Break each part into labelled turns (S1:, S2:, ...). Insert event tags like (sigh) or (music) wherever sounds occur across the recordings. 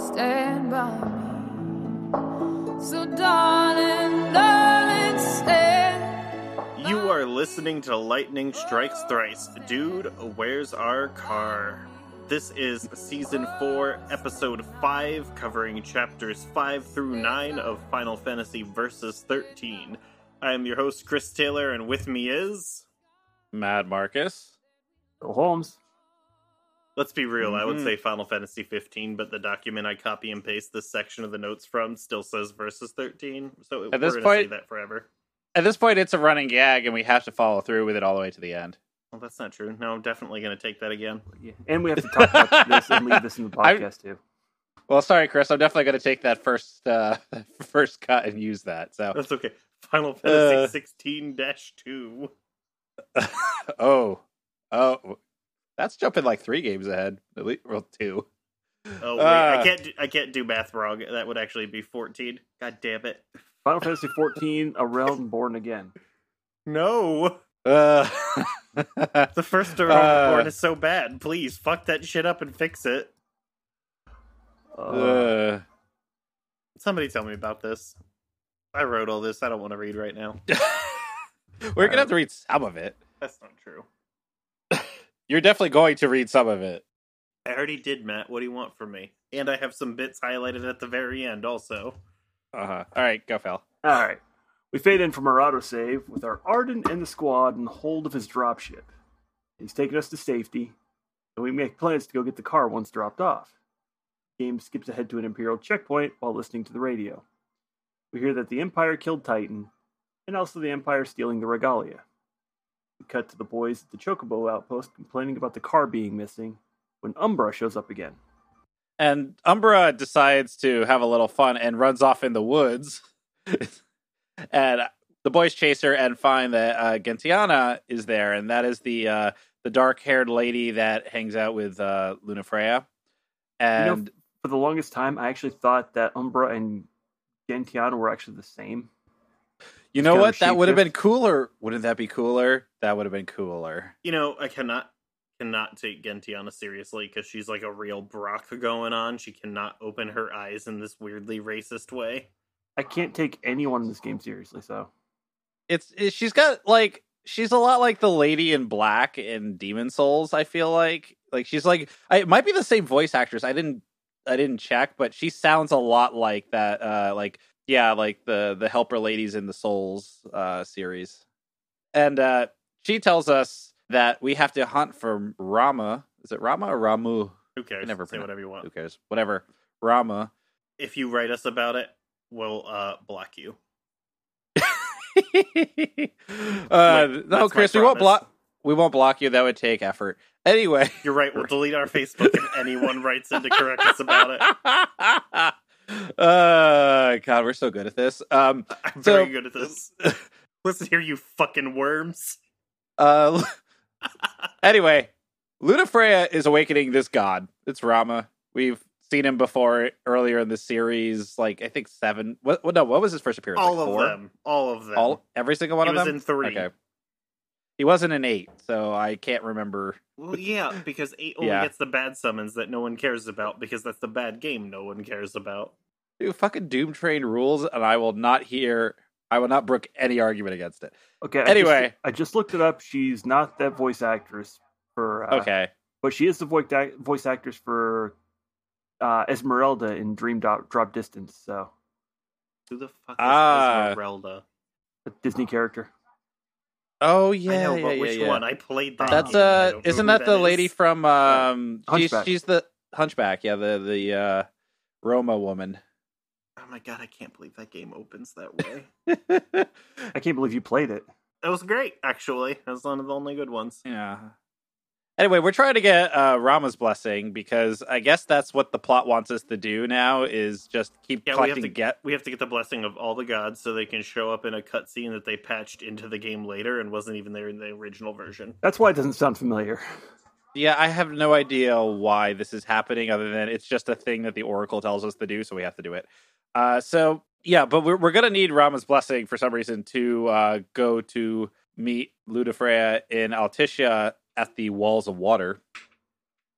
S1: stand by me. So, darling, darling, stand.
S2: You are listening to Lightning Strikes Thrice. Dude, where's our car? This is season 4, episode 5, covering chapters 5 through 9 of Final Fantasy Versus 13. I am your host, Chris Taylor, and with me is.
S3: Mad Marcus.
S4: Go Holmes.
S2: Let's be real, I would
S3: Mhm.
S2: say Final Fantasy 15, but the document I copy and paste this section of the notes from still says Versus 13, so we're going
S3: At this
S2: to say
S3: point-
S2: that forever.
S3: At this point, it's a running gag, and we have to follow through with it all the way to the end.
S2: Well, that's not true. No, I'm definitely going to take that again.
S4: Yeah. And we have to talk about this and leave this in the
S3: I-
S4: podcast too.
S3: Well, sorry, Chris. I'm definitely going to take that first uh, (laughs) first cut and use that. So,
S2: (laughs) That's okay. Final Fantasy
S3: Uh.
S2: 16 2.
S3: oh, oh, that's jumping like three games ahead. At least, well, two.
S2: Oh wait, I
S3: Ah.
S2: can't do, I can't do math wrong. That would actually be 14. God damn it.
S4: Final Fantasy 14, A Realm Born Again.
S2: No.
S3: Uh,
S2: (laughs)
S3: (laughs)
S2: The first Durham
S3: Ah.
S2: board is so bad. Please fuck that shit up and fix it.
S4: Uh,
S3: uh,
S2: Somebody tell me about this. I wrote all this. I don't want to read right now.
S3: we're going to have to read some of it.
S2: That's not true.
S3: You're definitely going to read some of it.
S2: I already did, Matt. What do you want from me? And I have some bits highlighted at the very end also.
S3: Uh-huh. All right, go, Phil.
S4: All right. We fade in from our auto save with our Arden and the squad in hold of his dropship. He's taken us to safety, and we make plans to go get the car once dropped off. The game skips ahead to an Imperial checkpoint while listening to the radio. We hear that the Empire killed Titan, and also the Empire stealing the regalia. We cut to the boys at the Chocobo outpost complaining about the car being missing when Umbra shows up again.
S3: And Umbra decides to have a little fun and runs off in the woods. (laughs) and the boys chase her and find that uh, Gentiana is there, and that is the uh, the dark haired lady that hangs out with uh, Luna Freya.
S4: You know,
S3: And
S4: for the longest time, I actually thought that Umbra and Gentian were actually the same.
S3: you know
S4: Got her
S3: what? That would have
S4: shapeshift.
S3: been cooler. Wouldn't that be cooler? That would have been cooler.
S2: You know, I cannot cannot take Gentiana seriously because she's like a real Brock going on. She cannot open her eyes in this weirdly racist way.
S4: I can't take anyone in this game seriously, so
S3: It's, it- she's got like she's a lot like the lady in black in Demon Souls. I feel like like she's like I, it might be the same voice actress. I didn't I didn't check, but she sounds a lot like that. Uh, like yeah, like the the helper ladies in the Souls uh, series. And uh, she tells us that we have to hunt for Rama. Is it Rama or Ramu?
S2: Who cares?
S3: I never
S2: Say
S3: pronoun-
S2: whatever you want.
S3: Who cares? Whatever.
S2: (laughs)
S3: Rama.
S2: if you write us about it, we'll uh, block you.
S3: uh,
S2: Wait, that's my
S3: no, Chris, we won't
S2: promise.
S3: block. We won't block you. That would take effort. Anyway,
S2: You're right. We'll delete our Facebook if anyone writes in to correct us about it.
S3: uh, God, we're so good at this. Um,
S2: I'm
S3: So-
S2: very good at
S3: (laughs)
S2: this. Listen here, you fucking worms.
S3: uh, (laughs) anyway, Lunafreya is awakening this god. It's Rama. We've seen him before earlier in the series. Like I think seven. What? what no, what was his first appearance?
S2: All
S3: Like,
S2: of
S3: four?
S2: them. All of them.
S3: All every single one
S2: he
S3: of
S2: was
S3: them.
S2: in three.
S3: Okay. He wasn't an eight, so I can't remember.
S2: Well, yeah, because eight only
S3: Yeah.
S2: gets the bad summons that no one cares about because that's the bad game no one cares about.
S3: Dude, fucking Doom Train rules, and I will not hear. I will not brook any argument against it.
S4: okay. I
S3: Anyway.
S4: just, I just looked it up. She's not that voice actress
S2: Ah.
S4: for uh,
S3: okay.
S4: but she is the voice ac- voice actress for uh, Esmeralda in Dream Drop, Drop Distance. So
S2: Who the fuck is
S3: Ah.
S2: Esmeralda?
S4: a Disney character.
S3: Oh yeah,
S2: I know,
S3: yeah,
S2: but
S3: yeah,
S2: which
S3: yeah.
S2: one? I played that.
S3: That's
S2: game. I don't
S3: uh,
S2: know
S3: isn't
S2: who
S3: that the
S2: is.
S3: lady from um? She's,
S4: Hunchback.
S3: she's the hunchback. Yeah, the the uh, Roma woman. (laughs)
S2: Oh my god, I can't believe that game opens that way.
S4: I can't believe you played it.
S2: It was great, actually. It was one of the only good ones.
S3: yeah. Anyway, we're trying to get uh, Rama's blessing because I guess that's what the plot wants us to do now is just keep
S2: Yeah, we have
S3: collecting
S2: to
S3: get.
S2: We have to get the blessing of all the gods so they can show up in a cutscene that they patched into the game later and wasn't even there in the original version.
S4: That's why it doesn't sound familiar.
S3: Yeah, I have no idea why this is happening other than it's just a thing that the Oracle tells us to do, so we have to do it. Uh, so yeah, but we're we're gonna need Rama's blessing for some reason to uh, go to meet Ludifrea in Alticia at the Walls of Water.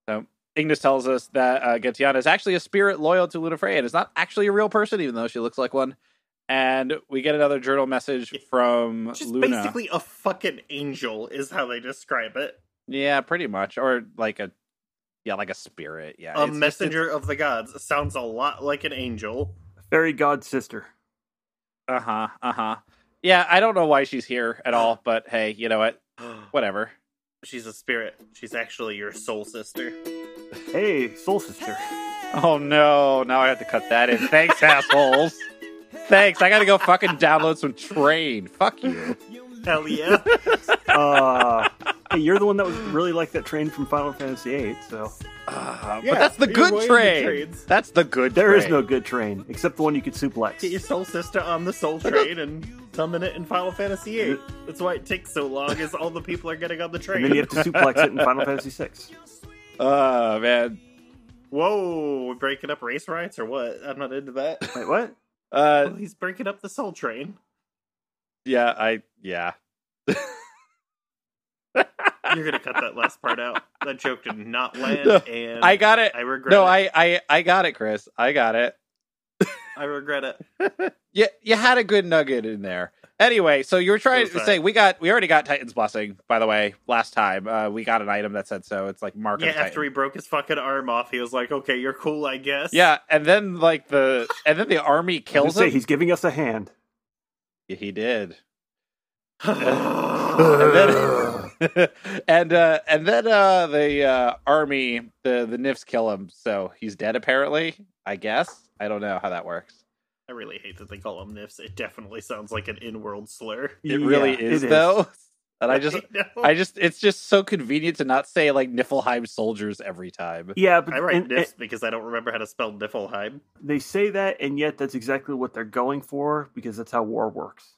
S3: So Ignis tells us that uh, Gentiana is actually a spirit loyal to Ludifrea and is not actually a real person, even though she looks like one. And we get another journal message from
S2: Just
S3: Luna.
S2: basically a fucking angel is how they describe it.
S3: Yeah, pretty much, or like a yeah, like a spirit. Yeah,
S2: A
S3: It's- it's-
S2: messenger of the gods sounds a lot like an angel. (gasps)
S4: Fairy god sister.
S3: Uh huh. Uh huh. Yeah, I don't know why she's here at all, but hey, you know what? Whatever.
S2: She's a spirit. She's actually your soul sister.
S4: Hey, soul sister.
S3: Oh no! Now I have to cut that in. Thanks, assholes. Thanks. I gotta go fucking download some train. Fuck you.
S2: (laughs) Hell yeah.
S3: (laughs)
S4: Uh, hey, you're the one that was really like that train from Final Fantasy VIII. So
S3: Uh,
S2: Yeah,
S3: but that's the
S2: you're
S3: good
S2: way into
S3: train.
S2: trades.
S3: That's the good.
S4: there is
S3: train.
S4: no good train except the one you could suplex.
S2: Get your soul sister on the soul train and summon it in Final Fantasy VIII. That's why it takes so long, is all the people are getting on the
S4: And then you
S2: train.
S4: have to suplex it
S3: (laughs)
S4: in Final Fantasy VI.
S3: Oh man.
S2: Whoa, we're breaking up race riots or what? I'm not into that.
S4: Wait, what?
S3: Uh,
S2: Oh, he's breaking up the soul train.
S3: yeah. I yeah.
S2: You're gonna cut that last part out. That joke did not land,
S3: (laughs) No,
S2: and
S3: I got it.
S2: I regret.
S3: No,
S2: it.
S3: I I I got it, Chris. I got it.
S2: I regret it.
S3: Yeah, you had a good nugget in there. Anyway, so you were trying
S2: It was
S3: to say we got we already got Titan's blessing. By the way, last time uh, we got an item that said so. It's like mark.
S2: Yeah,
S3: of Titan.
S2: after he broke his fucking arm off, he was like, "Okay, you're cool, I guess."
S3: yeah, and then like the and then the army
S4: (laughs) I was
S3: kills
S4: gonna
S3: him.
S4: say he's giving us a hand.
S3: Yeah,
S2: (sighs)
S3: he did. And
S2: yeah,
S3: then (laughs) and uh, and then uh, the uh, army the the Nifs kill him, so he's dead. Apparently, I guess I don't know how that works.
S2: I really hate that they call him Nifs. It definitely sounds like an in-world slur.
S3: It
S4: Yeah,
S3: really
S4: it
S3: is though. (laughs)
S2: (laughs)
S3: And I just
S2: know.
S3: I just it's just so convenient to not say like Niflheim soldiers every time.
S4: Yeah, but
S2: I write
S4: and-
S2: Nifs because I don't remember how to spell Niflheim.
S4: and they say that, and yet that's exactly what they're going for because that's how war works.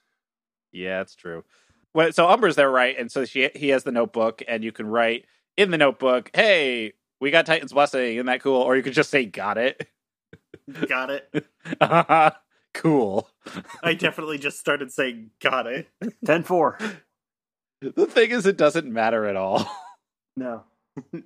S3: Yeah, it's true. Well, so Umbra's there, right? And so she he has the notebook, and you can write in the notebook, "Hey, we got Titan's blessing, isn't that cool?" Or you could just say, "Got it, (laughs)
S2: Got it.
S3: cool."
S2: I definitely just started saying "got it." (laughs)
S4: 10 4.
S3: The thing is, it doesn't matter at all. (laughs)
S4: No.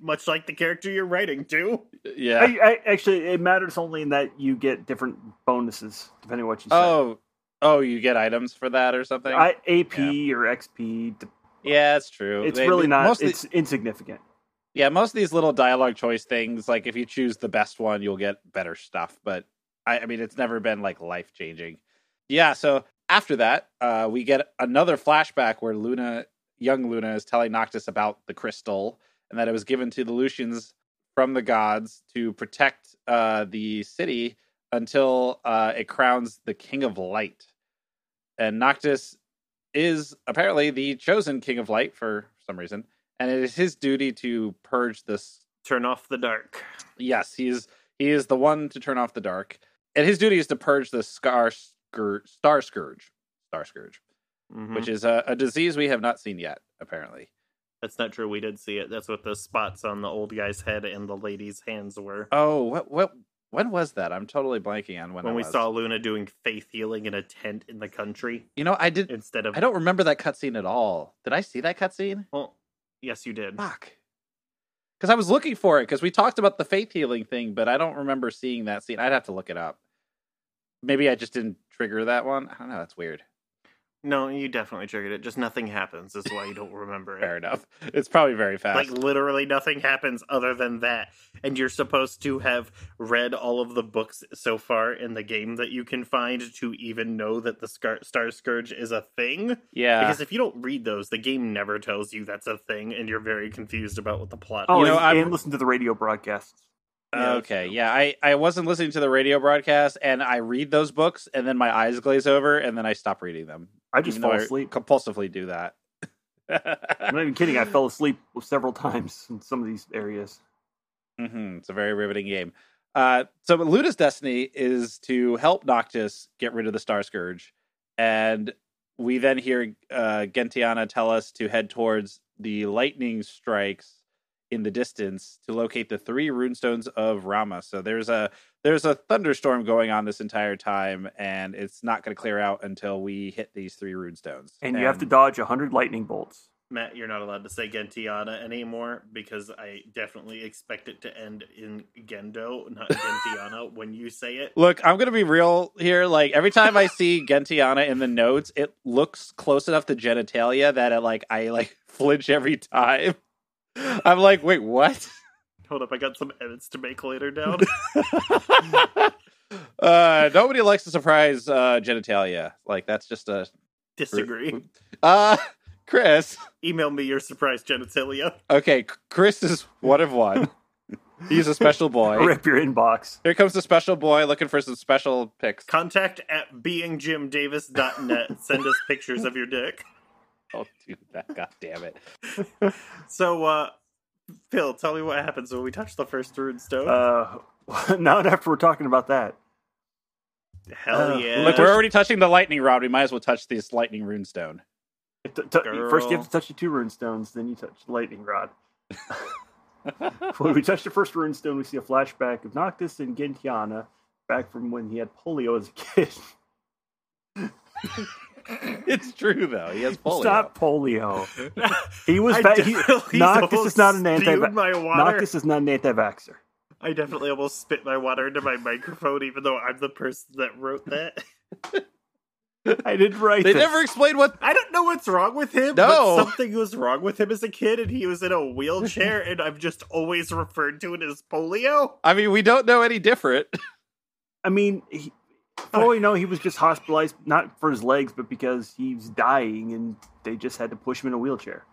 S2: Much like the character you're writing to.
S3: yeah.
S4: I, I, actually, it matters only in that you get different bonuses depending on what you say.
S3: oh, oh, you get items for that or something.
S4: I, AP or XP. de-
S3: yeah, it's true.
S4: It's
S3: They-
S4: really not.
S3: Most of the-
S4: it's insignificant.
S3: yeah, most of these little dialogue choice things, like if you choose the best one, you'll get better stuff. But I, I mean, it's never been like life changing. Yeah. So after that, uh, we get another flashback where Luna, young Luna, is telling Noctis about the crystal and that it was given to the Lucians from the gods to protect uh, the city until uh, it crowns the King of Light. And Noctis is apparently the chosen King of Light for some reason, and it is his duty to purge this.
S2: Turn off the dark.
S3: Yes, he is. He is the one to turn off the dark, and his duty is to purge the scar scour- star scourge, star scourge,
S2: Mhm.
S3: which is a, a disease we have not seen yet. Apparently.
S2: That's not true. We did see it. That's what the spots on the old guy's head and the lady's hands were.
S3: Oh, what what when was that? I'm totally blanking on when.
S2: when
S3: it
S2: we
S3: was.
S2: saw Luna doing faith healing in a tent in the country
S3: you know, I did.
S2: instead of
S3: I don't remember that cutscene at all. Did I see that cutscene?
S2: Well, yes, you did.
S3: Fuck. Because I was looking for it because we talked about the faith healing thing, but I don't remember seeing that scene. I'd have to look it up. Maybe I just didn't trigger that one. I don't know. That's weird.
S2: No, you definitely triggered it. Just nothing happens. Is why you don't remember it.
S3: Fair enough. It's probably very fast.
S2: Like literally nothing happens other than that, and you're supposed to have read all of the books so far in the game that you can find to even know that the Scar- Star Scourge is a thing.
S3: yeah.
S2: Because if you don't read those, the game never tells you that's a thing, and you're very confused about what the plot.
S4: Oh,
S2: is.
S3: You know,
S4: and,
S3: I'm-
S4: and listen to the radio broadcasts.
S2: Yeah, that's
S3: Uh, okay.
S2: true.
S3: Yeah. I, I wasn't listening to the radio broadcast and I read those books and then my eyes glaze over and then I stop reading them.
S4: I just
S3: even though
S4: fall asleep.
S3: compulsively do that. (laughs)
S4: I'm not even kidding. I fell asleep several times in some of these areas.
S3: hmm It's a very riveting game. Uh, so Luda's destiny is to help Noctis get rid of the Star Scourge, and we then hear uh, Gentiana tell us to head towards the lightning strikes in the distance to locate the three runestones of Rama. So there's a there's a thunderstorm going on this entire time, and it's not going to clear out until we hit these three runestones.
S4: And you have to dodge 100 lightning bolts.
S2: Matt, you're not allowed to say Gentiana anymore because I definitely expect it to end in Gendo,
S3: (laughs)
S2: not Gentiana, when you say it.
S3: Look, I'm gonna be real here. Like every time I see Gentiana in the notes, it looks close enough to genitalia that I like I like (laughs) flinch every time. I'm like, wait, what? (laughs)
S2: Hold up, I got some edits to make later
S4: (laughs)
S2: down.
S3: uh, nobody likes to surprise uh, genitalia. Like that's just a
S2: Disagree.
S3: uh, Chris.
S2: Email me your surprise genitalia.
S3: Okay, Chris is one of one. He's a special boy.
S4: Rip your inbox.
S3: Here comes the special boy looking for some special picks.
S2: Contact at beingjimdavis.net. Send us pictures of your dick.
S3: Don't do Oh, that. God damn it.
S2: So, uh, Phil, tell me what happens when we touch the first runestone.
S4: Uh, (laughs) not after we're talking about that.
S2: Hell
S4: uh,
S2: yeah.
S3: Look, we're already touching the lightning rod. We might as well touch this lightning runestone.
S4: It t- t-
S2: Girl.
S4: first, you have to touch the two rune stones, then you touch the
S2: (laughs)
S4: lightning rod. when we touch the first rune stone, we see a flashback of Noctis and Gentiana back from when he had polio as a kid. (laughs)
S3: (laughs) It's true though. He has polio.
S4: Stop polio.
S2: (laughs)
S4: He was
S2: I
S4: back. He,
S2: definitely
S4: Noctis is not an
S2: almost
S4: anti.
S2: spewed my water.
S4: Noctis is not an anti-vaxer.
S2: I definitely almost spit my water into my microphone, even though I'm the person that wrote that.
S4: I did write.
S3: They
S4: this.
S3: never explained what.
S2: I don't know what's wrong with him,
S3: No.
S2: but something was wrong with him as a kid, and he was in a wheelchair, and I've just always referred to it as polio.
S3: I mean, we don't know any different. (laughs)
S4: I mean, he, for all we know, he was just hospitalized not for his legs, but because he's dying, and they just had to push him in a wheelchair.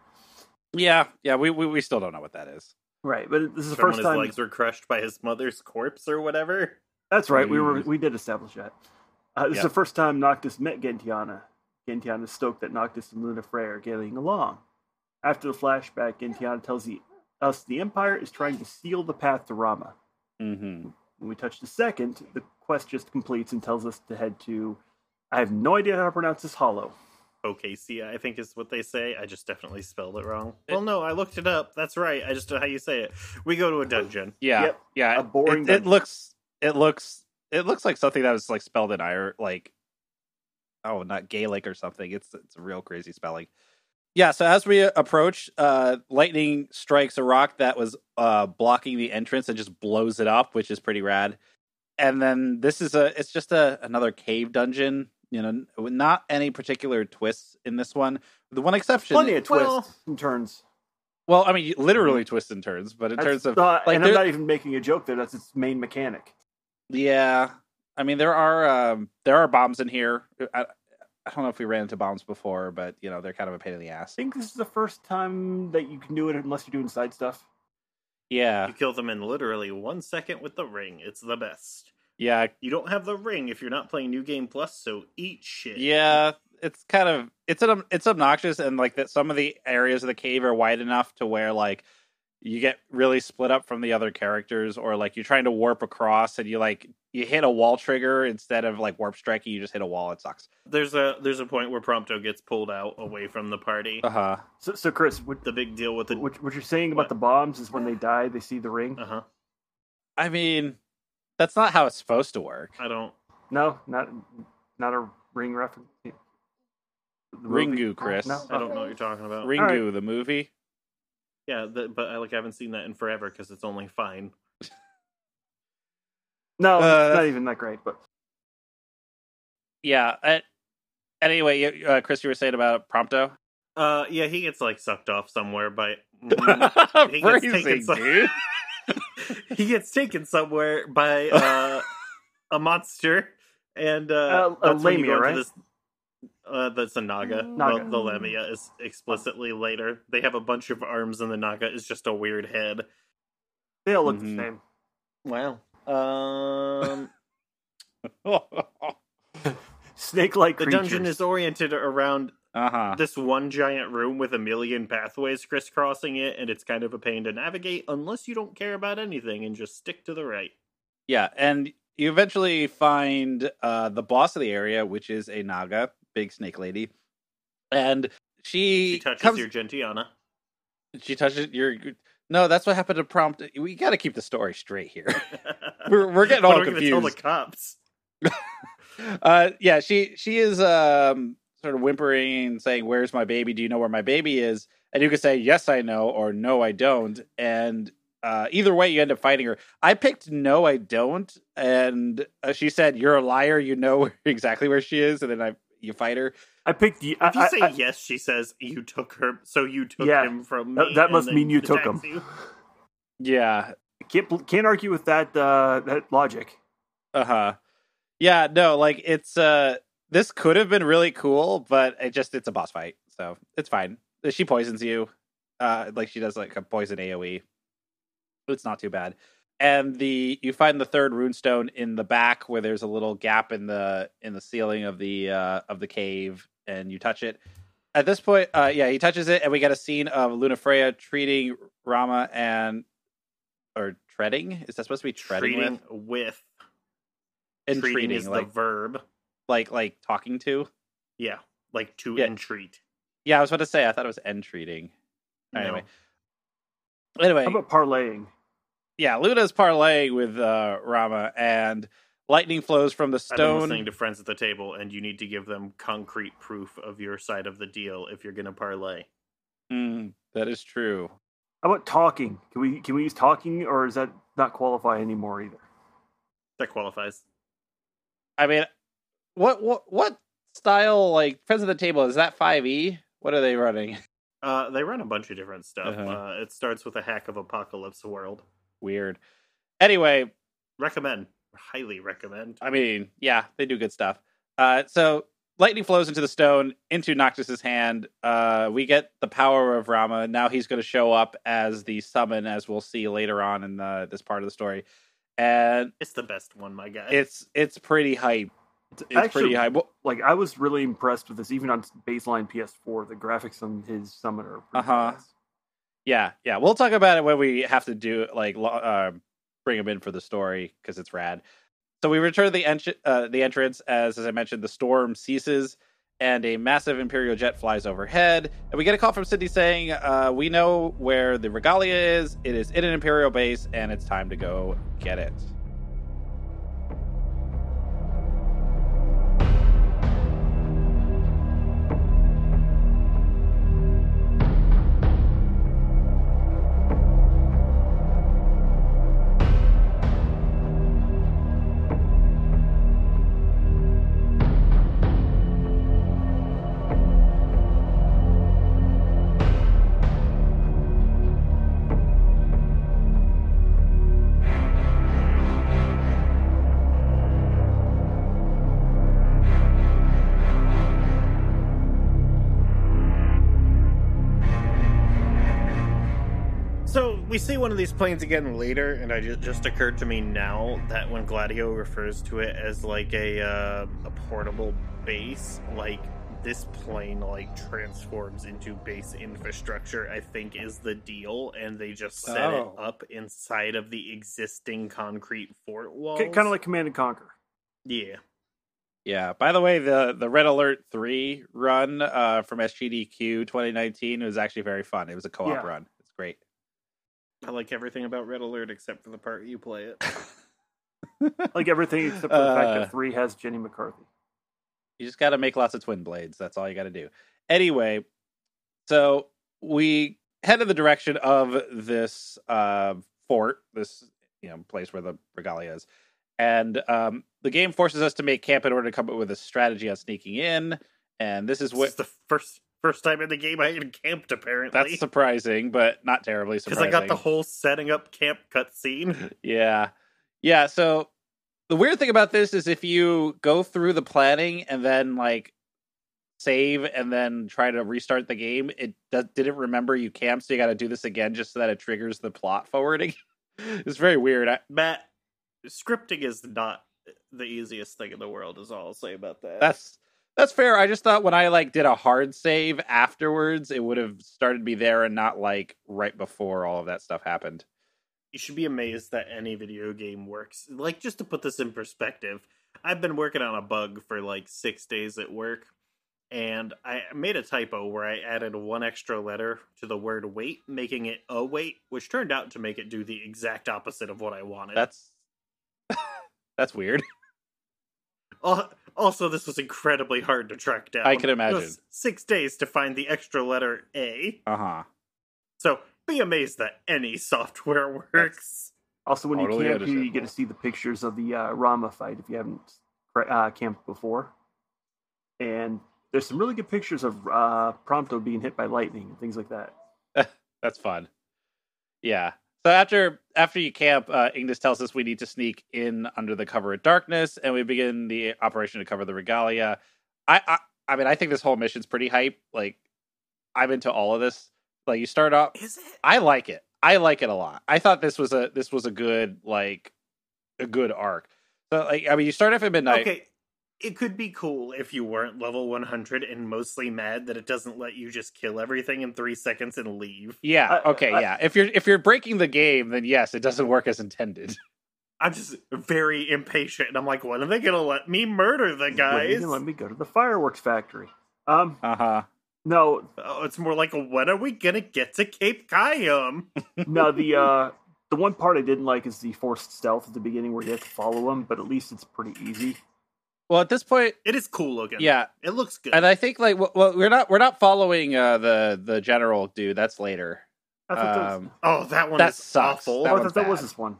S3: Yeah, yeah. We we, we still don't know what that is.
S4: Right, but this is the
S2: From when
S4: first time.
S2: his legs were crushed by his mother's corpse or whatever.
S4: That's right. We were
S3: Jeez.
S4: we did establish that. Uh, this is
S3: Yeah.
S4: the first time Noctis met Gentiana. Gentiana stoked that Noctis and Luna Frey are getting along. After the flashback, Gentiana tells the, us the Empire is trying to seal the path to Rama.
S3: Mm-hmm.
S4: When we touch the second, the quest just completes and tells us to head to. I have no idea how to pronounce this hollow.
S2: OKC, I think is what they say. I just definitely spelled it wrong. Well, no, I looked it up. That's right. I just know how you say it. We go to a dungeon.
S3: Yeah,
S4: Yep,
S3: yeah.
S4: a
S3: It,
S4: boring
S3: it
S4: dungeon.
S3: looks. It looks. It looks like something that was like spelled in Ire like. Oh, not Gaelic or something. It's it's a real crazy spelling. Yeah. So as we approach, uh, lightning strikes a rock that was uh blocking the entrance and just blows it up, which is pretty rad. And then this is a. It's just a another cave dungeon. You know, with not any particular twists in this one. The one exception,
S4: Plenty of twists
S3: Well,
S4: and turns.
S3: Well, I mean, literally twists and turns, but in
S4: That's-
S3: terms of
S4: uh,
S3: like,
S4: and
S3: there-
S4: I'm not even making a joke there. That's its main mechanic.
S3: yeah, I mean, there are um, there are bombs in here. I, I don't know if we ran into bombs before, but you know, they're kind of a pain in the ass.
S4: I think this is the first time that you can do it unless you're doing side stuff.
S3: Yeah,
S2: You kill them in literally one second with the ring. It's the best.
S3: yeah,
S2: You don't have the ring if you're not playing New Game Plus, so eat shit.
S3: yeah. It's kind of it's an, it's obnoxious, and like that some of the areas of the cave are wide enough to where like you get really split up from the other characters, or like you're trying to warp across, and you like you hit a wall trigger instead of like warp striking, you just hit a wall. It sucks.
S2: There's a there's a point where Prompto gets pulled out away from the party.
S3: Uh huh.
S4: So, so Chris, what,
S2: The big deal with the
S4: what, what you're saying about
S2: What?
S4: the bombs is when they die, they see the ring.
S2: uh huh.
S3: I mean, that's not how it's supposed to work.
S2: I don't.
S4: No, not not a ring reference. The movie?
S3: Ringu, Chris.
S4: No,
S2: I don't know what you're talking about.
S3: Ringu,
S4: All
S3: the movie.
S2: Yeah, the, but I like I haven't seen that in forever because it's only fine.
S4: no,
S3: Uh,
S4: it's not even that great. But
S3: Yeah. I, anyway, you- uh, Chris, you were saying about Prompto.
S2: Uh, yeah, he gets like sucked off somewhere by. (laughs) mm, He gets taken
S3: Phrasing,
S2: some-
S3: dude.
S2: (laughs) he gets taken somewhere (laughs) by uh, a monster, and uh,
S4: Uh, a
S2: that's when you
S4: Lamia,
S2: go into
S4: right? Mm.
S2: This, uh, that's a naga.
S4: Naga.
S2: The, the lamia is explicitly later. They have a bunch of arms, and the naga is just a weird head.
S4: they all look
S2: mm-hmm.
S3: Mhm.
S4: the same.
S2: Wow. (laughs) Um,
S4: Snake-like
S2: the
S4: creatures.
S2: dungeon is oriented around
S3: Uh huh.
S2: this one giant room with a million pathways crisscrossing it, and it's kind of a pain to navigate unless you don't care about anything and just stick to the right.
S3: Yeah, and you eventually find uh, the boss of the area, which is a Naga, big snake lady, and she,
S2: She touches
S3: comes-
S2: your Gentiana.
S3: She touches your. No, that's what happened to prompt. We got to keep the story straight here. (laughs)
S2: (laughs)
S3: We're- we're getting
S2: What
S3: all
S2: are we gonna Tell the
S3: confused.
S2: cops.
S3: uh, yeah, she she is um sort of whimpering and saying, "Where's my baby? Do you know where my baby is?" And you can say, "Yes, I know," or "No, I don't." And uh, either way, you end up fighting her. I picked "No, I don't," and uh, she said, "You're a liar. You know (laughs) exactly where she is." And then I you fight her.
S4: I picked the. I,
S2: If you
S4: I-
S2: say
S4: I-
S2: yes, she says you took her, so you took
S4: Yeah,
S2: him from me.
S4: that- that
S2: and
S4: must
S2: then
S4: mean you took
S2: attacks
S4: him.
S2: you.
S3: Yeah,
S4: can't bel- can't argue with that uh, that logic.
S3: uh-huh yeah no like it's uh this could have been really cool but it just it's a boss fight so it's fine she poisons you uh like she does like a poison aoe it's not too bad and the you find the third runestone in the back where there's a little gap in the in the ceiling of the uh of the cave and you touch it at this point uh yeah he touches it and we get a scene of lunafreya treating rama and or treading is that supposed to be treading with?
S2: Treating with,
S3: and
S2: treating,
S3: treating,
S2: is
S3: like
S2: the verb.
S3: like like talking to.
S2: Yeah, like to
S3: Yeah.
S2: entreat.
S3: Yeah, I was about to say I thought it was entreating.
S2: No.
S3: Anyway, anyway,
S4: How about parlaying?
S3: yeah, Luna's parlaying with uh, Rama, and lightning flows from the
S2: I've been
S3: stone.
S2: listening to friends at the table, and you need to give them concrete proof of your side of the deal if you're going to parlay.
S3: Mm, that is true.
S4: How about talking? Can we can we use talking, or is that not qualify anymore either?
S2: That qualifies.
S3: I mean, what what what style like friends of the table is that five e? What are they running? (laughs)
S2: Uh, they run a bunch of different stuff.
S3: Uh-huh.
S2: Uh, it starts with a hack of Apocalypse World.
S3: Weird. Anyway,
S2: Recommend. Highly recommend.
S3: I mean, yeah, they do good stuff. Uh, so lightning flows into the stone, into Noctis's hand. Uh, we get the power of Rama. Now he's going to show up as the summon, as we'll see later on in the, this part of the story. And
S2: It's the best one, my guy.
S3: it's it's pretty hype.
S4: It's
S3: It's pretty hype. Well,
S4: like I was really impressed with this, even on baseline PS4. The graphics on his summoner,
S3: Uh-huh. Yeah, yeah. We'll talk about it when we have to do like lo- uh, bring him in for the story because it's rad. So we return to the entr uh, the entrance as as I mentioned, the storm ceases and a massive imperial jet flies overhead, and we get a call from Sydney saying, uh, "We know where the Regalia is. It is in an imperial base, and it's time to go get it."
S2: So we see one of these planes again later, and I just, just occurred to me now that when Gladio refers to it as like a uh, a portable base, like this plane like transforms into base infrastructure. I think is the deal, and they just set
S3: Oh.
S2: it up inside of the existing concrete fort walls.
S4: kind of like Command and Conquer.
S2: yeah,
S3: Yeah. By the way, the the Red Alert three run uh, from SGDQ 2019 was actually very fun. It was a co op
S4: Yeah.
S3: run. It's great.
S2: I like everything about Red Alert except for the part you play (laughs) it.
S4: Like everything except for the fact
S3: Uh.
S4: that three has Jenny McCarthy.
S3: You just got to make lots of twin blades. That's all you got to do. Anyway, so we head in the direction of this uh, fort, this you know place where the regalia is, and um, the game forces us to make camp in order to come up with a strategy on sneaking in. And this is
S2: This
S3: what
S2: is the first first time in the game I encamped. Apparently, (laughs)
S3: that's surprising, but not terribly
S2: because
S3: surprising.
S2: I got the whole setting up camp
S3: (laughs)
S2: cutscene.
S3: Yeah. Yeah. So the weird thing about this is if you go through the planning and then like save and then try to restart the game, it does, didn't remember you camped. So you got to do this again just so that it triggers the plot (laughs) forwarding. it's very weird. I,
S2: Matt, scripting is not the easiest thing in the world. Is all I'll say about that.
S3: that's That's fair. I just thought when I like did a hard save afterwards, it would have started me there and not like right before all of that stuff happened.
S2: You should be amazed that any video game works. Like, just to put this in perspective, I've been working on a bug for like six days at work, and I made a typo where I added one extra letter to the word wait, making it a wait, which turned out to make it do the exact opposite of what I wanted.
S3: That's (laughs) that's weird.
S2: Al- Also, this was incredibly hard to track down.
S3: I can
S2: It
S3: imagine.
S2: was Six days to find the extra letter A.
S3: Uh huh.
S2: So be amazed that any software (laughs) works.
S4: Also, when
S3: Totally
S4: you camp here, you
S3: understandable.
S4: get to see the pictures of the uh, Rama fight if you haven't uh, camped before. And there's some really good pictures of uh, Prompto being hit by lightning and things like that.
S3: That's fun. Yeah. So after after you camp, uh, Ignis tells us we need to sneak in under the cover of darkness, and we begin the operation to cover the regalia. I I, I mean, I think this whole mission's pretty hype. Like, I'm into all of this. Like, you start off.
S2: Is it?
S3: I like it. I like it a lot. I thought this was a this was a good like a good arc. So like, I mean, you start off at midnight.
S2: Okay. It could be cool if you weren't level 100 and mostly mad that it doesn't let you just kill everything in three seconds and leave.
S3: Yeah.
S4: I-
S3: okay.
S4: I-
S3: yeah. If you're if you're breaking the game, then yes, it doesn't work as intended. (laughs)
S2: I'm just very impatient, and I'm like, when are they gonna let me murder the
S4: Well, you
S2: guys?
S4: didn't let me go to the fireworks factory. Um,
S3: Uh huh.
S4: no,
S2: Oh, it's more like, when are we gonna get to Cape Cayum?
S4: no. The uh, the one part I didn't like is the forced stealth at the beginning where you have to follow him, but at least it's pretty easy.
S3: Well, at this point,
S2: It is cool looking.
S3: yeah,
S2: It looks good.
S3: and I think like w- well, we're not we're not following uh, the the general dude. That's later.
S4: I thought that was,
S3: Um,
S2: oh, that one
S3: That
S2: is
S3: sucks.
S2: awful.
S4: oh,
S3: that
S4: I
S3: one's
S4: thought that was
S3: bad.
S4: this one.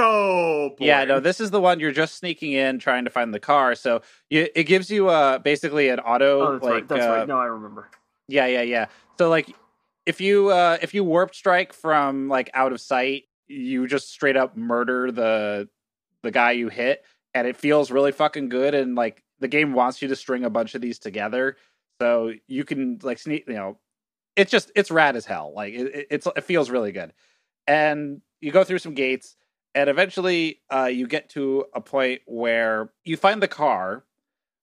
S2: so boring.
S3: Yeah, no, this is the one you're just sneaking in trying to find the car. So you, it gives you uh basically an auto
S4: Oh, that's
S3: like
S4: right. That's
S3: uh,
S4: right. No, I remember.
S3: yeah yeah yeah. So like if you uh if you warp strike from like out of sight, you just straight up murder the the guy you hit, and it feels really fucking good. And like the game wants you to string a bunch of these together, so you can like sneak. You know, it's just it's rad as hell. Like it, it- it's it feels really good. And you go through some gates, and eventually uh, you get to a point where you find the car,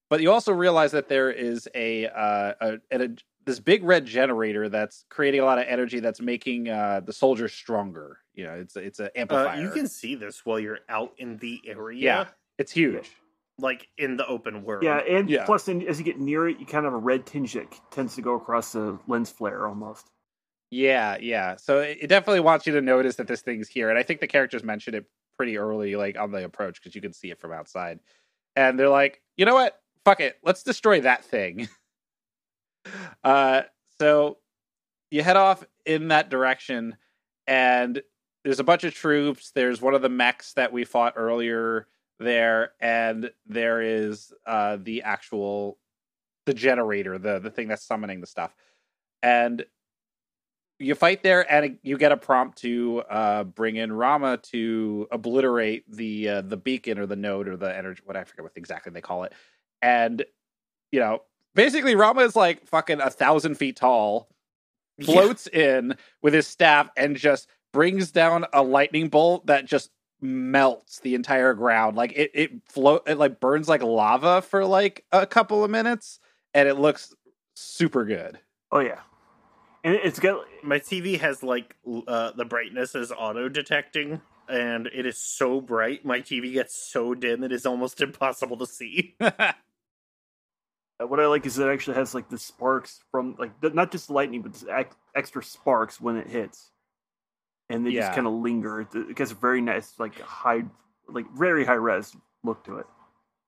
S3: but you also realize that there is a uh a, an- a this big red generator that's creating a lot of energy that's making uh, the soldiers stronger. You know, it's a- it's an
S2: Uh,
S3: amplifier.
S2: you can see this while you're out in the area.
S3: Yeah. It's huge.
S2: Like in the open world.
S4: Yeah, and
S3: Yeah.
S4: plus, in, as you get near it, you kind of have a red tinge that tends to go across the lens flare almost.
S3: Yeah, yeah. So it it definitely wants you to notice that this thing's here, and I think the characters mentioned it pretty early, like on the approach, because you can see it from outside. And they're like, you know what? Fuck it, let's destroy that thing. (laughs) uh, so you head off in that direction, and there's a bunch of troops. There's one of the mechs that we fought earlier there, and there is uh, the actual the generator, the the thing that's summoning the stuff, and you fight there and you get a prompt to uh, bring in Rama to obliterate the uh, the beacon or the node or the energy what I forget what exactly they call it. And you know, basically Rama is like fucking a thousand feet tall, floats in with his staff and just brings down a lightning bolt that just melts the entire ground. Like it it float it like burns like lava for like a couple of minutes and it looks super good. (laughs)
S4: Oh yeah, and it- it's got
S2: My TV has like l- uh, the brightness is auto detecting, and it is so bright. My TV gets so dim it is almost (laughs) impossible to see.
S4: uh, what I like is it actually has like the sparks from like th- not just lightning, but this ex- extra sparks when it hits, and they
S3: Yeah.
S4: just kind of linger. It- It gets a very nice, like high, like very high res look to it.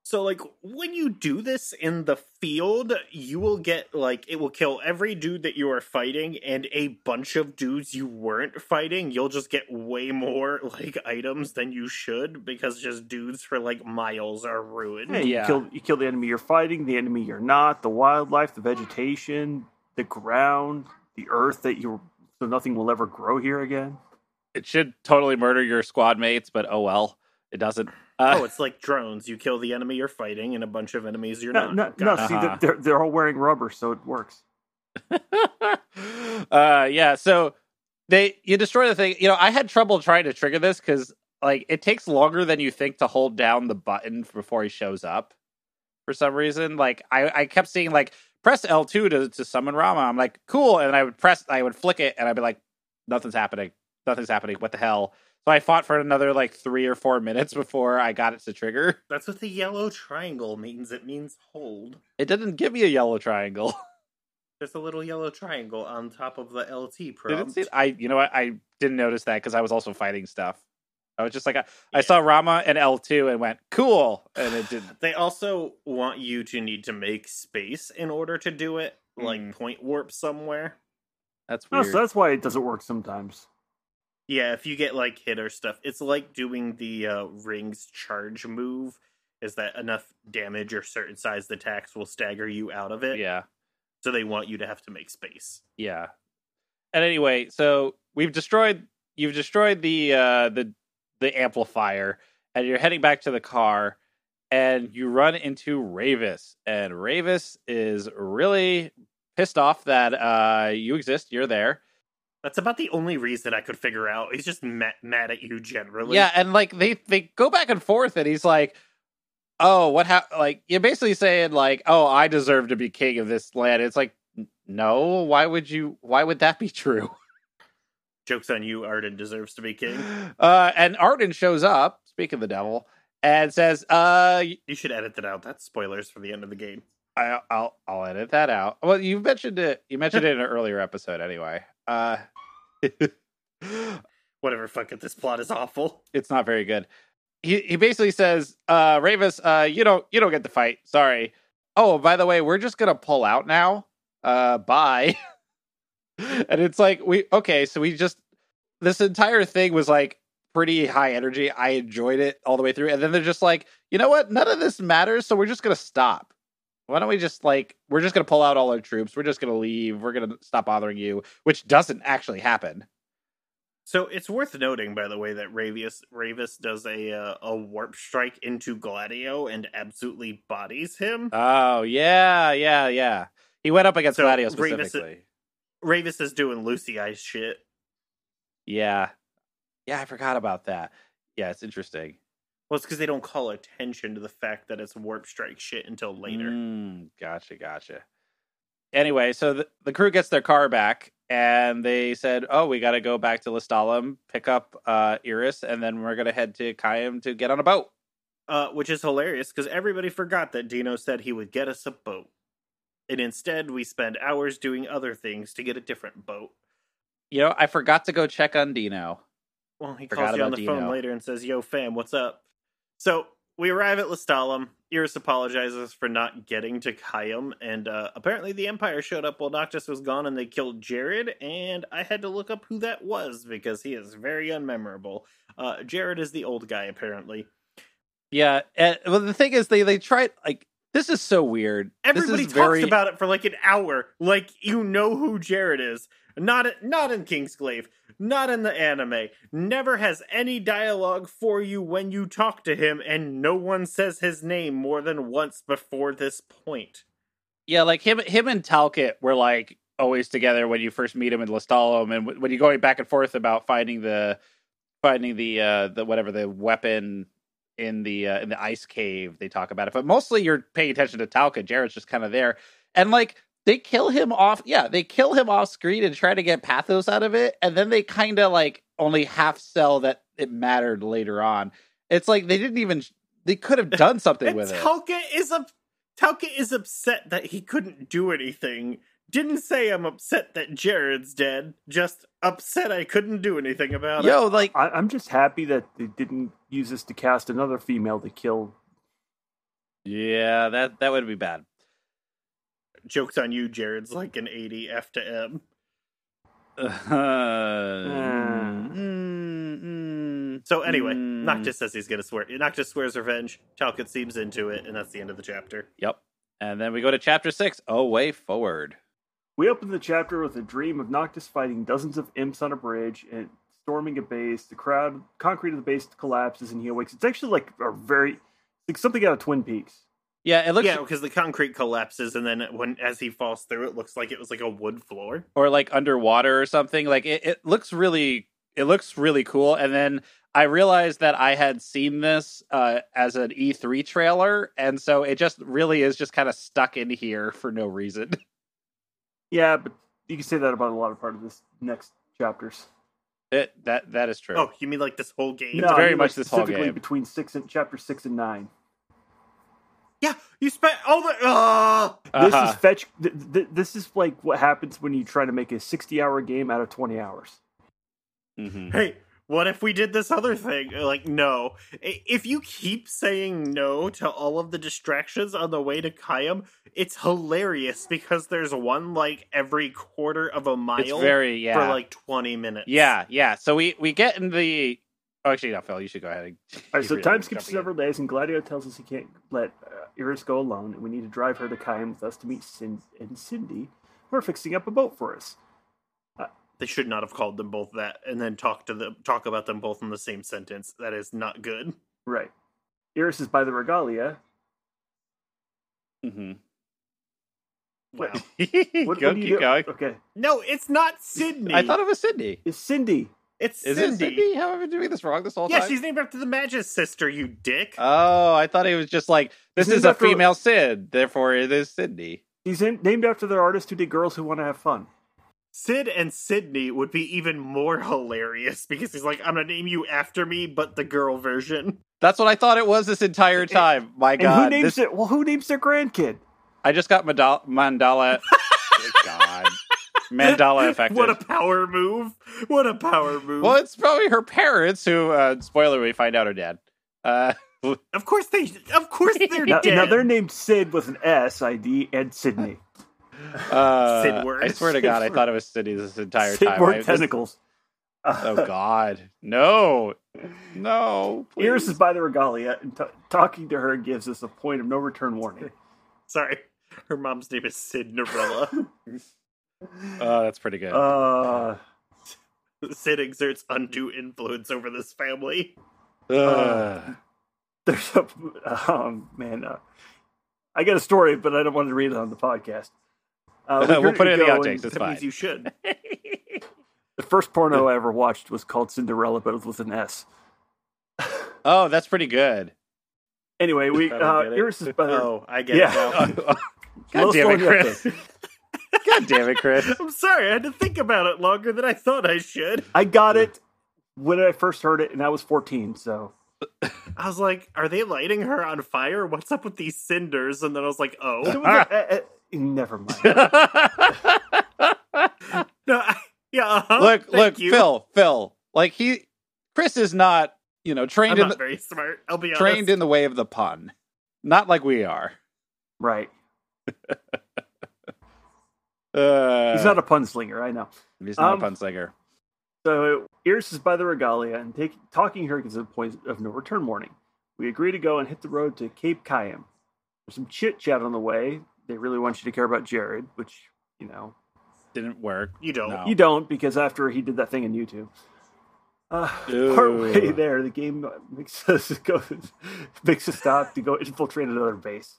S2: So, like, when you do this in the field, you will get like it will kill every dude that you are fighting, and a bunch of dudes you weren't fighting. You'll just get way more like items than you should because just dudes for like miles are ruined.
S4: Yeah, you
S3: Yeah.
S4: kill you kill the enemy you're fighting, the enemy you're not, the wildlife, the vegetation, the ground, the earth that you're so nothing will ever grow here again.
S3: it should totally murder your squad mates, but oh well, it doesn't. Uh,
S2: oh, it's like drones. You kill the enemy you're fighting, and a bunch of enemies you're
S4: No,
S2: not.
S4: no, no.
S2: Got it.
S4: See,
S3: Uh-huh.
S4: they're- they're they're all wearing rubber, so it works.
S3: Oh, (laughs) uh, yeah. So they you destroy the thing. You know, I had trouble trying to trigger this because like it takes longer than you think to hold down the button before he shows up for some reason. Like I, I kept seeing like press L two to to summon Rama. I'm like cool, and I would press, I would flick it, and I'd be like, nothing's happening, nothing's happening. What the hell? So I fought for another like three or four minutes (laughs) before I got it to trigger.
S2: That's what the yellow triangle means. It means hold.
S3: It didn't give me a yellow triangle.
S2: There's a little yellow triangle on top of the LT
S3: didn't
S2: prompt.
S3: see. I you know what? I didn't notice that because I was also fighting stuff. I was just like, I, I saw Rama and L two and went cool, and
S2: (laughs)
S3: it didn't.
S2: They also want you to need to make space in order to do it,
S3: Mm.
S2: like point warp somewhere.
S3: That's
S4: Oh,
S3: weird.
S4: so that's why it doesn't work sometimes.
S2: Yeah, if you get like hit or stuff, it's like doing the uh, rings charge move. Is that enough damage or certain sized attacks will stagger you out of it?
S3: yeah,
S2: So they want you to have to make space.
S3: yeah. And anyway, so we've destroyed. You've destroyed the uh, the the amplifier, and you're heading back to the car, and you run into Ravis, and Ravis is really pissed off that uh, you exist. You're there.
S2: That's about the only reason I could figure out. He's just ma- mad at you generally.
S3: Yeah, and like they they go back and forth, and he's like, "Oh, what hap Like you're basically saying like, "Oh, I deserve to be king of this land." It's like, n- no, why would you? Why would that be true?
S2: Joke's on you, Arden deserves to be king.
S3: (laughs) Uh, and Arden shows up, speaking of the devil, and says, "Uh, y-
S2: You should edit that out. That's spoilers for the end of the game.
S3: I, I'll I'll edit that out." Well, you mentioned it. You mentioned it in an earlier episode, anyway. Uh, (laughs)
S2: Whatever, fuck it. This plot is awful.
S3: it's not very good. He he basically says, uh, Ravis, uh, you don't you don't get the fight. Sorry. Oh, by the way, we're just gonna pull out now. Uh bye. (laughs) and it's like we okay, so we just this entire thing was like pretty high energy. I enjoyed it all the way through. And then they're just like, you know what? None of this matters, so we're just gonna stop. Why don't we just like we're just gonna pull out all our troops, we're just gonna leave, we're gonna stop bothering you, which doesn't actually happen.
S2: So it's worth noting, by the way, that Ravius Ravis does a uh, a warp strike into Gladio and absolutely bodies him.
S3: Oh yeah, yeah, yeah. He went up against
S2: So,
S3: Gladio
S2: Revis-
S3: specifically.
S2: Ravis is doing Lucy Eyes shit.
S3: Yeah, yeah. I forgot about that. Yeah, it's interesting.
S2: Well, it's because they don't call attention to the fact that it's warp strike shit until later.
S3: Mm, gotcha, gotcha. Anyway, so the, the crew gets their car back, and they said, "Oh, we got to go back to Listalum, pick up uh, Iris, and then we're gonna head to Kayam to get on a boat."
S2: Uh, which is hilarious because everybody forgot that Dino said he would get us a boat. And instead, we spend hours doing other things to get a different boat.
S3: You know, I forgot to go check on Dino.
S2: Well, he
S3: Forgot
S2: calls you on
S3: about
S2: the
S3: Dino.
S2: phone later and says, "Yo, fam, what's up?" So we arrive at Lestalum. Iris apologizes for not getting to Kayum, and uh, apparently the Empire showed up while Noctis was gone, and they killed Jared. And I had to look up who that was because he is very unmemorable. Uh, Jared is the old guy, apparently.
S3: Yeah. And, well, the thing is, they they tried like this is so weird. This is
S2: Everybody talks
S3: very-
S2: about it for like an hour, like you know who Jared is. Not not in Kingsglaive, not in the anime. Never has any dialogue for you when you talk to him, and no one says his name more than once before this point.
S3: Yeah, like him, him and Talcott were like always together when you first meet him in Lestalum, and w- when you're going back and forth about finding the, finding the uh the whatever the weapon in the uh, in the ice cave, they talk about it. But mostly you're paying attention to Talcott. Jared's just kind of there, and like they kill him off. Yeah, they kill him off screen and try to get pathos out of it, and then they kind of like only half sell that it mattered later on. It's like they didn't even they could have done something
S2: And
S3: with it.
S2: Tauka is up. Tauka is upset that he couldn't do anything. Didn't say I'm upset that Jared's dead. Just upset I couldn't do anything about it.
S3: Yo, like
S4: I, I'm just happy that they didn't use this to cast another female to kill.
S3: yeah, that that would be bad. (laughs)
S2: Jokes on you, Jared's like an 80 F to M.
S3: Uh,
S2: Hmm.
S3: mm, mm,
S2: So anyway,
S3: Mm.
S2: Noctis says he's gonna swear. Noctis swears revenge. Talcott seems into it, and that's the end of the chapter.
S3: yep. And then we go to chapter six. Oh, way forward.
S4: We open the chapter with a dream of Noctis fighting dozens of imps on a bridge and storming a base. The crowd, concrete of the base collapses, and he awakes. It's actually like a very, like something out of Twin Peaks.
S3: Yeah, it looks
S2: yeah, because the concrete collapses, and then when as he falls through, it looks like it was like a wood floor.
S3: or like underwater or something. Like it, it looks really, it looks really cool. And then I realized that I had seen this uh, as an E3 trailer, and so it just really is just kind of stuck in here for no reason. (laughs)
S4: Yeah, but you can say that about a lot of part of this next chapters.
S3: It, that that is true.
S2: Oh, you mean like this whole game?
S3: No. very
S4: I mean,
S3: much
S4: like,
S3: this whole
S4: specifically
S3: game.
S4: between six and chapter six and nine.
S2: Yeah, you spent all the. Uh,
S3: Uh-huh.
S4: This is fetch. Th- th- this is like what happens when you try to make a sixty-hour game out of twenty hours.
S3: Mhm.
S2: hey, what if we did this other thing? Uh, Like, no. I- If you keep saying no to all of the distractions on the way to Kayam, it's hilarious because there's one like every quarter of a mile
S3: It's very yeah.
S2: for like 20 minutes.
S3: Yeah, yeah. So we we get in the. Oh, actually, no, Phil, you should go ahead. And...
S4: All right,
S3: (laughs)
S4: so
S3: you
S4: time
S3: really
S4: skips
S3: jump
S4: several days, and Gladio tells us he can't let uh, Iris go alone, and we need to drive her to Kaim with us to meet Sin and Cindy, who are fixing up a boat for us.
S2: They should not have called them both that and then talk to them talk about them both in the same sentence. That is not good.
S4: Right. Iris is by the regalia. (laughs)
S3: again.
S2: Wow.
S3: Mhm.
S4: What,
S3: go,
S4: what do you
S3: keep
S4: do?
S3: going.
S4: Okay.
S2: (laughs) no, it's not Sydney.
S3: I thought it was Sydney.
S4: It's Cindy.
S2: it's
S3: Is
S2: Cindy.
S3: it Sydney? Have I been doing this wrong this whole
S2: Yeah,
S3: time?
S2: she's named after the Magus sister, you dick.
S3: Oh, I thought it was just like this
S4: Isn't
S3: is
S4: it
S3: a
S4: after-
S3: female Sid, therefore it is Sydney.
S4: She's in, named after the artist who did Girls Who Want to Have Fun.
S2: Sid and Sydney would be even more (laughs) hilarious because he's like, I'm gonna name you after me, but the girl version.
S3: That's what I thought it was this entire time. My
S4: And
S3: God,
S4: who names
S3: this-
S4: it? Well, who names their grandkid?
S3: I just got Madal-
S4: (laughs)
S3: mandala. Good God,
S2: (laughs)
S3: mandala effective.
S2: What a power move. What a power move.
S3: well, it's probably her parents who. Uh, spoiler: we find out her dad. Uh,
S2: Of course they of course
S3: (laughs)
S2: they're
S4: Now,
S2: dead.
S4: now they're named Sid with an S, ID, and Sydney.
S3: uh,
S2: Sidward.
S3: I swear
S2: (laughs)
S3: to God, I thought it was Sydney this (laughs) entire time. I-
S4: Sidward
S3: this-
S4: tentacles.
S3: oh God, no, no. Please.
S4: Iris is by the regalia, and t- talking to her gives us a point of no return
S3: (laughs)
S4: warning.
S2: Sorry. Her mom's name is
S3: (laughs)
S2: Sidnorella.
S3: Oh, that's pretty good.
S4: Uh,
S2: Sid exerts undue influence over this family. uh,
S3: Ugh.
S4: there's a um, man. Uh, I got a story, but I don't want to read it on the podcast.
S3: (laughs)
S4: Uh, we
S3: We'll put it in the
S4: go, and
S3: outtakes,
S2: that
S3: it's fine.
S2: means you
S3: (laughs)
S2: should.
S4: The first porno I ever watched was called Cinderella, but it was with an S.
S3: Oh, that's
S2: (laughs)
S3: pretty good.
S4: Anyway, we
S3: (laughs) I don't
S4: uh,
S3: get it.
S4: Iris is by the
S2: Oh, I get
S4: Yeah.
S2: it now.
S3: God
S4: Low
S3: damn it,
S4: scoring
S3: Chris.
S4: update.
S3: God damn
S2: (laughs)
S3: it, Chris.
S2: (laughs) I'm sorry, I had to think about it longer than I thought I should.
S4: I got it when I first heard it, and I was 14.
S3: (laughs)
S4: So
S2: I was like, are they lighting her on fire? What's up with these cinders? And then I was like,
S4: It
S2: oh.
S4: was a- uh, uh,
S3: (laughs)
S4: never mind.
S2: (laughs) No, I, yeah, uh-huh,
S3: (laughs) look,
S2: thank
S3: look,
S2: you.
S3: Phil, Phil. Like he, Chris is not, you know,
S2: I'm
S3: trained in
S2: not
S3: the,
S2: very smart. I'll be
S3: trained
S2: honest.
S3: in the way of the pun. Not like we are.
S4: Right?
S3: Uh,
S4: He's not a punslinger. I know.
S3: he's not
S4: um,
S3: a pun singer.
S4: So Iris is by the regalia, and take, talking to her gives a point of no return warning. We agree to go and hit the road to Cape Cayam. There's some chit chat on the way. They really want you to care about Jared, which you know
S3: Didn't work.
S2: You don't.
S3: No.
S4: you don't, because after he did that thing in YouTube. Uh, partway
S3: Ew.
S4: there, the game makes us go, makes us stop to go infiltrate another base.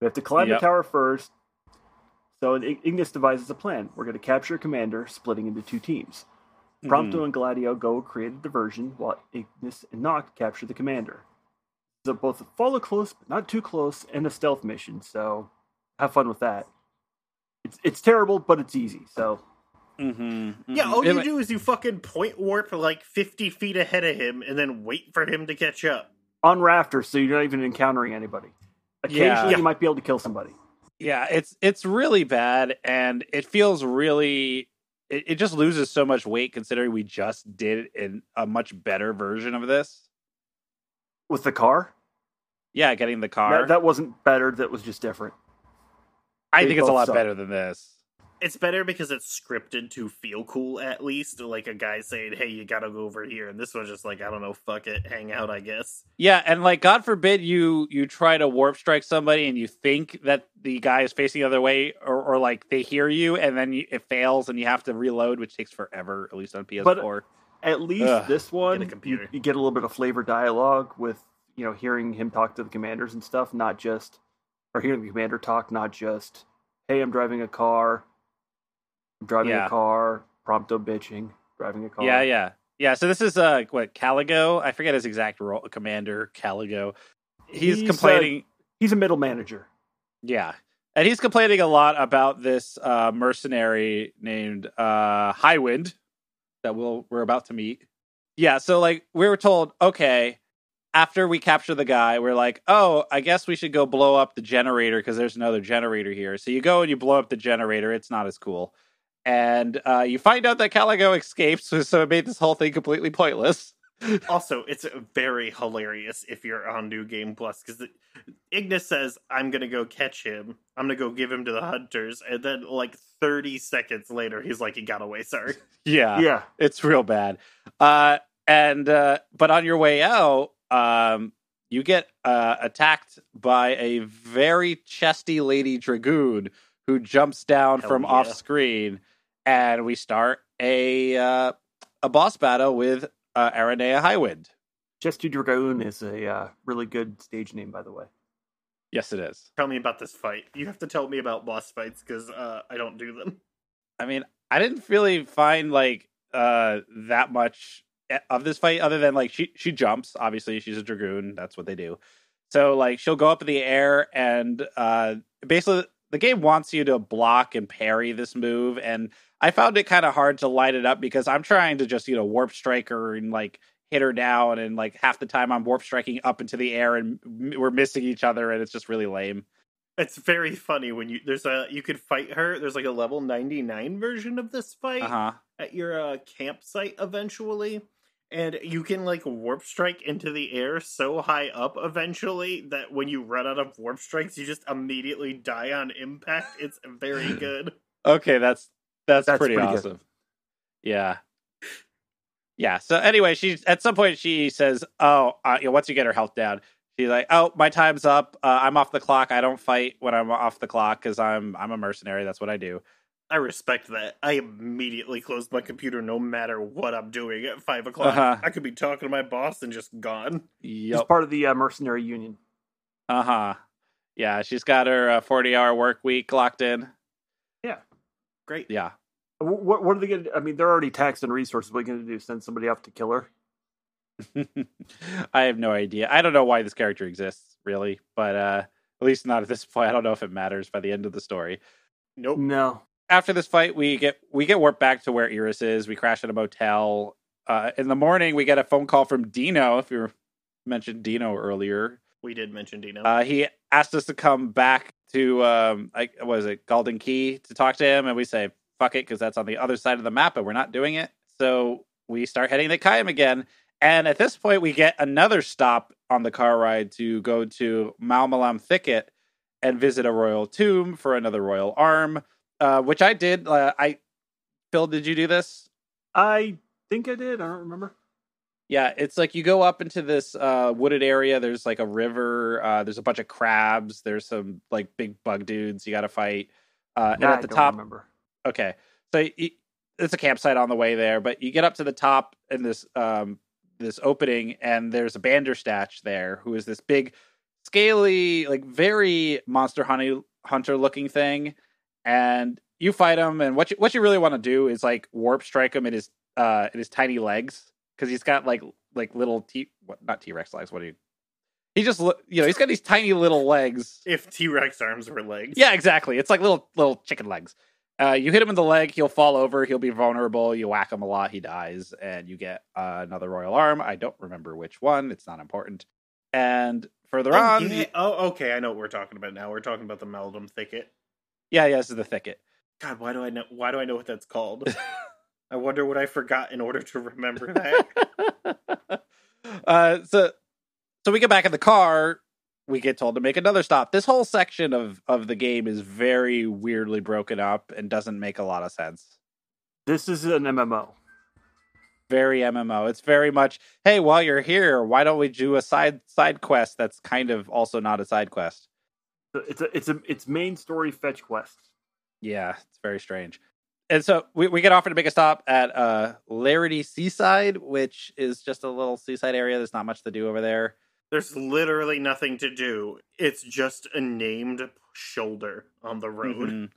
S4: We have to climb
S3: Yep.
S4: the tower first. So Ig- Ignis devises a plan. We're going to capture a commander, splitting into two teams.
S3: Mm-hmm.
S4: Prompto and Gladio go create a diversion while Ignis and Noct capture the commander. So both a follow close but not too close and a stealth mission, so have fun with that. It's it's terrible, but it's easy, so
S3: Mhm, mhm.
S2: Yeah, all
S3: It-
S2: you do is you fucking point warp like 50 feet ahead of him and then wait for him to catch up.
S4: on rafters, so you're not even encountering anybody. Occasionally
S3: Yeah.
S4: you might be able to kill somebody.
S3: Yeah, it's it's really bad, and it feels really. It, it just loses so much weight considering we just did in a much better version of this.
S4: With the car?
S3: Yeah, getting the car.
S4: That, that wasn't better, that was just different.
S3: I
S4: they
S3: think it's a
S4: both
S3: lot
S4: suck.
S3: better than this.
S2: It's better because it's scripted to feel cool at least. Like a guy saying, hey, you gotta go over here. And this one's just like, I don't know, fuck it, hang out, I guess.
S3: Yeah, and like God forbid you you try to warp strike somebody and you think that the guy is facing the other way or, or like they hear you and then you, it fails and you have to reload, which takes forever, at least on PS4.
S4: At least
S3: Ugh,
S4: this one
S2: computer.
S4: You, you get a little bit of flavor dialogue with, you know, hearing him talk to the commanders and stuff, not just or hearing the commander talk, not just, hey, I'm driving a car. I'm driving
S3: Yeah.
S4: a car, prompto bitching, driving a car.
S3: yeah, yeah. Yeah, so this is uh what Caligo. I forget his exact role, Commander Caligo. He's,
S4: He's, uh,
S3: complaining.
S4: He's a middle manager.
S3: yeah, and he's complaining a lot about this uh, mercenary named uh, Highwind that we'll we're about to meet. Yeah, so like we were told, okay, after we capture the guy, we're like, oh, I guess we should go blow up the generator because there's another generator here. So you go and you blow up the generator. It's not as cool. And uh, you find out that Caligo escapes, (laughs) so- so it made this whole thing completely pointless. (laughs)
S2: Also, it's very hilarious if you're on New Game Plus because Ignis says, "I'm gonna go catch him. I'm gonna go give him to the hunters," and then like 30 seconds later, he's like, "He got away. Sorry."
S3: Yeah.
S4: yeah.
S3: It's real bad. Uh, and uh, but on your way out, um, you get uh, attacked by a very chesty lady dragoon who jumps down
S2: Hell
S3: from
S2: yeah.
S3: off screen, and we start a uh, a boss battle with uh, Aranea Highwind.
S4: Chesty Dragoon is a uh, really good stage name, by the way.
S3: Yes, it is.
S2: Tell me about this fight. You have to tell me about boss fights because uh, I don't do them.
S3: I mean, I didn't really find like uh that much eh, of this fight other than like she she jumps. Obviously, she's a dragoon. That's what they do. So like she'll go up in the air and uh basically the game wants you to block and parry this move and I found it kind of hard to light it up because I'm trying to just, you know, warp strike her and like hit her down and like half the time I'm warp striking up into the air and m- we're missing each other and it's just really lame.
S2: It's very funny when you there's a you could fight her. There's like a level 99 version of this fight.
S3: Uh-huh.
S2: at your uh, campsite eventually and you can like warp strike into the air so high up eventually that when you run out of warp strikes you just immediately die on impact it's (laughs) very good
S3: Okay, that's that's,
S4: That's
S3: pretty,
S4: pretty good.
S3: awesome. Yeah. Yeah. So anyway, she at some point she says, "Oh, uh, you know, once you get her health down, she's like, "Oh, my time's up. Uh, I'm off the clock. I don't fight when I'm off the clock cuz I'm I'm a mercenary. That's what I do."
S2: i respect that i immediately close my computer no matter what i'm doing at five o'clock
S3: Uh-huh.
S2: i could be talking to my boss and just gone
S4: He's
S3: Yep.
S4: part of the uh, mercenary union.
S3: Uh-huh. Yeah, she's got her uh, 40-hour work week locked in.
S2: great
S4: (laughs)
S3: Yeah.
S4: Wh- What, what are they going to? I mean, they're already taxed on resources. What are they going to do? Send somebody off to kill her?
S3: I have no idea. I don't know why this character exists, really, but uh at least not at this point. I don't know if it matters by the end of the story.
S2: nope
S4: No.
S3: after this fight, we get we get warped back to where Iris is. We crash at a motel. Uh, in the morning, we get a phone call from Dino. If you were- mentioned Dino earlier,
S2: we did mention dino
S3: uh, he asked us to come back to um, I, what was it Golden Key to talk to him, and we say fuck it because that's on the other side of the map, and we're not doing it. So we start heading to Kaim again. And at this point, we get another stop on the car ride to go to Malmalam Thicket and visit a royal tomb for another royal arm, uh, which I did. Uh, I Phil, did you do this?
S4: I think I did. I don't remember.
S3: Yeah, it's like you go up into this uh, wooded area. There's like a river. Uh, there's a bunch of crabs. There's some like big bug dudes you got to fight. Uh, and
S4: Nah,
S3: at
S4: I
S3: the
S4: don't
S3: top,
S4: remember.
S3: okay, so you, it's a campsite on the way there. But you get up to the top in this um, this opening, and there's a Banderstatch there, who is this big, scaly, like very monster honey hunter looking thing. And you fight him, and what you what you really want to do is like warp strike him in his uh in his tiny legs because he's got like like little t what not T Rex legs. What do you? He just look, you know, he's got these tiny little legs.
S2: if t-rex arms were legs
S3: Yeah, exactly. It's like little little chicken legs. Uh, you hit him in the leg, he'll fall over, he'll be vulnerable. You whack him a lot, he dies, and you get uh, another royal arm. I don't remember which one; it's not important. And further
S2: oh,
S3: on,
S2: yeah.
S3: yeah.
S2: oh okay i know what we're talking about now we're talking about the meldum thicket
S3: yeah, this is the thicket. (laughs)
S2: God, why do I know? Why do I know what that's called? I wonder what I forgot in order to remember that.
S3: (laughs) uh, so, so we get back in the car. We get told to make another stop. This whole section of of the game is very weirdly broken up and doesn't make a lot of sense.
S4: This is an MMO.
S3: very MMO. It's very much, hey, while you're here, why don't we do a side side quest that's kind of also not a side quest?
S4: So It's a, it's a, it's main story fetch quest.
S3: Yeah, it's very strange. And so we, we get offered to make a stop at uh Larity Seaside, which is just a little seaside area. There's not much to do over there.
S2: There's literally nothing to do. It's just a named shoulder on the road.
S3: Mhm.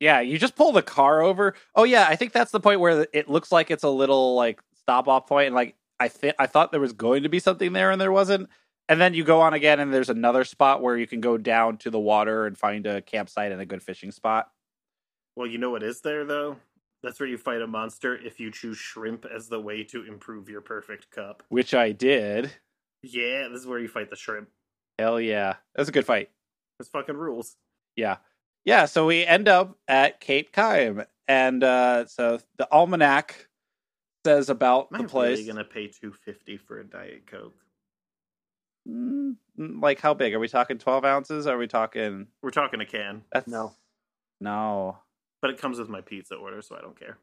S3: Yeah, you just pull the car over. Oh yeah, I think that's the point where it looks like it's a little like stop off point and like I think I thought there was going to be something there and there wasn't. And then you go on again and there's another spot where you can go down to the water and find a campsite and a good fishing spot.
S2: Well, you know what is there though? That's where you fight a monster if you choose shrimp as the way to improve your perfect cup.
S3: Which I did.
S2: Yeah, this is where you fight the shrimp.
S3: Hell yeah. That was a good fight.
S2: It's fucking rules.
S3: Yeah. Yeah, so we end up at Cape Kime. And uh so the almanac says about
S2: Am
S3: the
S2: I
S3: place.
S2: really gonna pay two fifty for a diet coke?
S3: Mm, like how big? Are we talking twelve ounces? Are we talking
S2: We're talking a can,
S3: that's
S4: No.
S3: No.
S2: but it comes with my pizza order, so I don't care.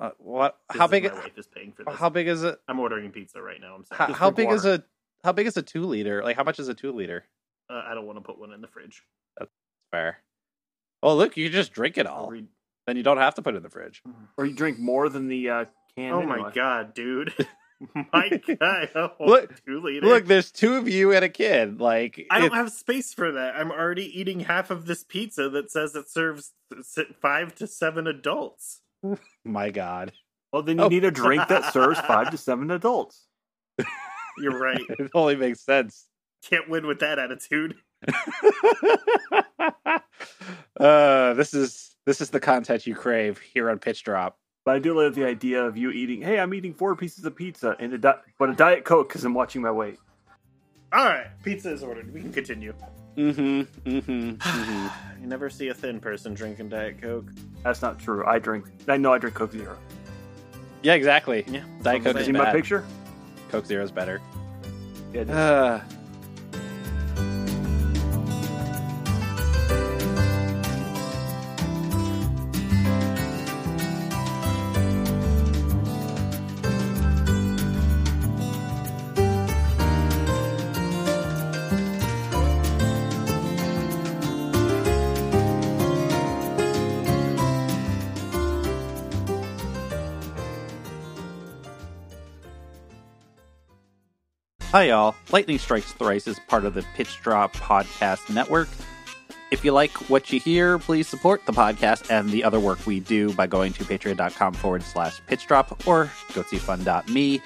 S3: Uh, what
S2: This
S3: how
S2: is-
S3: big
S2: My wife is paying for this.
S3: how big is it
S2: I'm ordering pizza right now. I'm sorry.
S3: how,
S4: Just
S3: how
S4: drink
S3: big is
S4: water.
S3: a how big is a two liter like how much is a two liter
S2: Uh, I don't want to put one in the fridge.
S3: fair oh look you just drink it all
S2: Read-
S3: then you don't have to put it in the fridge
S4: Or you drink more than the uh, can.
S2: Oh
S4: anyway.
S2: my god, dude!
S3: (laughs)
S2: my god, oh, a whole
S3: Look-
S2: two liter.
S3: look there's two of you and a kid like
S2: I don't
S3: it-
S2: have space for that. I'm already eating half of this pizza that says it serves s- five to seven adults.
S3: my god (laughs)
S4: Well, then you
S3: Oh.
S4: need a
S2: (laughs)
S4: drink that serves five to seven adults.
S2: You're
S3: (laughs)
S2: right.
S3: it only makes sense (laughs)
S2: Can't win with that attitude.
S3: uh this is this is the content you crave here on pitch drop
S4: But I do love the idea of you eating. Hey, I'm eating four pieces of pizza and a di- but a diet coke because I'm watching my weight.
S2: All right, pizza is ordered. We can continue.
S3: mm-hmm mm-hmm, mm-hmm.
S2: You never see a thin person drinking Diet Coke.
S4: That's not true. I drink. I know I drink Coke Zero.
S3: yeah exactly
S2: Yeah, that's what
S3: diet coke
S4: You
S2: I'm
S3: is
S4: see
S2: saying.
S4: my
S3: bad.
S4: picture?
S3: coke zero is better
S4: Yeah, dude.
S3: uh, Hi, y'all. Lightning Strikes Thrice is part of the Pitch Drop Podcast Network. If you like what you hear, please support the podcast and the other work we do by going to patreon.com forward slash pitch drop or goatseefun.me.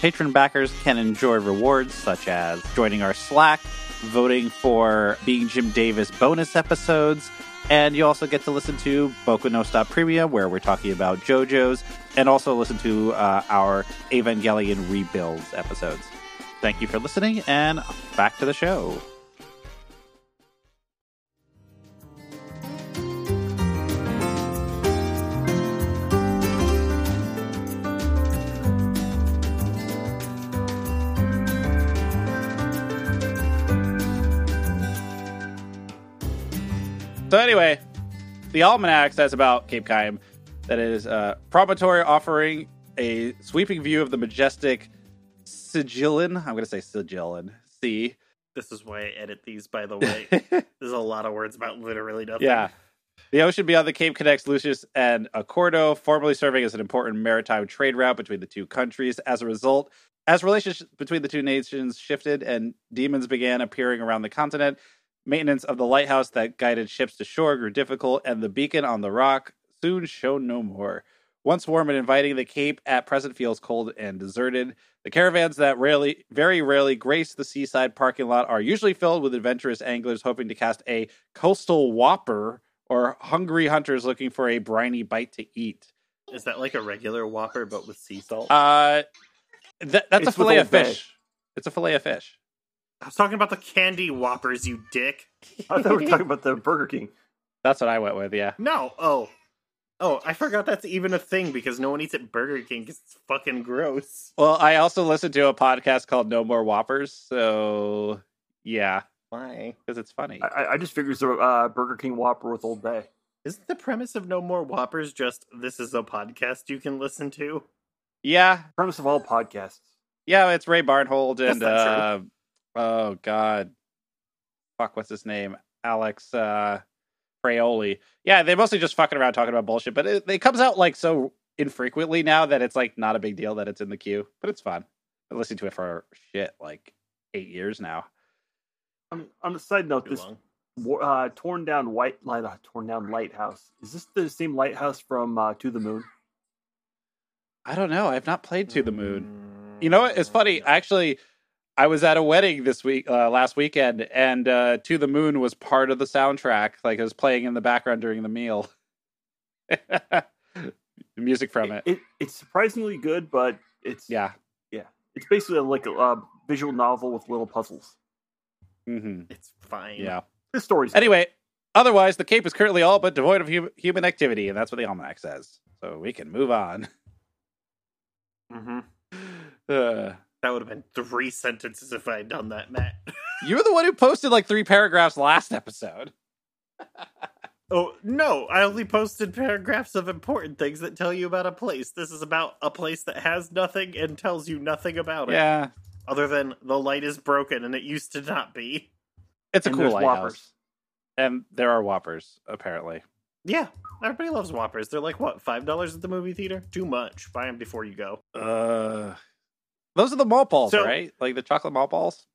S3: Patron backers can enjoy rewards such as joining our Slack, voting for Being Jim Davis bonus episodes, and you also get to listen to Boku no Stop Premia, where we're talking about JoJo's, and also listen to uh, our Evangelion Rebuilds episodes. Thank you for listening, and back to the show. So anyway, the almanac says about Cape Kaim that it is a promontory offering a sweeping view of the majestic sigillin. I'm going to say sigillin. Sea.
S2: This is why I edit these, by
S3: (laughs)
S2: the way. There's a lot of words about literally nothing.
S3: yeah. The ocean beyond the Cape connects Lucius and Accordo, formerly serving as an important maritime trade route between the two countries. As a result, as relations between the two nations shifted and demons began appearing around the continent, maintenance of the lighthouse that guided ships to shore grew difficult, and the beacon on the rock soon shone no more. Once warm and inviting, the Cape at present feels cold and deserted. The caravans that rarely, very rarely grace the seaside parking lot are usually filled with adventurous anglers hoping to cast a coastal whopper or hungry hunters looking for a briny bite to eat.
S2: Is that like a regular Whopper but with sea salt?
S3: Uh, th- that's a
S4: It's with
S3: fillet of
S4: Old Bay.
S3: fish. It's a fillet of fish.
S2: I was talking about the candy Whoppers, you dick.
S4: I thought we were talking about the Burger King.
S3: That's what I went with. Yeah.
S2: No. Oh. Oh, I forgot that's even a thing because no one eats at Burger King 'cause it's fucking gross.
S3: Well, I also listened to a podcast called No More Whoppers, so yeah,
S2: Why?
S3: because it's funny.
S4: I- I, I just figured it's a uh, Burger King Whopper with Old Bay.
S2: Isn't the premise of No More Whoppers just this is a podcast you can listen to?
S3: yeah,
S4: Premise of all podcasts.
S3: yeah, it's Ray Barnhold
S2: That's
S3: and
S2: not
S3: uh, oh god, fuck, what's his name? Alex uh, Fraoli. Yeah, they're mostly just fucking around talking about bullshit, but it, it comes out like so infrequently now that it's like not a big deal that it's in the queue, but it's fun. I've listened to it for shit like eight years now.
S4: On, on a side note,
S2: Too
S4: this
S2: long.
S4: war- uh, torn down white light, uh, torn down lighthouse. Is this the same lighthouse from uh, To the Moon?
S3: I don't know. I've not played To the Moon. You know what?
S2: Mm,
S3: It's funny. Actually, I was at a wedding this week, uh, last weekend, and uh, To the Moon was part of the soundtrack. Like it was playing in the background during the meal. (laughs) the music from it.
S4: It, it's surprisingly good, but it's
S3: Yeah.
S4: it's basically like a uh, visual novel with little puzzles.
S3: hmm
S2: It's fine.
S3: Yeah.
S4: This story's
S3: Anyway, otherwise, the cape is currently all but devoid of hu- human activity, and that's what the almanac says. So we can move on. (laughs)
S2: hmm
S3: Uh,
S2: That would have been three sentences if I had done that, Matt. (laughs)
S3: you were the one who posted like three paragraphs last episode.
S2: Oh, no, I only posted paragraphs of important things that tell you about a place. This is about a place that has nothing and tells you nothing about it.
S3: Yeah,
S2: Other than the light is broken and it used to not be.
S3: it's a
S4: and
S3: cool
S4: there's
S3: lighthouse,
S4: whoppers.
S3: and there are whoppers apparently.
S2: Yeah, everybody loves Whoppers. They're like, what, $5 at the movie theater? Too much. Buy them before you go.
S3: Uh, those are the malt balls,
S2: So-
S3: right? Like the chocolate malt balls.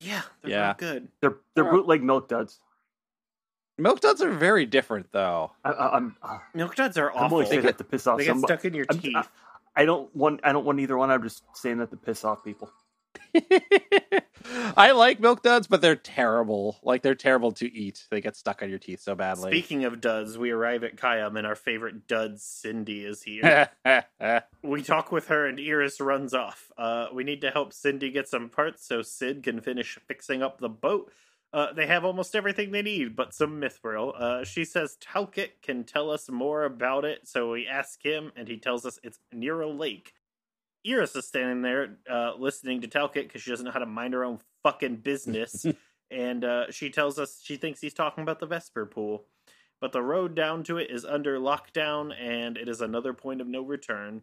S2: Yeah, they're
S3: Yeah.
S2: not good.
S4: They're they're
S2: Oh.
S3: Yeah.
S4: bootleg milk duds.
S3: Milk duds are very different,
S2: (laughs)
S3: though.
S4: I, I, I'm uh,
S2: Milk duds are
S4: I'm
S2: awful.
S4: only saying
S2: They
S4: that to piss off
S2: get
S4: somebody.
S2: stuck in your
S4: I'm-
S2: teeth.
S4: I, I don't want I don't want either one. I'm just saying that to piss off people.
S3: I like milk duds, but they're terrible. Like they're terrible to eat. They get stuck on your teeth so badly.
S2: Speaking of duds, we arrive at Kayam and our favorite dud, Cindy, is
S3: (laughs)
S4: (laughs)
S2: here.
S3: Speaking.
S2: we talk with her and Iris runs off. Uh, we need to help Cindy get some parts so Sid can finish fixing up the boat. Uh, they have almost everything they need, but some mithril. Uh, she says Talkit can tell us more about it, so we ask him, and he tells us it's near a lake. Iris is standing there uh, listening to Talkit because she doesn't know how to mind her own fucking business, and uh, she tells us she thinks he's talking about the Vesper pool. But the road down to it is under lockdown, and it is another point of no return.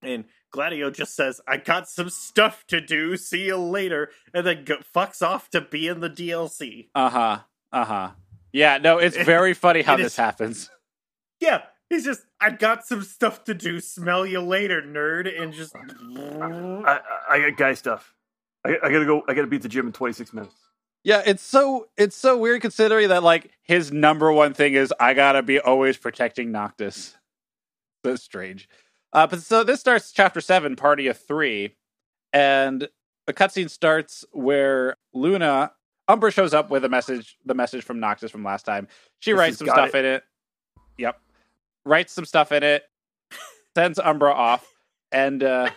S2: And Gladio just says, I got some stuff to do, see you later, and then go- fucks off to be in the DLC.
S3: Uh huh. Uh huh. Yeah.
S2: (laughs)
S3: No, it's very funny how
S2: It
S3: this
S2: is-
S3: happens.
S2: Yeah, he's just, I got some stuff to do, smell you later, nerd, and
S3: (laughs)
S2: just.
S4: I, I, I got guy stuff. I, I gotta go. I gotta beat the gym in
S2: (laughs)
S4: 26 minutes.
S3: Yeah, it's so it's so weird considering that like his number one thing is I gotta be always protecting Noctis. So strange. Uh, but so this starts chapter seven, party of three, and a cutscene starts where Luna Umbra shows up with a message, the message from Noctis from last time. She
S4: This
S3: writes
S4: has
S3: some
S4: got
S3: stuff
S4: it.
S3: in it. Yep, writes some stuff in it. sends Umbra off, and uh,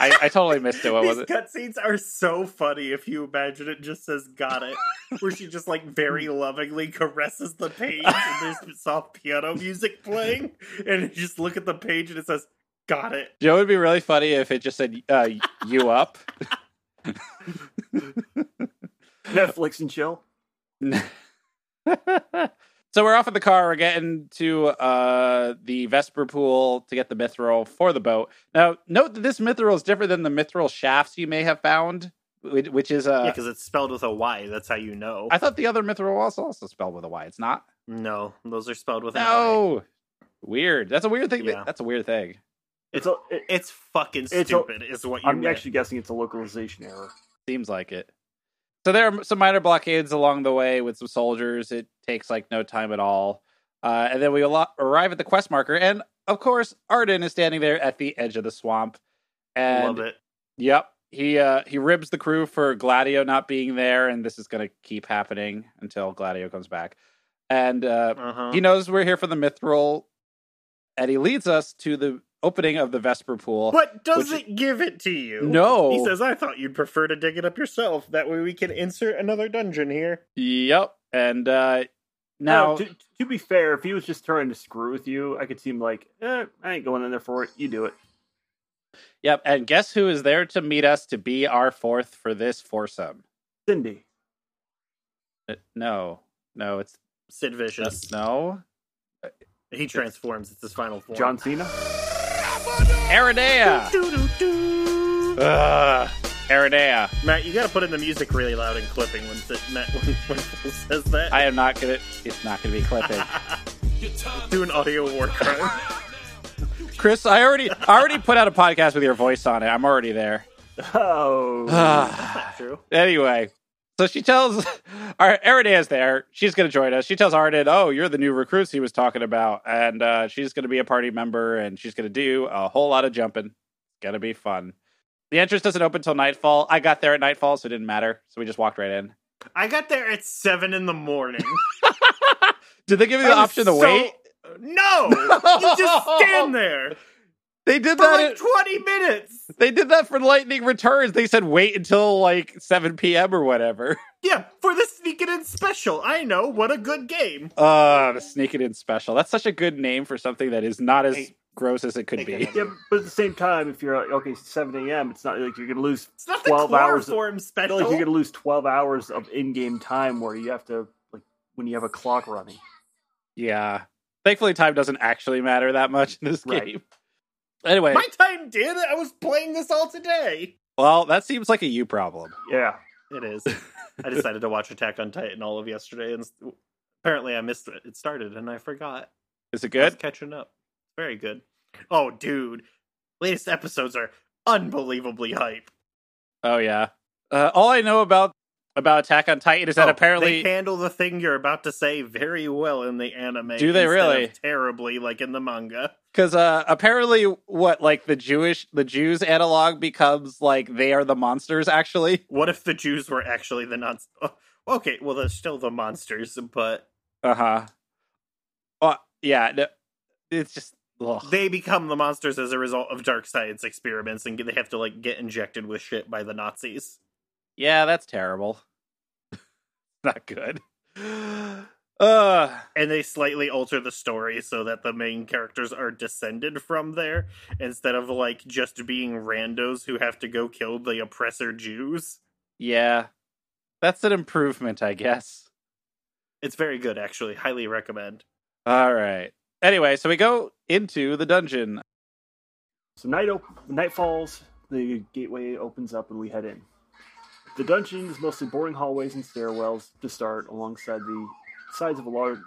S3: I, I totally missed it.
S4: (laughs)
S3: What was
S2: These
S3: it?
S2: cutscenes are so funny if you imagine it just says got it, where she just like
S3: (laughs)
S2: very lovingly caresses the page and there's soft piano music playing, and you just look at the page and it says got it.
S3: You know, it would be really funny if it just said uh, "you up."
S4: Netflix and chill.
S3: so we're off in the car. We're getting to uh, the Vesper pool to get the mithril for the boat. Now, note that this mithril is different than the mithril shafts you may have found, whi- which is
S2: Yeah,
S3: uh,
S2: because it's spelled with a Y. That's how you know.
S3: I thought the other mithril was also spelled with a Y. It's not.
S2: no, those are spelled with an I.
S3: No, weird. That's a weird thing. that-
S2: Yeah.
S3: that's a weird thing.
S4: It's a. It,
S2: It's fucking
S4: It's a-
S2: stupid, is what you
S4: I'm
S2: meant.
S4: actually guessing it's a localization error.
S3: Seems like it. So there are some minor blockades along the way with some soldiers. It takes like no time at all. Uh, and then we al- arrive at the quest marker. And of course, Arden is standing there at the edge of the swamp. And
S2: Love it.
S3: yep, he uh, he ribs the crew for Gladio not being there. And this is going to keep happening until Gladio comes back. And uh,
S2: Uh-huh.
S3: he knows we're here for the mithril. And he leads us to the opening of the Vesper pool.
S2: but does
S3: which-
S2: it give it to you?
S3: No.
S2: He says, I thought you'd prefer to dig it up yourself. That way we can insert another dungeon here.
S3: Yep. And
S2: Oh,
S3: uh, now.
S4: No, Oh, to, to be fair, if he was just trying to screw with you, I could seem like, eh, I ain't going in there for it. You do it.
S3: Yep, and guess who is there to meet us to be our fourth for this foursome?
S4: Cindy.
S3: Uh, No, no, it's
S2: Sid Vicious.
S3: no.
S2: He transforms. It's his final form.
S4: John Cena.
S3: Aridea.
S2: (laughs)
S3: Ugh, Aridea.
S2: Matt, you gotta put in the music really loud and clipping when Sid, Matt (laughs) when, when Phil says that.
S3: I am not gonna. It's not gonna be clipping.
S2: Do an audio war
S3: (laughs)
S2: crime.
S3: Chris, I already, I already put out
S2: (sighs)
S3: a (sighs) podcast with your voice on it. I'm already there.
S4: Oh.
S3: Ah.
S2: True.
S3: anyway, So she tells our Eridan's there. She's going to join us. She tells Arden, "Oh, you're the new recruits he was talking about, and uh, she's going to be a party member, and she's going to do a whole lot of jumping. It's going to be fun." The entrance doesn't open till nightfall. I got there at nightfall, so it didn't matter. So we just walked right in.
S2: I got there at seven in the morning.
S3: Did they give you
S2: I
S3: (laughs) the
S2: was
S3: option to
S2: so-
S3: wait?
S2: No, you just stand there
S3: They did
S2: for
S3: that.
S2: like twenty minutes.
S3: they did that for Lightning Returns. They said wait until like 7 p.m. or whatever.
S2: Yeah, for the sneak it in special. I know what a good game.
S3: Uh, the Sneak It In Special. That's such a good name for something that is not as
S5: Hey,
S3: gross as it could
S5: make
S3: be.
S5: that up.
S4: Yeah, but at the same time, if you're like, okay, 7 a.m., it's not like you're going to lose
S2: It's not the
S4: 12 hours of-
S2: chloroform
S4: I feel
S2: special.
S4: like you're gonna lose twelve hours of in-game time where you have to like when you have a clock running.
S3: (laughs) Yeah. Thankfully, time doesn't actually matter that much in this
S4: Right.
S3: game. Anyway,
S2: My time did. I was playing this all today.
S3: well, that seems like a you problem.
S4: Yeah,
S2: It is.
S3: (laughs)
S2: I decided to watch Attack on Titan all of yesterday, and s- apparently I missed it. It started, and I forgot.
S3: Is it
S2: I was
S3: good?
S2: catching up. Very good. Oh, dude, latest episodes are unbelievably hype.
S3: Oh yeah. Uh, all I know about about Attack on Titan is that
S2: Oh,
S3: apparently
S2: they handle the thing you're about to say very well in the anime.
S3: Do
S2: instead
S3: they
S2: of
S3: really?
S2: terribly like in the manga?
S3: Because uh, apparently, what like the Jewish the Jews analog becomes like they are the monsters. Actually,
S2: What if the Jews were actually the non? Oh, okay, well they're still the monsters, but
S3: uh huh. Uh, yeah, no, it's just ugh.
S2: they become the monsters as a result of dark science experiments, and they have to like get injected with shit by the Nazis.
S3: yeah, that's
S4: (laughs)
S3: terrible. Not (gasps) good. Uh,
S2: and they slightly alter the story so that the main characters are descended from there instead of like just being randos who have to go kill the oppressor Jews.
S3: yeah, that's an improvement, I guess.
S2: It's very good, actually. Highly recommend.
S3: All right. Anyway, so we go into the dungeon.
S4: so night op- night falls, the gateway opens up, and we head in. The dungeon is mostly boring hallways and stairwells to start, alongside the sides of a large,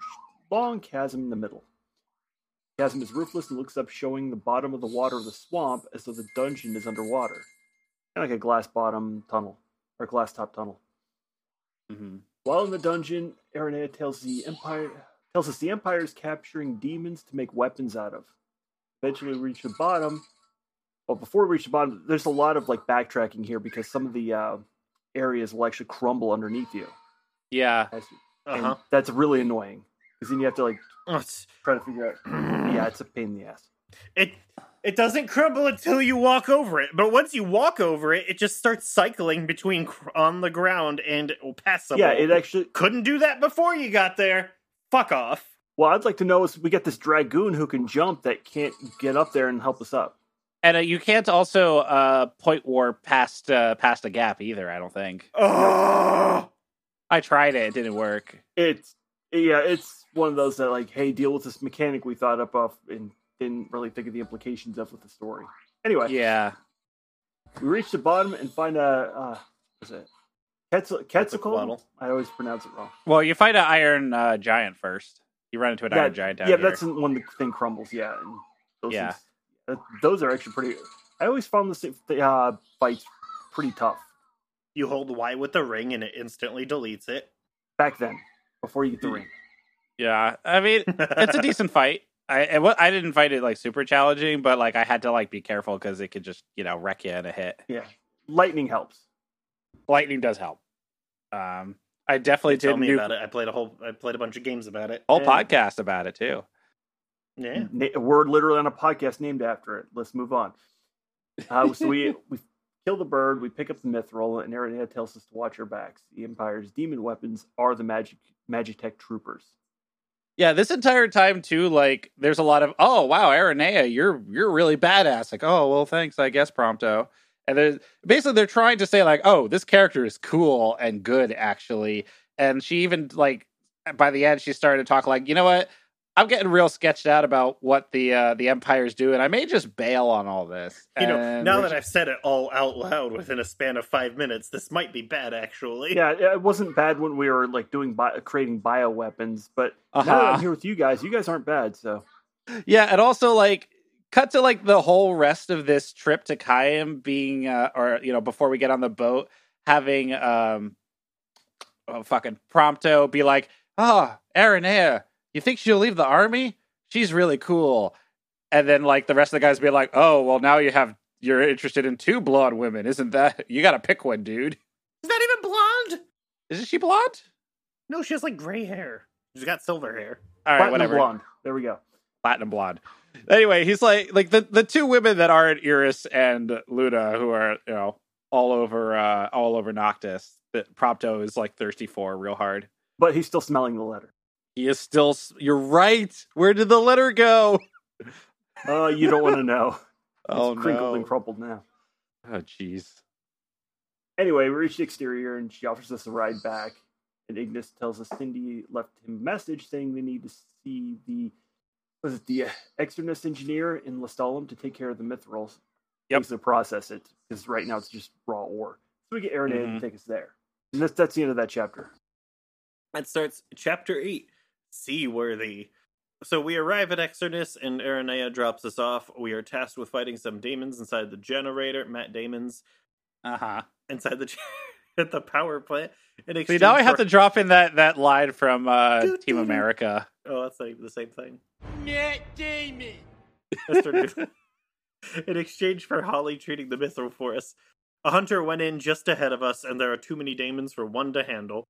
S4: long chasm in the middle. The chasm is roofless and looks up, showing the bottom of the water of the swamp as though the dungeon is underwater, kind of like a glass bottom tunnel or glass top tunnel. While in the dungeon, Aranea tells the Empire tells us the Empire is capturing demons to make weapons out of. Eventually we reach the bottom. Well, before we reach the bottom, there's a lot of like backtracking here because some of the uh, areas will actually crumble underneath you.
S3: Yeah,
S4: As-
S2: Uh
S4: and
S2: huh.
S4: that's really annoying. Because then you have to like
S2: uh,
S4: try to figure out
S2: yeah.
S4: yeah, it's a pain in the ass.
S2: It it doesn't crumble until you walk over it, but once you walk over it, it just starts cycling between cr- on the ground and passable.
S4: Yeah, it actually
S2: couldn't do that before you got there. Fuck off.
S4: well I'd like to know is we got this dragoon who can jump that can't get up there and help us up.
S3: and uh, you can't also uh, point warp past uh, past a gap either. I don't think.
S2: Oh.
S3: I tried it; it didn't work.
S4: it's yeah, it's one of those that like, hey, deal with this mechanic we thought up of and didn't really think of the implications of with the story. Anyway,
S3: Yeah,
S4: we reach the bottom and find a uh, what's it? Quetzal- Quetzalcoatl.
S2: Quetzalcoatl.
S4: I always pronounce it wrong.
S3: Well, you fight an iron uh, giant first. You run into an iron
S4: That-
S3: giant down
S4: yeah,
S3: here.
S4: that's when the thing crumbles. Yeah, and those
S3: Yeah.
S4: things- that- those are actually pretty. I always found this the uh, fights pretty tough
S2: You hold Y with the ring and it instantly deletes it. (laughs)
S4: back then before you get
S3: Mm.
S4: the ring.
S3: yeah. I mean, it's a decent fight. I it, wa- I didn't find it like super challenging, but like I had to like be careful because it could just you know wreck you in a hit.
S4: Yeah, lightning helps.
S3: Lightning does help. Um, I definitely
S2: Tell
S3: did
S2: me
S3: new
S2: about it. I played a whole. I played a bunch of games about it.
S3: whole
S4: Yeah.
S3: podcast about it too.
S2: Yeah.
S4: Na- word literally on a podcast named after it. Let's move on. Uh,
S3: (laughs)
S4: so we we kill the bird, we pick up the mithril, and Arania tells us to watch our backs. The Empire's demon weapons are the magic magitech troopers.
S3: Yeah, this entire time too, like there's a lot of oh wow, Aranea, you're you're really badass. Like, oh well thanks, I guess, Prompto. And there's basically they're trying to say, like, oh, this character is cool and good actually. And she even like by the end she started to talk like, you know what? I'm getting real sketched out about what the uh the Empire's doing. I may just bail on all this.
S2: You know,
S3: And-
S2: now that I've said it all out loud within a span of five minutes, this might be bad. Actually,
S4: Yeah, it it wasn't bad when we were like doing bio, creating bio weapons, but now that
S3: Uh-huh.
S4: I'm here with you guys, you guys aren't bad. So
S3: Yeah, and also like cut to like the whole rest of this trip to Kaim being uh or you know, before we get on the boat, having um oh, fucking prompto be like, oh, Aaron Air, you think she'll leave the army? She's really cool. And then like the rest of the guys be like, oh, well now you have you're interested in two blonde women, isn't that? (laughs) You got to pick one, dude.
S2: Is that even blonde?
S3: Isn't she blonde?
S2: No, she has like gray hair. She's got silver hair.
S3: All right,
S4: Platinum
S3: whatever.
S4: blonde. There we go.
S3: Platinum blonde. Anyway, he's like like the the two women that aren't Iris and Luna, who are you know all over uh all over Noctis. That Prompto is like thirsty for real hard.
S4: But he's still smelling the letter.
S3: He is still. s- You're right. Where did the letter go?
S4: Uh, you don't want to know. It's
S3: (laughs) Oh
S4: crinkled and
S3: no.
S4: crumpled now.
S3: Oh jeez.
S4: Anyway, we reach the exterior and she offers us a ride back. And Ignis tells us Cindy left him a message saying they need to see the was it the uh, externus engineer in Lestalem to take care of the mithrils.
S3: Yep.
S4: To process it because right now it's just raw ore. So we get Aaron in
S3: Mhm.
S4: to take us there. And that's that's the end of that chapter.
S2: That starts chapter 8, Seaworthy. So we arrive at Exodus, and Aranea drops us off. We are tasked with fighting some demons inside the generator, Matt Damon's
S3: Uh huh.
S2: inside the (laughs) ge- at the power plant. In
S3: See
S2: exchange
S3: now I have
S2: for-
S3: to drop in that that line from uh,
S2: Doo-doo-doo.
S3: Team America.
S2: Oh, that's not even the same thing.
S5: Matt Damon.
S2: (laughs) Mr. Noodle. (laughs) in exchange for Holly treating the mithril for us, a hunter went in just ahead of us, and there are too many daemons for one to handle.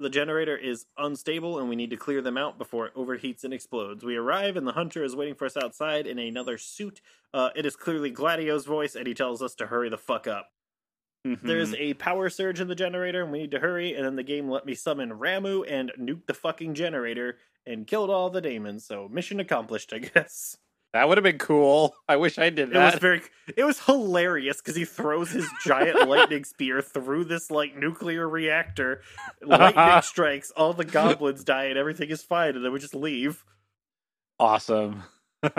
S2: The generator is unstable, and we need to clear them out before it overheats and explodes. We arrive, and the hunter is waiting for us outside in another suit. Uh, it is clearly Gladio's voice, and he tells us to hurry the fuck up. There's
S3: Mhm.
S2: a power surge in the generator, and we need to hurry. And then the game let me summon Ramu and nuke the fucking generator and killed all the daemons. So mission accomplished, I guess.
S3: that would have been cool. I wish I did
S2: It was
S3: that.
S2: very. It was hilarious because he throws his giant lightning spear through this like nuclear reactor. Lightning strikes, all the goblins die, and everything is fine, and then we just leave.
S3: awesome. (laughs)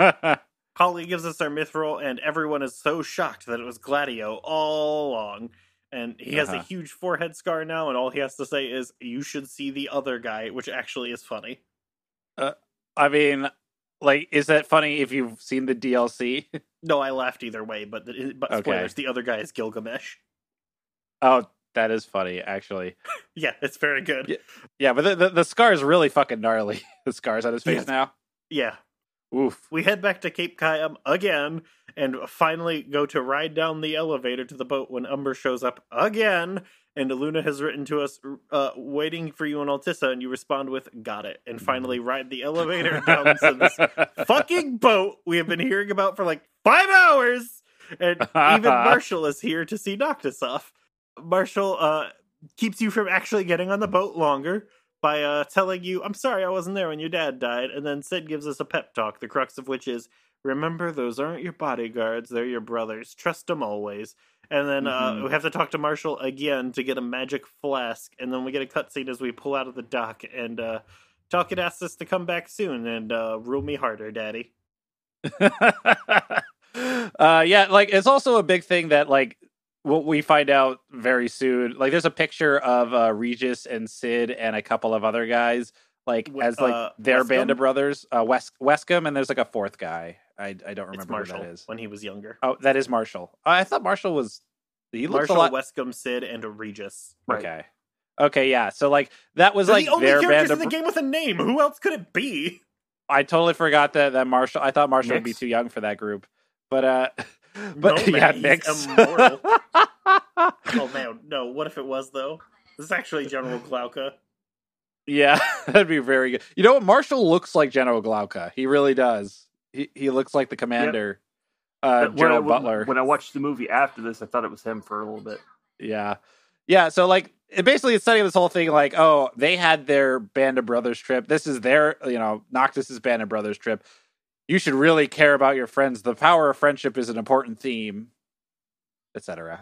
S2: Holly gives us our mithril, and everyone is so shocked that it was Gladio all along. And he has a
S3: Uh-huh.
S2: huge forehead scar now, and all he has to say is, "You should see the other guy," which actually is funny.
S3: I mean, like, is that funny if you've seen the DLC?
S2: No, I laughed either way, but the, but
S3: Okay.
S2: spoilers. The other guy is Gilgamesh. (laughs)
S3: oh, that is funny actually.
S2: Yeah, it's very good.
S3: Yeah. Yeah, but the the, the scar is really fucking gnarly. (laughs) the scar's on his face
S2: Yes.
S3: now.
S2: yeah.
S3: Oof.
S2: We head back to Cape Cayam again and finally go to ride down the elevator to the boat when Umber shows up again. And Luna has written to us, uh, waiting for you in Altissa, and you respond with, got it. And finally ride the elevator (laughs) down to this fucking boat we have been hearing about for like five hours. And even Marshall is here to see Noctis off. Marshall uh, keeps you from actually getting on the boat longer by uh, telling you, I'm sorry I wasn't there when your dad died. And then Sid gives us a pep talk, the crux of which is, Remember, those aren't your bodyguards, they're your brothers. Trust them always. And then uh,
S3: Mhm.
S2: we have to talk to Marshall again to get a magic flask. And then we get a cutscene as we pull out of the dock. And uh, Talkit asks us to come back soon and uh, rule me harder, daddy.
S3: (laughs)
S2: (laughs)
S3: uh yeah like it's also a big thing that like what we find out very soon like there's a picture of uh regis and sid and a couple of other guys like
S2: W-
S3: as like
S2: uh,
S3: their band
S2: Wescombe?
S3: of brothers uh west westcombe and there's like a fourth guy i i don't remember
S2: It's
S3: who
S2: Marshall
S3: that is
S2: when he was younger.
S3: oh that is marshall Uh, i thought marshall was he looks
S2: Marshall,
S3: a lot
S2: Westcombe, Sid, and Regis.
S4: Right.
S3: okay okay yeah so like that was
S2: They're
S3: like
S2: the only
S3: their band
S2: characters
S3: of
S2: in the game with a name. Who else could it be?
S3: I totally forgot that that Marshall. I thought Marshall would be
S4: Nix?
S3: too young for that group, but uh, (laughs) but
S2: No, man,
S3: yeah,
S2: he's
S3: Nix.
S2: immortal. Oh man, no. What if it was though? This is actually General Glauca.
S3: (laughs) yeah, (laughs) that'd be very good. You know what? Marshall looks like General Glauca. He really does. He he looks like the commander, uh,
S4: But when I-
S3: General Butler.
S4: When I watched the movie after this, I thought it was him for a little bit.
S3: Yeah. Yeah. So like it basically it's setting this whole thing like, oh, they had their band of brothers trip. This is their, you know, Noctis's band of brothers trip. You should really care about your friends. The power of friendship is an important theme, etc.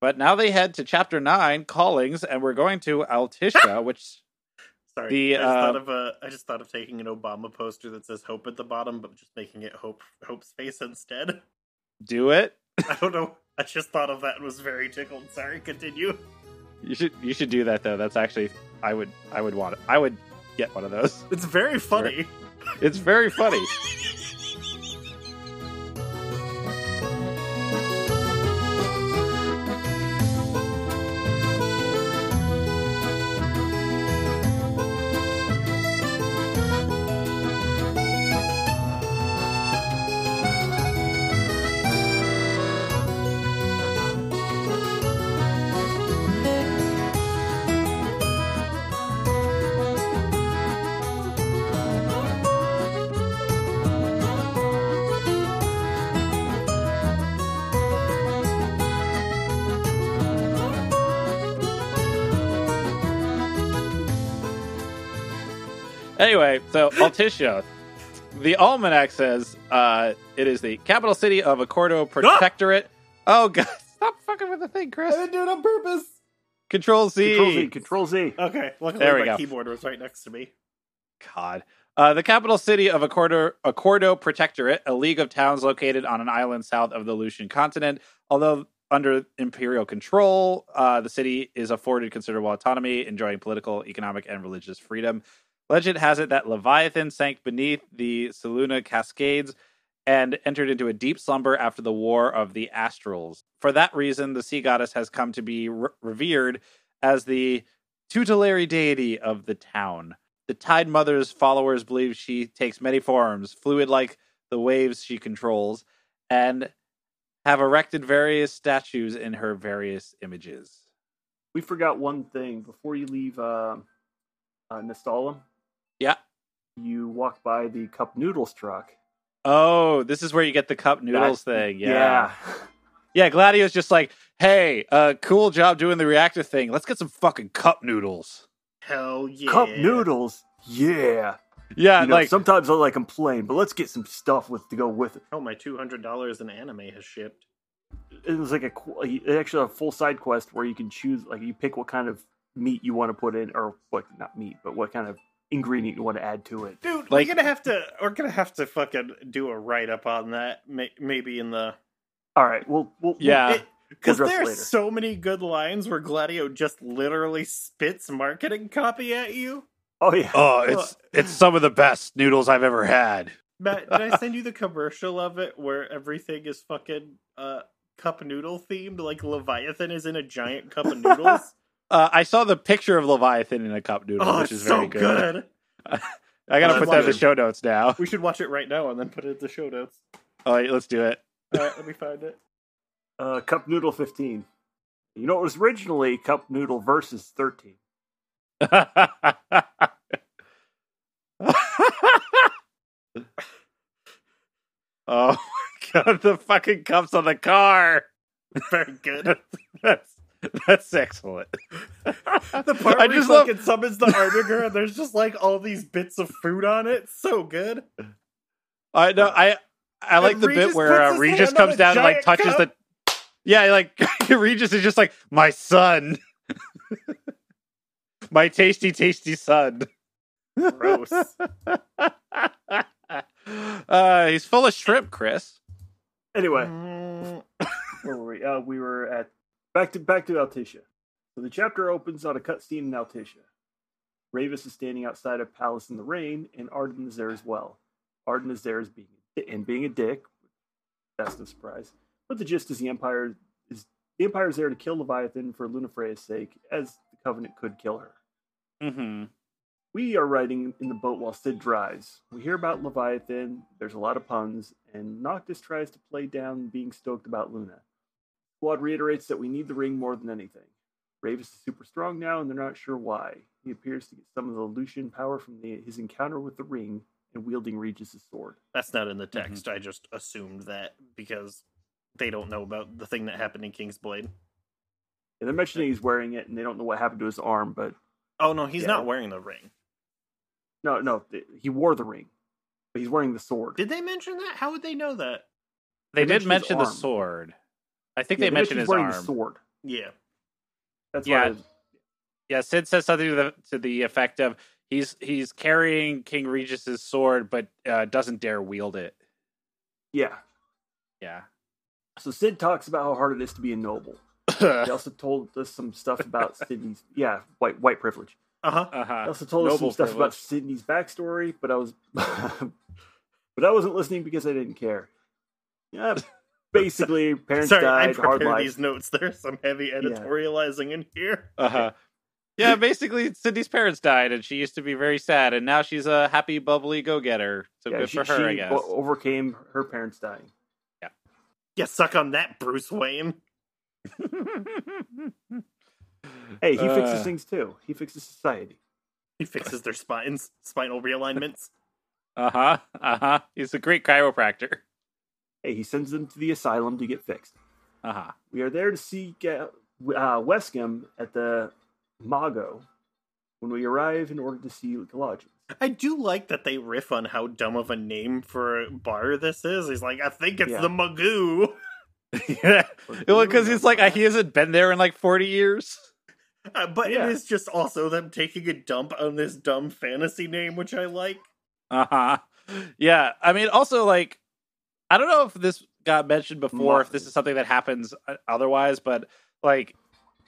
S3: But now they head to chapter nine, callings, and we're going to Altisha, which
S2: Sorry,
S3: The,
S2: I just
S3: uh,
S2: thought of uh, I just thought of taking an Obama poster that says "Hope" at the bottom, but just making it "Hope" Hope's face instead. (laughs)
S3: do it.
S2: I don't know. I just thought of that and was very tickled. Sorry, continue.
S3: You should you should do that though. That's actually I would I would want it. I would get one of those. (laughs)
S2: It's very funny.
S3: It's very funny. Anyway, so Altitia. The almanac says uh, it is the capital city of
S4: Ah!
S3: Accordo Protectorate. Oh god, (laughs) stop fucking with the thing, Chris.
S6: I didn't do it on purpose.
S3: Control Z.
S4: Control Z, Control Z.
S2: Okay, luckily
S3: There we
S2: my
S3: go.
S2: keyboard was right next to me.
S3: God. Uh, the capital city of Accordo, Accordo Protectorate, a league of towns located on an island south of the Lucian continent. Although under imperial control, uh, the city is afforded considerable autonomy, enjoying political, economic, and religious freedom. Legend has it that Leviathan sank beneath the Saluna Cascades and entered into a deep slumber after the War of the Astrals. For that reason, the sea goddess has come to be re- revered as the tutelary deity of the town. The Tide Mother's followers believe she takes many forms, fluid like the waves she controls, and have erected various statues in her various images.
S4: We forgot one thing before you leave uh, uh, Nestalam.
S3: Yeah.
S4: You walk by the cup noodles truck.
S3: Oh, this is where you get the cup noodles thing. Yeah. yeah.
S4: Yeah.
S3: Gladio's just like, hey, uh, cool job doing the reactor thing. Let's get some fucking cup noodles.
S2: Hell yeah.
S4: Cup noodles. Yeah.
S3: Yeah,
S4: You know,
S3: like
S4: sometimes I like complain, but let's get some stuff with to go with it.
S2: Oh, my $200 in anime has shipped.
S4: It was like a qu- they actually have a full side quest where you can choose like you pick what kind of meat you want to put in or what not meat, but what kind of ingredient you want to add to it.
S2: Dude,
S3: Like-
S2: we're gonna have to we're gonna have to fucking do a write up on that may- maybe in the
S4: All right, well, we'll
S3: Yeah.
S2: because there's there
S4: We'll address it
S2: are
S4: later.
S2: so many good lines where Gladio just literally spits marketing copy at you.
S4: Oh yeah.
S3: oh, it's it's some of the best noodles I've ever had.
S2: Matt, did I send you the commercial of it where everything is fucking uh cup noodle themed? Like Leviathan is in a giant cup of noodles.
S3: Uh, I saw the picture of Leviathan in a cup noodle,
S2: oh,
S3: (laughs) which
S2: it's
S3: is
S2: so
S3: very
S2: good.
S3: I gotta
S2: Oh,
S3: put that in the
S2: that's
S3: show notes now.
S2: We should watch it right now and then put it in the show notes.
S3: All right, let's do it. (laughs)
S2: All right, let me find it.
S4: Uh, cup noodle fifteen. You know, it was originally cup noodle versus thirteen.
S3: oh my god, the fucking cups on the car.
S2: Very good.
S3: That's that's excellent.
S2: The part
S3: I
S2: where
S3: just
S2: he
S3: love
S2: fucking summons the Armiger and there's just like all these bits of food on it. So
S3: (laughs)
S2: good.
S3: I know I I like
S2: And
S3: the
S2: Regis
S3: bit where
S2: puts
S3: uh,
S2: his
S3: Regis
S2: hand on
S3: comes
S2: a
S3: down and
S2: giant
S3: like touches
S2: cup.
S3: the Yeah, like (laughs) Regis is just like my son. (laughs) my tasty tasty son. (laughs)
S2: Gross.
S3: uh, he's full of shrimp, Chris.
S4: Anyway,
S2: Mm,
S4: where were we? Uh, we were at back to back to Altitia. So the chapter opens on a cutscene in Altitia. Ravis is standing outside a palace in the rain, and Arden is there as well. Arden is there as being and being a dick. That's no surprise. But the gist is the Empire is the Empire is there to kill Leviathan for Lunafreya's sake, as the Covenant could kill her.
S3: Mm-hmm.
S4: We are riding in the boat while Sid drives. We hear about Leviathan, there's a lot of puns, and Noctis tries to play down being stoked about Luna. Squad reiterates that we need the ring more than anything. Ravis is super strong now, and they're not sure why. He appears to get some of the Lucian power from the, his encounter with the ring and wielding Regis' sword.
S2: That's not in
S4: Mm-hmm.
S2: the text. I just assumed that because they don't know about the thing that happened in Kingsblade.
S4: And they're mentioning he's wearing it, and they don't know what happened to his arm, but
S2: Oh no, he's
S4: Yeah.
S2: not wearing the ring.
S4: no, no, th- he wore the ring, but he's wearing the sword.
S2: Did they mention that? How would they know that?
S3: They,
S4: They
S3: did mention
S4: mentioned his
S3: the
S4: arm.
S3: sword. I think
S4: Yeah,
S3: they mentioned
S4: he's
S3: his
S4: wearing
S3: arm.
S4: the sword.
S2: Yeah.
S4: That's
S3: Yeah,
S4: why
S3: Yeah, Sid says something to the, to the effect of he's he's carrying King Regis's sword, but uh, doesn't dare wield it.
S4: yeah. (laughs)
S3: Yeah.
S4: So Sid talks about how hard it is to be
S3: (laughs)
S4: a noble.
S3: Uh-huh.
S4: They also told us some stuff about Sydney's yeah white white privilege.
S2: Uh huh.
S4: They
S3: uh-huh.
S4: also told us some
S3: Noble
S4: stuff about
S3: privilege.
S4: Sydney's backstory, but I was (laughs) but I wasn't listening because I didn't care.
S3: (laughs)
S4: Yeah, basically, parents
S2: Sorry, I
S4: died, hard
S2: prepared
S4: life.
S2: these notes. (laughs) There's some heavy editorializing in here.
S3: Uh-huh. Yeah, basically Sydney's parents died and she used to be very sad and now she's a happy bubbly go-getter. So
S4: Yeah,
S3: good
S4: she,
S3: for her, I
S4: she
S3: guess.
S4: o- (laughs) overcame her parents dying.
S2: Yeah, suck on that, Bruce Wayne.
S4: Hey, he
S3: Uh,
S4: fixes things too. He fixes society.
S2: He fixes their spines, spinal realignments.
S3: (laughs) Uh-huh. Uh-huh. He's a great chiropractor.
S4: Hey, he sends them to the asylum to get fixed. (laughs)
S3: Uh-huh.
S4: uh, We are there to seek out uh, Wescombe at the Mago, when we arrive in order to see lodgings.
S2: I do like that they riff on how dumb of a name for a bar this is. He's like, I think it's
S4: Yeah.
S2: the Magoo.
S3: (laughs) yeah, because it's like he hasn't been there in like forty years.
S2: Uh, but
S4: Yeah.
S2: it is just also them taking a dump on this dumb fantasy name, which I like.
S3: Uh huh. Yeah, I mean, also like, I don't know if this got mentioned before, if this
S4: Muffins.
S3: is something that happens uh, otherwise, but like,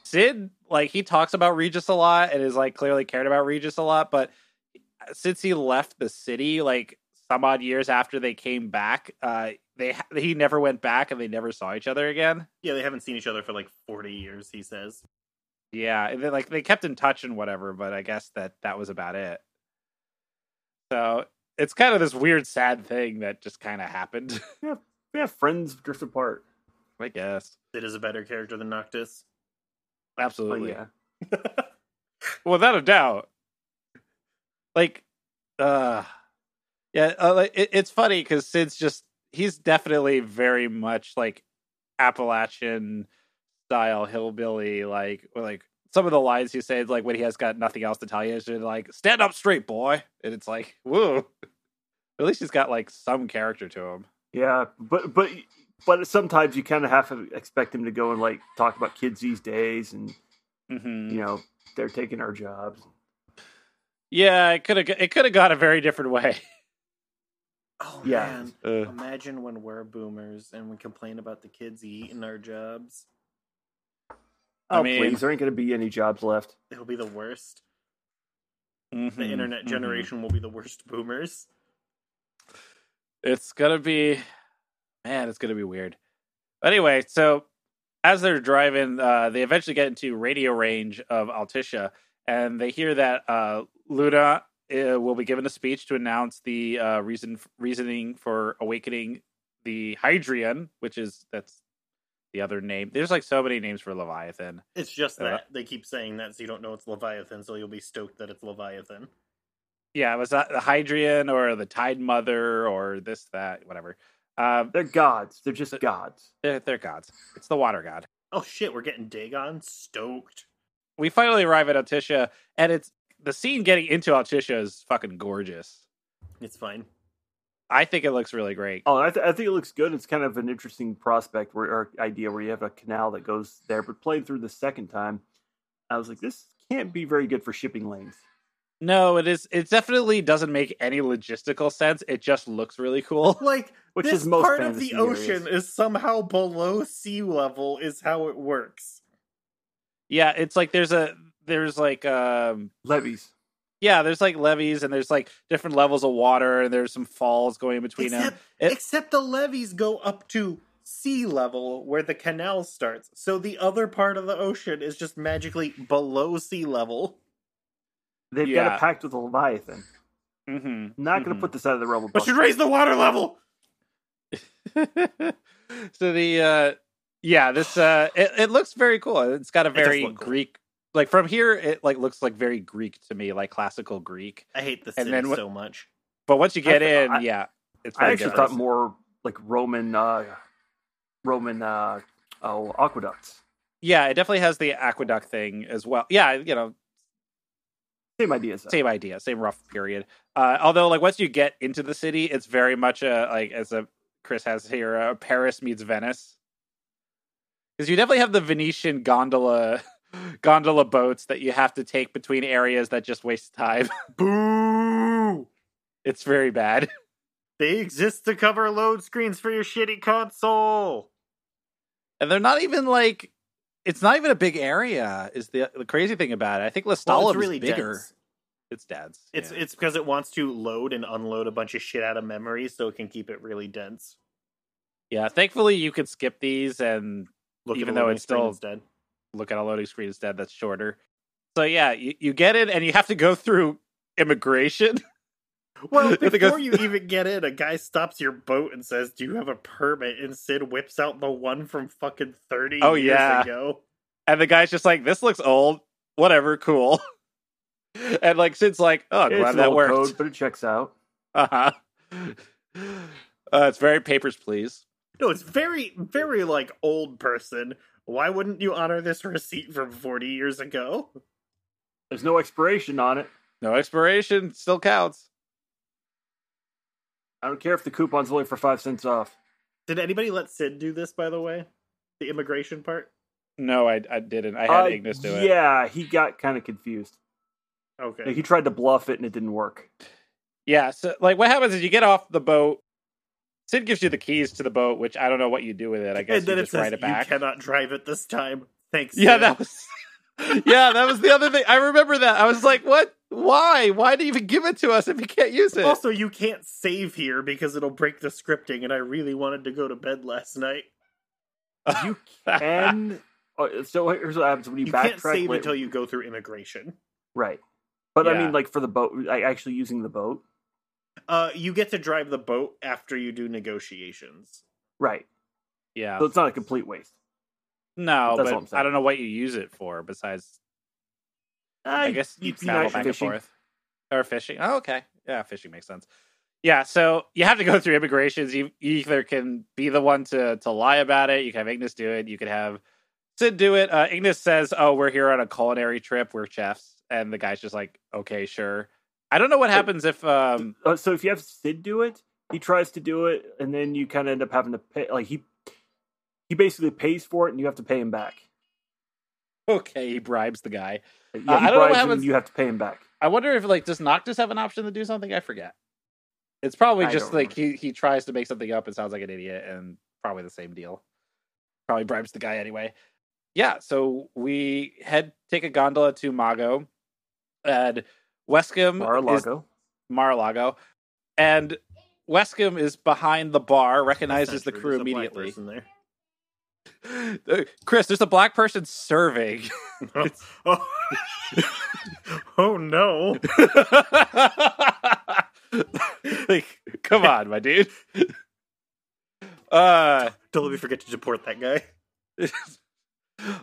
S3: Sid, like he talks about Regis a lot and is like clearly cared about Regis a lot, but uh, since he left the city, like some odd years after they came back, uh, they ha- he never went back and they never saw each other again.
S2: Yeah, they haven't seen each other for like 40 years, he says.
S3: Yeah, and then like they kept in touch and whatever, but I guess that that was about it. So it's kind of this weird, sad thing that just kind of happened. (laughs)
S4: We have friends drift apart.
S3: I guess
S2: Sid is a better character than Noctis.
S4: Oh
S3: absolutely,
S4: yeah.
S3: without a doubt. Like, uh, yeah, uh, like, it, it's funny because Sid's just he's definitely very much like Appalachian style hillbilly, like or like. Some of the lines he says, like when he has got nothing else to tell you, is just like "stand up straight, boy," and it's like, "Whoa!" At least he's got like some character to him.
S4: Yeah, but but but sometimes you kind of have to expect him to go and like talk about kids these days, and
S3: Mm-hmm.
S4: you know they're taking our jobs.
S3: Yeah, it could have it could have gone a very different way.
S2: Oh,
S4: Yeah.
S2: man.
S3: Uh,
S2: Imagine when we're boomers and we complain about the kids eating our jobs.
S4: Oh
S3: I mean-
S4: please, there ain't gonna be any jobs left.
S2: It'll be the worst. The
S4: Hmm.
S3: mhm,
S2: internet
S4: Mm-hmm.
S3: mhm.
S2: generation will be the worst boomers.
S3: It's gonna be, man, it's gonna be weird. Anyway, so as they're driving, uh, they eventually get into radio range of Alticia, and they hear that uh, Luna uh, will be given a speech to announce the uh, reason reasoning for awakening the Hydrian, which is that's the other name. There's like so many names for Leviathan.
S2: It's just
S3: Uh,
S2: that they keep saying that, so you don't know it's Leviathan, so you'll be stoked that it's Leviathan.
S3: Yeah, it was that the Hydrian or the Tide Mother or this, that, whatever. Uh,
S4: They're gods. They're just gods.
S3: they're, they're gods. It's the water god.
S2: Oh shit, we're getting Dagon stoked.
S3: We finally arrive at Alticia, and it's the scene getting into Alticia is fucking gorgeous.
S2: It's fine.
S3: I think it looks really great.
S4: Oh, I, th- I think it looks good. It's kind of an interesting prospect where, or idea where you have a canal that goes there. But playing through the second time, I was like, this can't be very good for shipping lanes.
S3: No, it is. It definitely doesn't make any logistical sense. It just looks really cool. (laughs)
S2: Like
S4: Which
S2: this
S4: is most
S2: part of the
S4: fantasy areas.
S2: ocean is somehow below sea level is how it works.
S3: Yeah, it's like there's a there's like um
S4: Levies.
S3: yeah there's like levees and there's like different levels of water and there's some falls going in between them.
S2: Except,
S3: It-
S2: except the levees go up to sea level where the canal starts. So the other part of the ocean is just magically below sea level.
S4: They've got
S3: Yeah.
S4: a pact with the Leviathan.
S3: Mm-hmm.
S4: Not going to put this out of the realm of
S2: But should
S4: possibility.
S2: raise the water level.
S3: (laughs) so the uh yeah this uh it, it looks very cool it's got a
S2: does
S3: very
S2: look cool.
S3: greek like from here it like looks like very greek to me like classical greek
S2: I hate this
S3: And
S2: city
S3: then what-
S2: so much.
S3: but once you get
S4: I-
S3: in
S4: I-
S3: yeah it's
S4: I
S3: very
S4: actually
S3: different.
S4: thought more like Roman, uh, Roman uh, oh, aqueducts.
S3: yeah it definitely has the aqueduct thing as well yeah you know
S4: Same ideas.
S3: same idea same rough period uh although like once you get into the city it's very much a like as a chris has here uh, paris meets venice because you definitely have the venetian gondola (laughs) gondola boats that you have to take between areas that just waste time (laughs)
S2: Boo!
S3: it's very bad
S2: They exist to cover load screens for your shitty console.
S3: and they're not even like it's not even a big area is the the crazy thing about it i think
S2: Well,
S3: lestala
S2: it's really
S3: is bigger
S2: dense.
S3: it's dad's
S2: It's it's because it wants to load and unload a bunch of shit out of memory, so it can keep it really dense.
S3: yeah thankfully you can skip these and
S2: Look
S3: Even
S2: at a
S3: though
S2: loading
S3: it's
S2: screen
S3: still-
S2: instead.
S3: look at a loading screen instead that's shorter. So yeah, you, you get it and you have to go through immigration. (laughs)
S2: Well,
S3: I think I-
S2: before you even get in, a guy stops your boat and says, "Do you have a permit?" And Sid whips out the one from fucking thirty
S3: Oh,
S2: years
S3: yeah.
S2: ago.
S3: And the guy's just like, This looks old. Whatever, cool. (laughs) And like Sid's like, Oh,
S4: It's
S3: glad
S4: an
S3: that
S4: old
S3: worked.
S4: code, but it checks out.
S3: (laughs) Uh-huh. Uh, it's very papers, please.
S2: No, it's very, very like old person. Why wouldn't you honor this receipt from forty years ago?
S4: There's no expiration on it.
S3: No expiration still counts.
S4: I don't care if the coupon's only for five cents off.
S2: Did anybody let Sid do this, by the way? The immigration part?
S3: No, I, I didn't. I had
S4: Uh,
S3: Ignis do it.
S4: yeah, he got kind of confused.
S2: Okay.
S4: Like, he tried to bluff it and it didn't work.
S3: Yeah. So, like, what happens is you get off the boat. Sid gives you the keys to the boat, which I don't know what you do with it. I guess
S2: and then
S3: you
S2: it
S3: just
S2: says,
S3: write it back.
S2: You cannot drive it this time. Thanks.
S3: Yeah,
S2: Sid."
S3: that was. yeah, that was (laughs) the other thing. I remember that. I was like, "What? Why? Why do you even give it to us if you can't use it?" (laughs)
S2: Also, you can't save here because it'll break the scripting, and I really wanted to go to bed last night.
S4: You can. (laughs) uh, so here's what happens when you,
S2: You
S4: backtrack.
S2: can't save
S4: later-
S2: until you go through immigration.
S4: Right. But I
S3: Yeah.
S4: mean, like for the boat, like actually using the boat.
S2: Uh, you get to drive the boat after you do negotiations.
S4: Right.
S3: yeah,
S4: So it's not a complete waste.
S3: no,
S4: That's what I'm
S3: but
S4: saying.
S3: I don't know what you use it for besides.
S2: I,
S3: I guess you
S4: you're not
S3: travel back
S4: fishing.
S3: and forth or fishing. Oh, okay, yeah, fishing makes sense. Yeah, so you have to go through immigrations. You, you either can be the one to to lie about it. You can have Ignis do it. You could have Sid do it. Uh, Ignis says, "Oh, we're here on a culinary trip. We're chefs," and the guy's just like, "Okay, sure." I don't know what happens if um,
S4: Uh, so if you have Sid do it, he tries to do it, and then you kind of end up having to pay. Like he, he basically pays for it, and you have to pay him back.
S3: (laughs) Okay, he bribes the guy.
S4: Like,
S3: Uh,
S4: yeah, he
S3: I don't know what
S4: bribes you, and
S3: happens-
S4: you have to pay him back.
S3: I wonder if like does Noctis have an option to do something? I forget. It's probably
S4: I
S3: just
S4: don't
S3: like he, he tries to make something up and sounds like an idiot and probably the same deal. Probably bribes the guy anyway. Yeah, so we head take a gondola to Mago and Wescom is
S4: Mar-a-Lago.
S3: Mar-a-Lago. And Wescom is behind the bar,
S2: That's
S3: recognizes the
S2: not true.
S3: crew
S2: There's a black
S3: immediately.
S2: person
S3: (laughs)
S2: there.
S3: Uh, (gasps) Chris, there's a black person serving.
S2: oh. (laughs) oh no.
S3: (laughs) like, come on, my dude. Uh,
S2: Don't let me forget to deport that guy.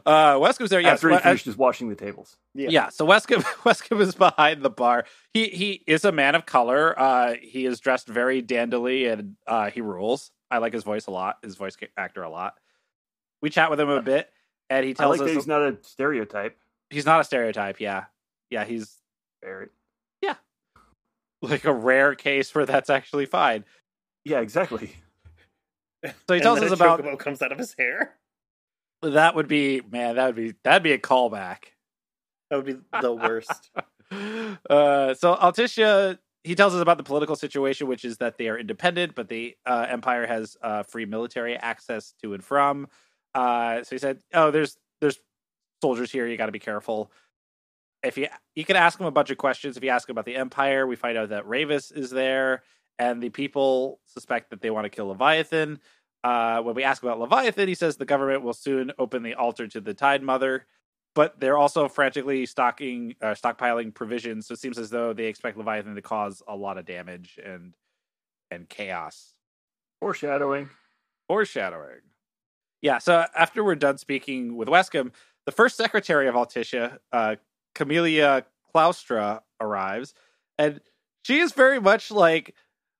S3: uh, Wescom's there. Yes,
S4: After he
S3: Wes-
S4: finishes washing the tables,
S3: yeah. So (laughs) Wescom, Wescom is behind the bar. He he is a man of color. Uh, he is dressed very dandily, and uh, he rules. I like his voice a lot. His voice ca- actor a lot. We chat with him a bit, and he
S4: I
S3: tells us
S4: like that he's not a stereotype.
S3: he's not a stereotype. Yeah, yeah, he's
S4: Barrett.
S3: like a rare case where that's actually fine.
S4: Yeah, exactly. (laughs)
S3: So he tells us about
S2: chocobo comes out of his hair.
S3: That would be man. That would be that'd be a callback. (gasps)
S2: That would be (laughs) the worst.
S3: Uh, so Alticia, he tells us about the political situation, which is that they are independent, but the uh, empire has uh, free military access to and from. Uh, so he said, "Oh, there's there's soldiers here. You got to be careful." If you you can ask him a bunch of questions. If you ask him about the empire, we find out that Ravis is there, and the people suspect that they want to kill Leviathan. Uh, when we ask about Leviathan, he says the government will soon open the altar to the Tide Mother but they're also frantically stocking uh, stockpiling provisions so it seems as though they expect leviathan to cause a lot of damage and and chaos
S4: Foreshadowing.
S3: foreshadowing yeah so after we're done speaking with wescombe the first secretary of altitia uh, camelia claustra arrives and she is very much like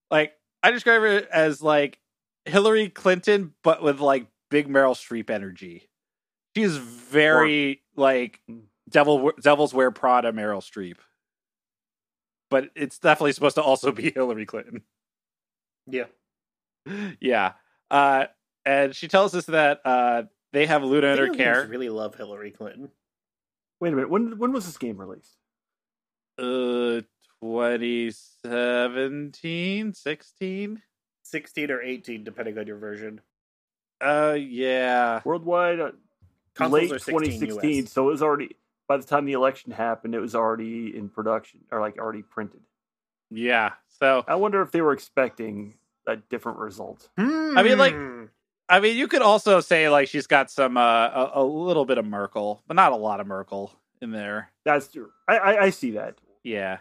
S3: like i describe her as like hillary clinton but with like big meryl streep energy she is very like devil devil's wear prada meryl streep but it's definitely supposed to also be (laughs) hillary clinton
S2: yeah.
S3: (laughs) yeah uh and she tells us that uh they have luna in her
S2: Aliens
S3: care
S2: really love Hillary Clinton.
S4: Wait a minute. When when was this game released?
S3: uh 2017 16
S2: 16 or 18, depending on your version.
S3: uh yeah
S4: Worldwide, uh, late
S2: Consoles are 16
S4: 2016.
S2: US.
S4: So it was already by the time the election happened, it was already in production or like already printed.
S3: yeah so
S4: I wonder if they were expecting a different result.
S2: Hmm.
S3: I mean, like- i mean you could also say like she's got some uh a, a little bit of merkel but not a lot of merkel in there
S4: That's true. I, I, I see that.
S3: yeah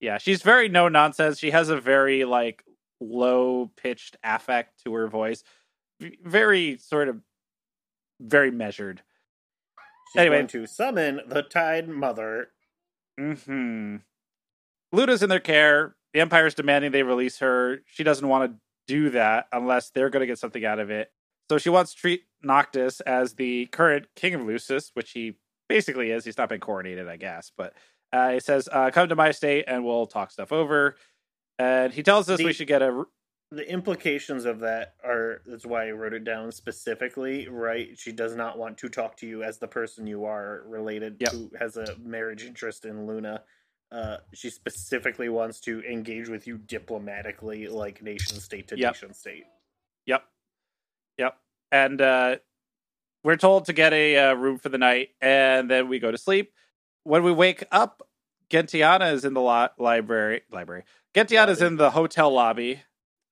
S3: yeah she's very no nonsense she has a very like low pitched affect to her voice V- very sort of very measured
S2: She's
S3: Anyway.
S2: going to summon the Tide Mother.
S3: Hmm. Luda's in their care. The Empire's demanding they release her. She doesn't want to do that unless they're going to get something out of it. So she wants to treat Noctis as the current king of Lucis, which he basically is. He's not been coronated, I guess, but Uh, he says, uh, "Come to my state, and we'll talk stuff over." And he tells us
S2: The-
S3: we should get a.
S2: the implications of that are that's why I wrote it down specifically, right? She does not want to talk to you as the person you are related
S3: Yep.
S2: who has a marriage interest in Luna. Uh, she specifically wants to engage with you diplomatically, like nation state to
S3: Yep.
S2: nation state.
S3: Yep, yep. And uh, we're told to get a uh, room for the night, and then we go to sleep. When we wake up, Gentiana is in the lo- library. Library. Gentiana's
S2: Lobby.
S3: in the hotel lobby,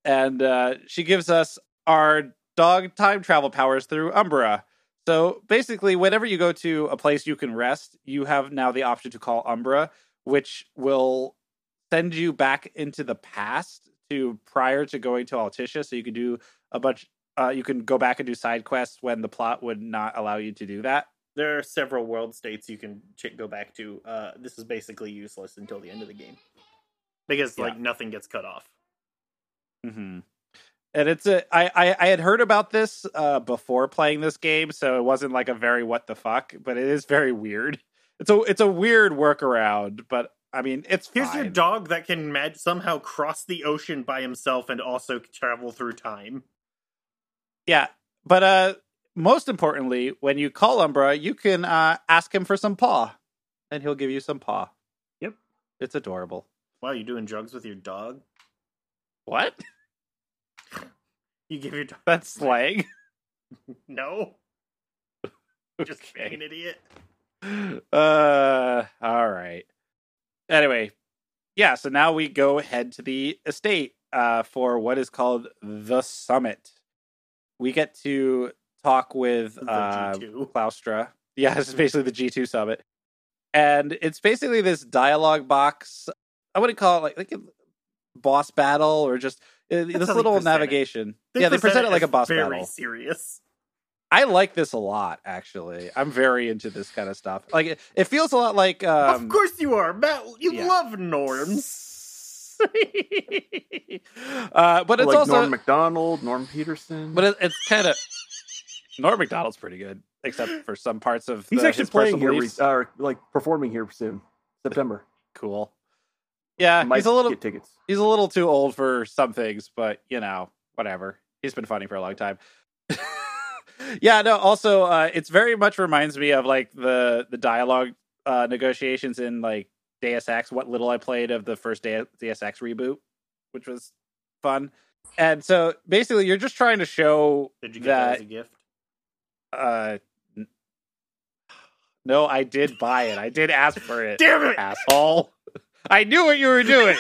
S3: and uh, she gives us our dog time travel powers through Umbra. So basically, whenever you go to a place you can rest, you have now the option to call Umbra, which will send you back into the past to prior to going to Altitia. So you can do a bunch. Uh, you can go back and do side quests when the plot would not allow you to do that.
S2: There are several world states you can ch- go back to. Uh, this is basically useless until the end of the game because
S3: Yeah.
S2: like nothing gets cut off.
S3: Mm-hmm. And it's a I, I I had heard about this uh, before playing this game, so it wasn't like a very what the fuck, but it is very weird. It's a it's a weird workaround, but I mean it's
S2: Here's your
S3: fine.
S2: dog that can mag- somehow cross the ocean by himself and also travel through time.
S3: Yeah, but uh, most importantly, when you call Umbra, you can uh, ask him for some paw, and he'll give you some paw.
S4: Yep.
S3: it's adorable.
S2: Wow, you doing drugs with your dog?
S3: What?
S2: You give your dog
S3: That's slang. (laughs)
S2: no? Just being an idiot.
S3: Uh, all right. Anyway, yeah. So now we go head to the estate uh, for what is called the summit. We get to talk with
S2: The
S3: uh,
S2: G2.
S3: Claustra. (laughs) Yeah, this is basically the G2 summit. And it's basically this dialogue box. I wouldn't call it like, like a boss battle or just uh,
S2: how
S3: this
S2: they
S3: little
S2: present it.
S3: navigation. yeah, they present it like a
S2: as
S3: boss
S2: very
S3: battle.
S2: serious.
S3: I like this a lot, actually. I'm very into this kind of stuff. Like, it, it feels a lot like. Um,
S2: of course you are, Matt. You
S3: yeah.
S2: love norms.
S3: (laughs) uh, but it's
S4: like
S3: also.
S4: Norm McDonald, Norm Peterson.
S3: but it, it's kind of. Norm McDonald's pretty good, except for some parts of.
S4: he's
S3: the-
S4: actually
S3: his personal
S4: playing here, re-
S3: beliefs.
S4: or like performing here soon, September.
S3: cool. Yeah,
S4: Might
S3: he's a little.
S4: get tickets.
S3: he's a little too old for some things, but you know, whatever. He's been funny for a long time. (laughs) yeah, no. Also, uh, it's very much reminds me of like the the dialogue uh, negotiations in like Deus Ex. What little I played of the first Deus Deus Ex reboot, which was fun. And so basically, you're just trying to show
S2: Did you get that,
S3: that
S2: as a gift?
S3: uh, n- (sighs) no, I did buy it. I did ask for it,
S2: Damn it!
S3: (laughs) asshole. I knew what you were doing.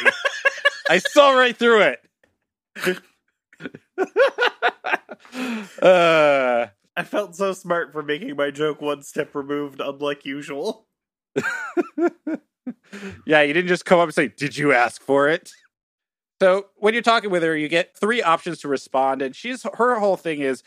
S3: I saw right through it. (laughs) uh,
S2: I felt so smart for making my joke one step removed, unlike usual.
S3: yeah, you didn't just come up and say, Did you ask for it? So when you're talking with her, you get three options to respond. And she's her whole thing is,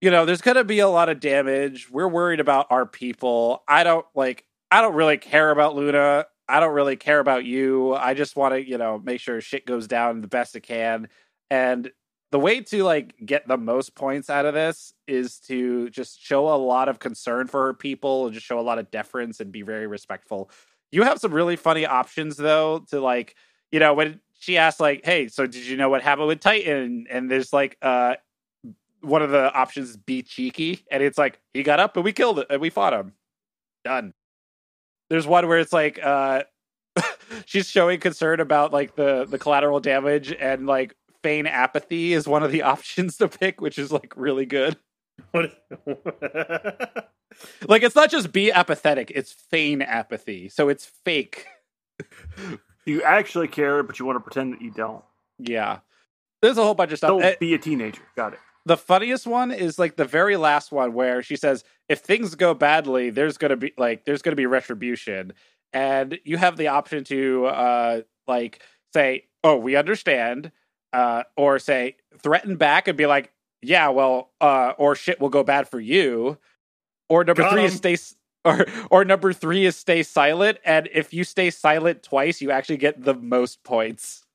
S3: you know, there's gonna be a lot of damage. We're worried about our people. I don't like I don't really care about Luna. I don't really care about you. I just want to, you know, make sure shit goes down the best it can. And the way to like get the most points out of this is to just show a lot of concern for her people and just show a lot of deference and be very respectful. You have some really funny options though to like, you know, when she asks like, "Hey, so did you know what happened with Titan?" and there's like uh one of the options is be cheeky and it's like he got up and we killed it and we fought him. Done. There's one where it's like uh (laughs) she's showing concern about like the the collateral damage and like feign apathy is one of the (laughs) options to pick which is like really good
S2: What?
S3: like it's not just be apathetic it's feign apathy so it's fake
S4: You actually care, but you want to pretend that you don't.
S3: yeah there's a whole bunch of stuff
S4: Don't
S3: Uh,
S4: be a teenager. Got it.
S3: the funniest one is like the very last one where she says if things go badly there's gonna be like there's gonna be retribution and you have the option to uh like say oh we understand uh or say threaten back and be like yeah well uh or shit will go bad for you or number
S2: Got
S3: three is
S2: him.
S3: stay s- (laughs) or or number three is stay silent and if you stay silent twice you actually get the most points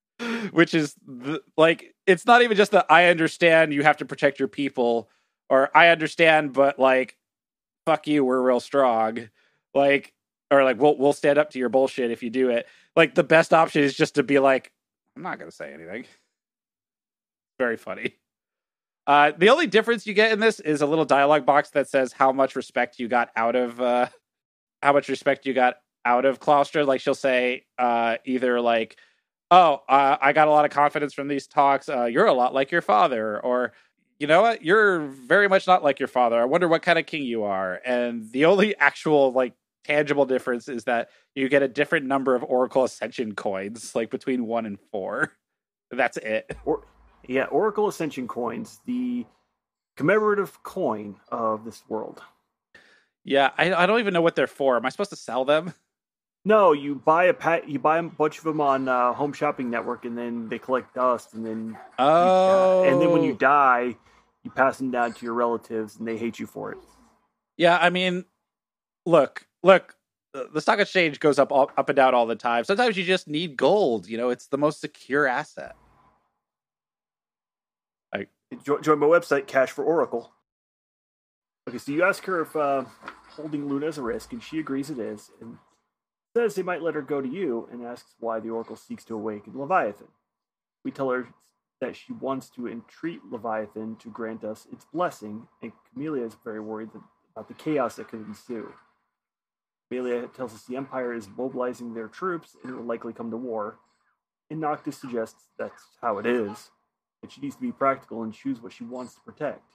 S3: (laughs) which is the, like it's not even just that I understand you have to protect your people or I understand but like fuck you we're real strong like or like we'll we'll stand up to your bullshit if you do it. Like the best option is just to be like, I'm not gonna say anything. Very funny. Uh, the only difference you get in this is a little dialogue box that says how much respect you got out of uh, how much respect you got out of Claustra. Like she'll say uh, either like, "Oh, uh, I got a lot of confidence from these talks. Uh, you're a lot like your father," or you know what? You're very much not like your father. I wonder what kind of king you are. And the only actual like tangible difference is that you get a different number of Oracle Ascension coins, like between one and four. That's it.
S4: Or, yeah, Oracle Ascension coins, the commemorative coin of this world.
S3: Yeah, I, I don't even know what they're for. Am I supposed to sell (laughs) them?
S4: No, you buy a pat, you buy a bunch of them on uh, Home Shopping Network, and then they collect dust, and then
S3: Oh,
S4: and then when you die, you pass them down to your relatives, and they hate you for it.
S3: Yeah, I mean, look, look, the the stock exchange goes up all, up and down all the time. Sometimes you just need gold. You know, it's the most secure asset.
S4: Jo- join my website, Cash for Oracle. Okay, so you ask her if uh, holding Luna is a risk, and she agrees it is, and says they might let her go to you, and asks why the Oracle seeks to awaken Leviathan. We tell her that she wants to entreat Leviathan to grant us its blessing, and Camelia is very worried that, about the chaos that could ensue. Camelia tells us the Empire is mobilizing their troops and will likely come to war, and Noctis suggests that's how it is that she needs to be practical and choose what she wants to protect.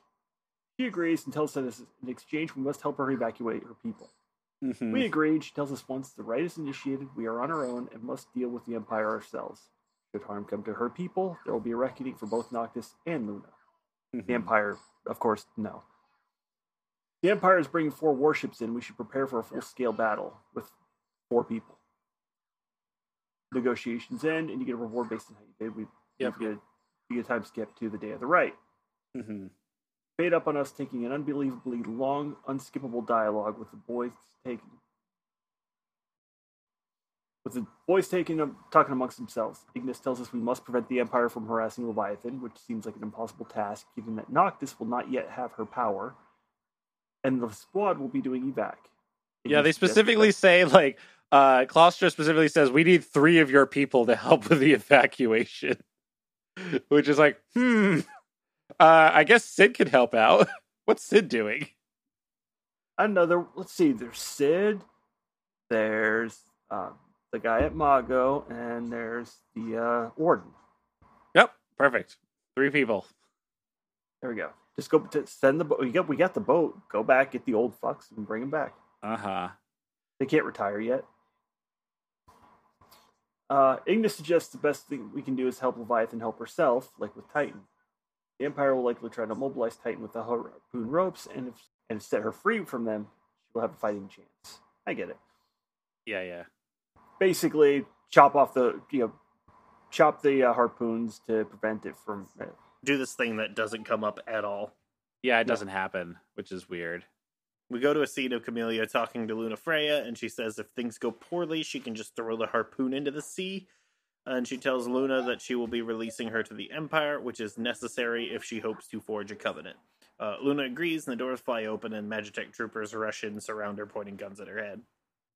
S4: She agrees and tells us that in exchange we must help her evacuate her people.
S3: Mm-hmm.
S4: We agree, and she tells us once the right is initiated, we are on our own and must deal with the Empire ourselves. Should harm come to her people, there will be a reckoning for both Noctis and Luna.
S3: Mm-hmm.
S4: The Empire, of course, no. The Empire is bringing four warships in. We should prepare for a full scale battle with four people. Negotiations end, and you get a reward based on how you did. We
S3: Yep.
S4: you, get, you get a time skip to the Day of the Right.
S3: Mhm.
S4: Fade up on us taking an unbelievably long, unskippable dialogue with the boys taking. With the boys taking um, talking amongst themselves, Ignis tells us we must prevent the Empire from harassing Leviathan, which seems like an impossible task, given that Noctis will not yet have her power, and the squad will be doing evac.
S3: Yeah, they
S4: Ignis suggests-
S3: specifically say like uh Claustra specifically says we need three of your people to help with the evacuation. (laughs) Which is like, hmm. Uh I guess Sid could help out. (laughs) What's Sid doing?
S4: another. Let's see. There's Sid. There's um, the guy at Mago, and there's the uh, Warden.
S3: Yep, perfect. Three people.
S4: There we go. Just go to send the boat. We got we got the boat. Go back, get the old fucks, and bring them back.
S3: Uh-huh.
S4: They can't retire yet. Uh, Ignis suggests the best thing we can do is help Leviathan help herself, like with Titan. The Empire will likely try to mobilize Titan with the harpoon ropes, and if and set her free from them, she will have a fighting chance. I get it.
S3: Yeah, yeah.
S4: Basically, chop off the you know, chop the uh, harpoons to prevent it from. uh,
S2: Do this thing that doesn't come up at all.
S3: Yeah, it doesn't happen, which is weird.
S2: We go to a scene of Camelia talking to Luna Freya, and she says if things go poorly, she can just throw the harpoon into the sea. And she tells Luna that she will be releasing her to the Empire, which is necessary if she hopes to forge a covenant. Uh, Luna agrees, and the doors fly open, and Magitek troopers rush in, surround her, pointing guns at her head.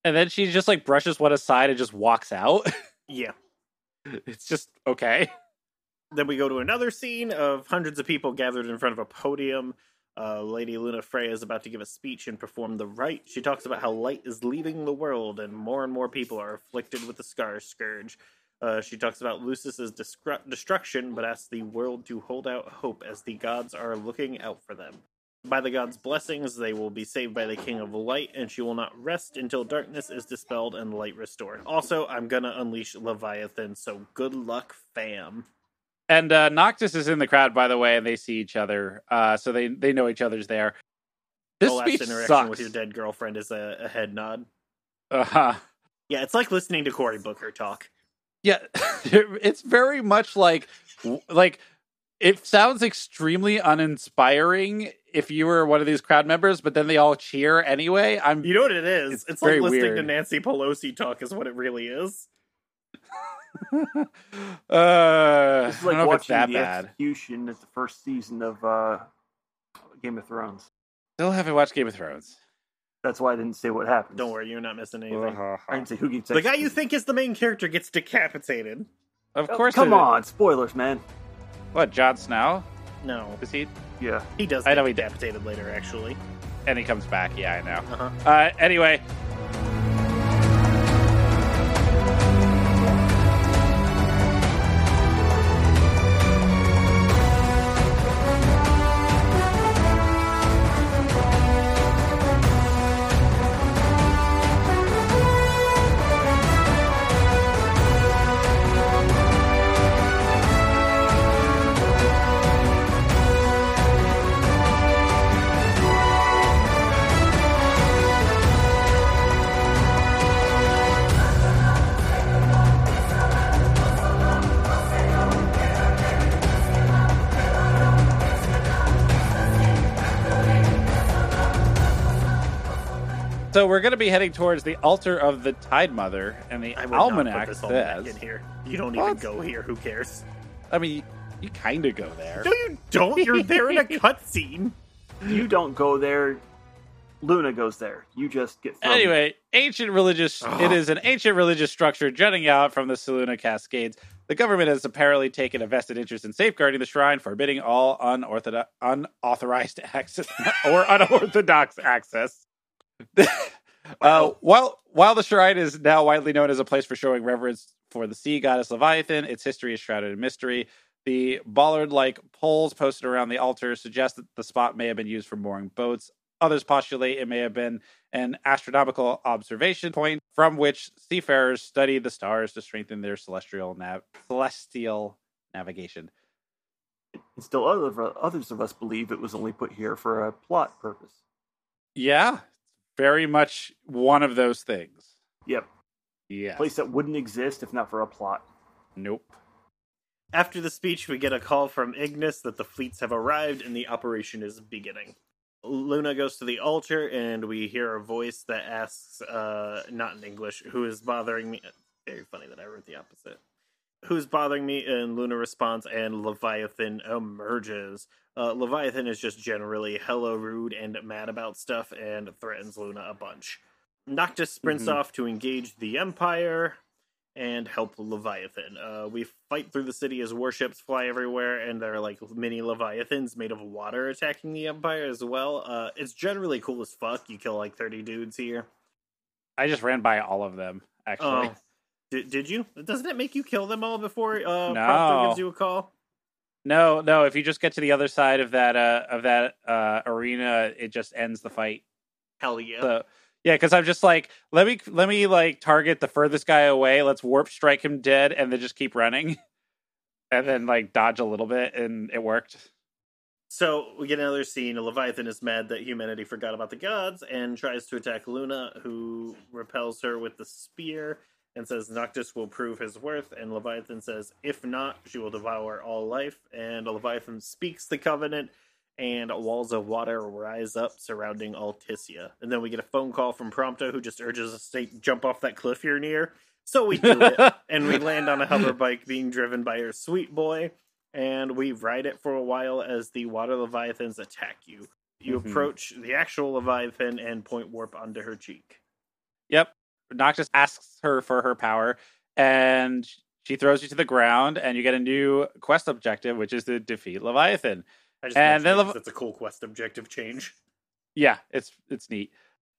S3: And then she just like brushes one aside and just walks out. (laughs)
S2: Yeah.
S3: it's just okay.
S2: Then we go to another scene of hundreds of people gathered in front of a podium. Uh, Lady Luna Freya is about to give a speech and perform the rite. She talks about how light is leaving the world and more and more people are afflicted with the Scar Scourge. Uh, she talks about Lucis's discru- destruction, but asks the world to hold out hope as the gods are looking out for them. By the gods' blessings, they will be saved by the King of Light, and she will not rest until darkness is dispelled and light restored. Also, I'm gonna unleash Leviathan, so good luck, fam.
S3: And uh, Noctis is in the crowd, by the way, and they see each other, uh, so they they know each other's there. This
S2: the last
S3: speech
S2: interaction
S3: sucks.
S2: with your dead girlfriend is a, a head nod.
S3: Uh-huh.
S2: Yeah, it's like listening to Cory Booker talk.
S3: Yeah, (laughs) it's very much like like it sounds extremely uninspiring if you were one of these crowd members, but then they all cheer anyway. I'm
S2: You know what it is?
S3: It's
S2: It's, like
S3: very
S2: listening to
S3: weird.
S2: Nancy Pelosi talk is what it really is.
S3: uh,
S4: It's
S3: I don't
S4: like
S3: know if it's
S4: watching
S3: that
S4: the
S3: bad.
S4: execution at the first season of uh, Game of Thrones.
S3: Still haven't watched Game of Thrones.
S4: That's why I didn't say what happens.
S2: Don't worry, you're not missing anything.
S4: I didn't say who gets
S2: The guy you
S4: executed.
S2: think is the main character gets decapitated.
S3: Of
S4: Oh,
S3: course.
S4: Come
S3: it-
S4: on, spoilers, man.
S3: What Jon Snow?
S2: No,
S3: Is he?
S4: Yeah.
S2: he does
S3: I e-
S2: get
S3: know he did.
S2: decapitated later, actually.
S3: And he comes back. Yeah, I know.
S2: Uh-huh.
S3: Uh, anyway, so we're going to be heading towards the altar of the Tide Mother, and the
S2: I would not put
S3: almanac
S2: this almanac in
S3: says.
S2: here. You don't even
S3: What?
S2: go here. Who cares?
S3: I mean, you kind of go there.
S2: No, you don't. You're there
S3: (laughs)
S2: in a cutscene.
S4: You don't go there. Luna goes there. You just get thrown.
S3: Anyway, ancient religious.
S2: Ugh.
S3: It is an ancient religious structure jutting out from the Saluna Cascades. The government has apparently taken a vested interest in safeguarding the shrine, forbidding all unorthodox, unauthorized access (laughs) or unorthodox access. (laughs) Uh, while while the shrine is now widely known as a place for showing reverence for the sea goddess Leviathan, its history is shrouded in mystery. The bollard-like poles posted around the altar suggest that the spot may have been used for mooring boats. Others postulate it may have been an astronomical observation point from which seafarers studied the stars to strengthen their celestial nav- celestial navigation.
S4: And still, other others of us believe it was only put here for a plot purpose.
S3: Yeah, very much one of those things.
S4: Yep,
S3: Yeah.
S4: place that wouldn't exist if not for a plot.
S3: Nope.
S2: After the speech, we get a call from Ignis that the fleets have arrived and the operation is beginning. Luna goes to the altar and we hear a voice that asks, uh, not in English, who is bothering me. Very funny that I wrote the opposite. Who's bothering me? And Luna responds, and Leviathan emerges. Uh, Leviathan is just generally hella rude and mad about stuff and threatens Luna a bunch. Noctis sprints
S4: Mhm.
S2: off to engage the Empire and help Leviathan. Uh, we fight through the city as warships fly everywhere, and there are like mini Leviathans made of water attacking the Empire as well. Uh, it's generally cool as fuck. You kill like 30 dudes here.
S3: I just ran by all of them, actually.
S2: Oh. Did, did you? Doesn't it make you kill them all before uh,
S3: No.
S2: Proctor gives you a call?
S3: No, no, if you just get to the other side of that uh of that uh arena, it just ends the fight.
S2: Hell yeah.
S3: So yeah, because I'm just like, let me let me like target the furthest guy away. Let's warp strike him dead, and then just keep running, (laughs) and then like dodge a little bit, and it worked.
S2: So we get another scene. Leviathan is mad that humanity forgot about the gods and tries to attack Luna, who repels her with the spear and says Noctis will prove his worth. And Leviathan says, if not, she will devour all life. And Leviathan speaks the covenant, and walls of water rise up surrounding Alticia. And then we get a phone call from Prompto, who just urges us to jump off that cliff you're near. So we do
S3: (laughs)
S2: it and we land on a hover bike being driven by your sweet boy and we ride it for a while as the water leviathans attack you you
S3: Mhm.
S2: approach the actual leviathan and point warp onto her cheek
S3: Yep. Noctis asks her for her power, and she throws you to the ground, and you get a new quest objective, which is to defeat Leviathan.
S2: I just
S3: And
S2: mentioned
S3: then
S2: it
S3: Lev-
S2: 'cause it's a cool quest objective change
S3: Yeah, it's it's neat.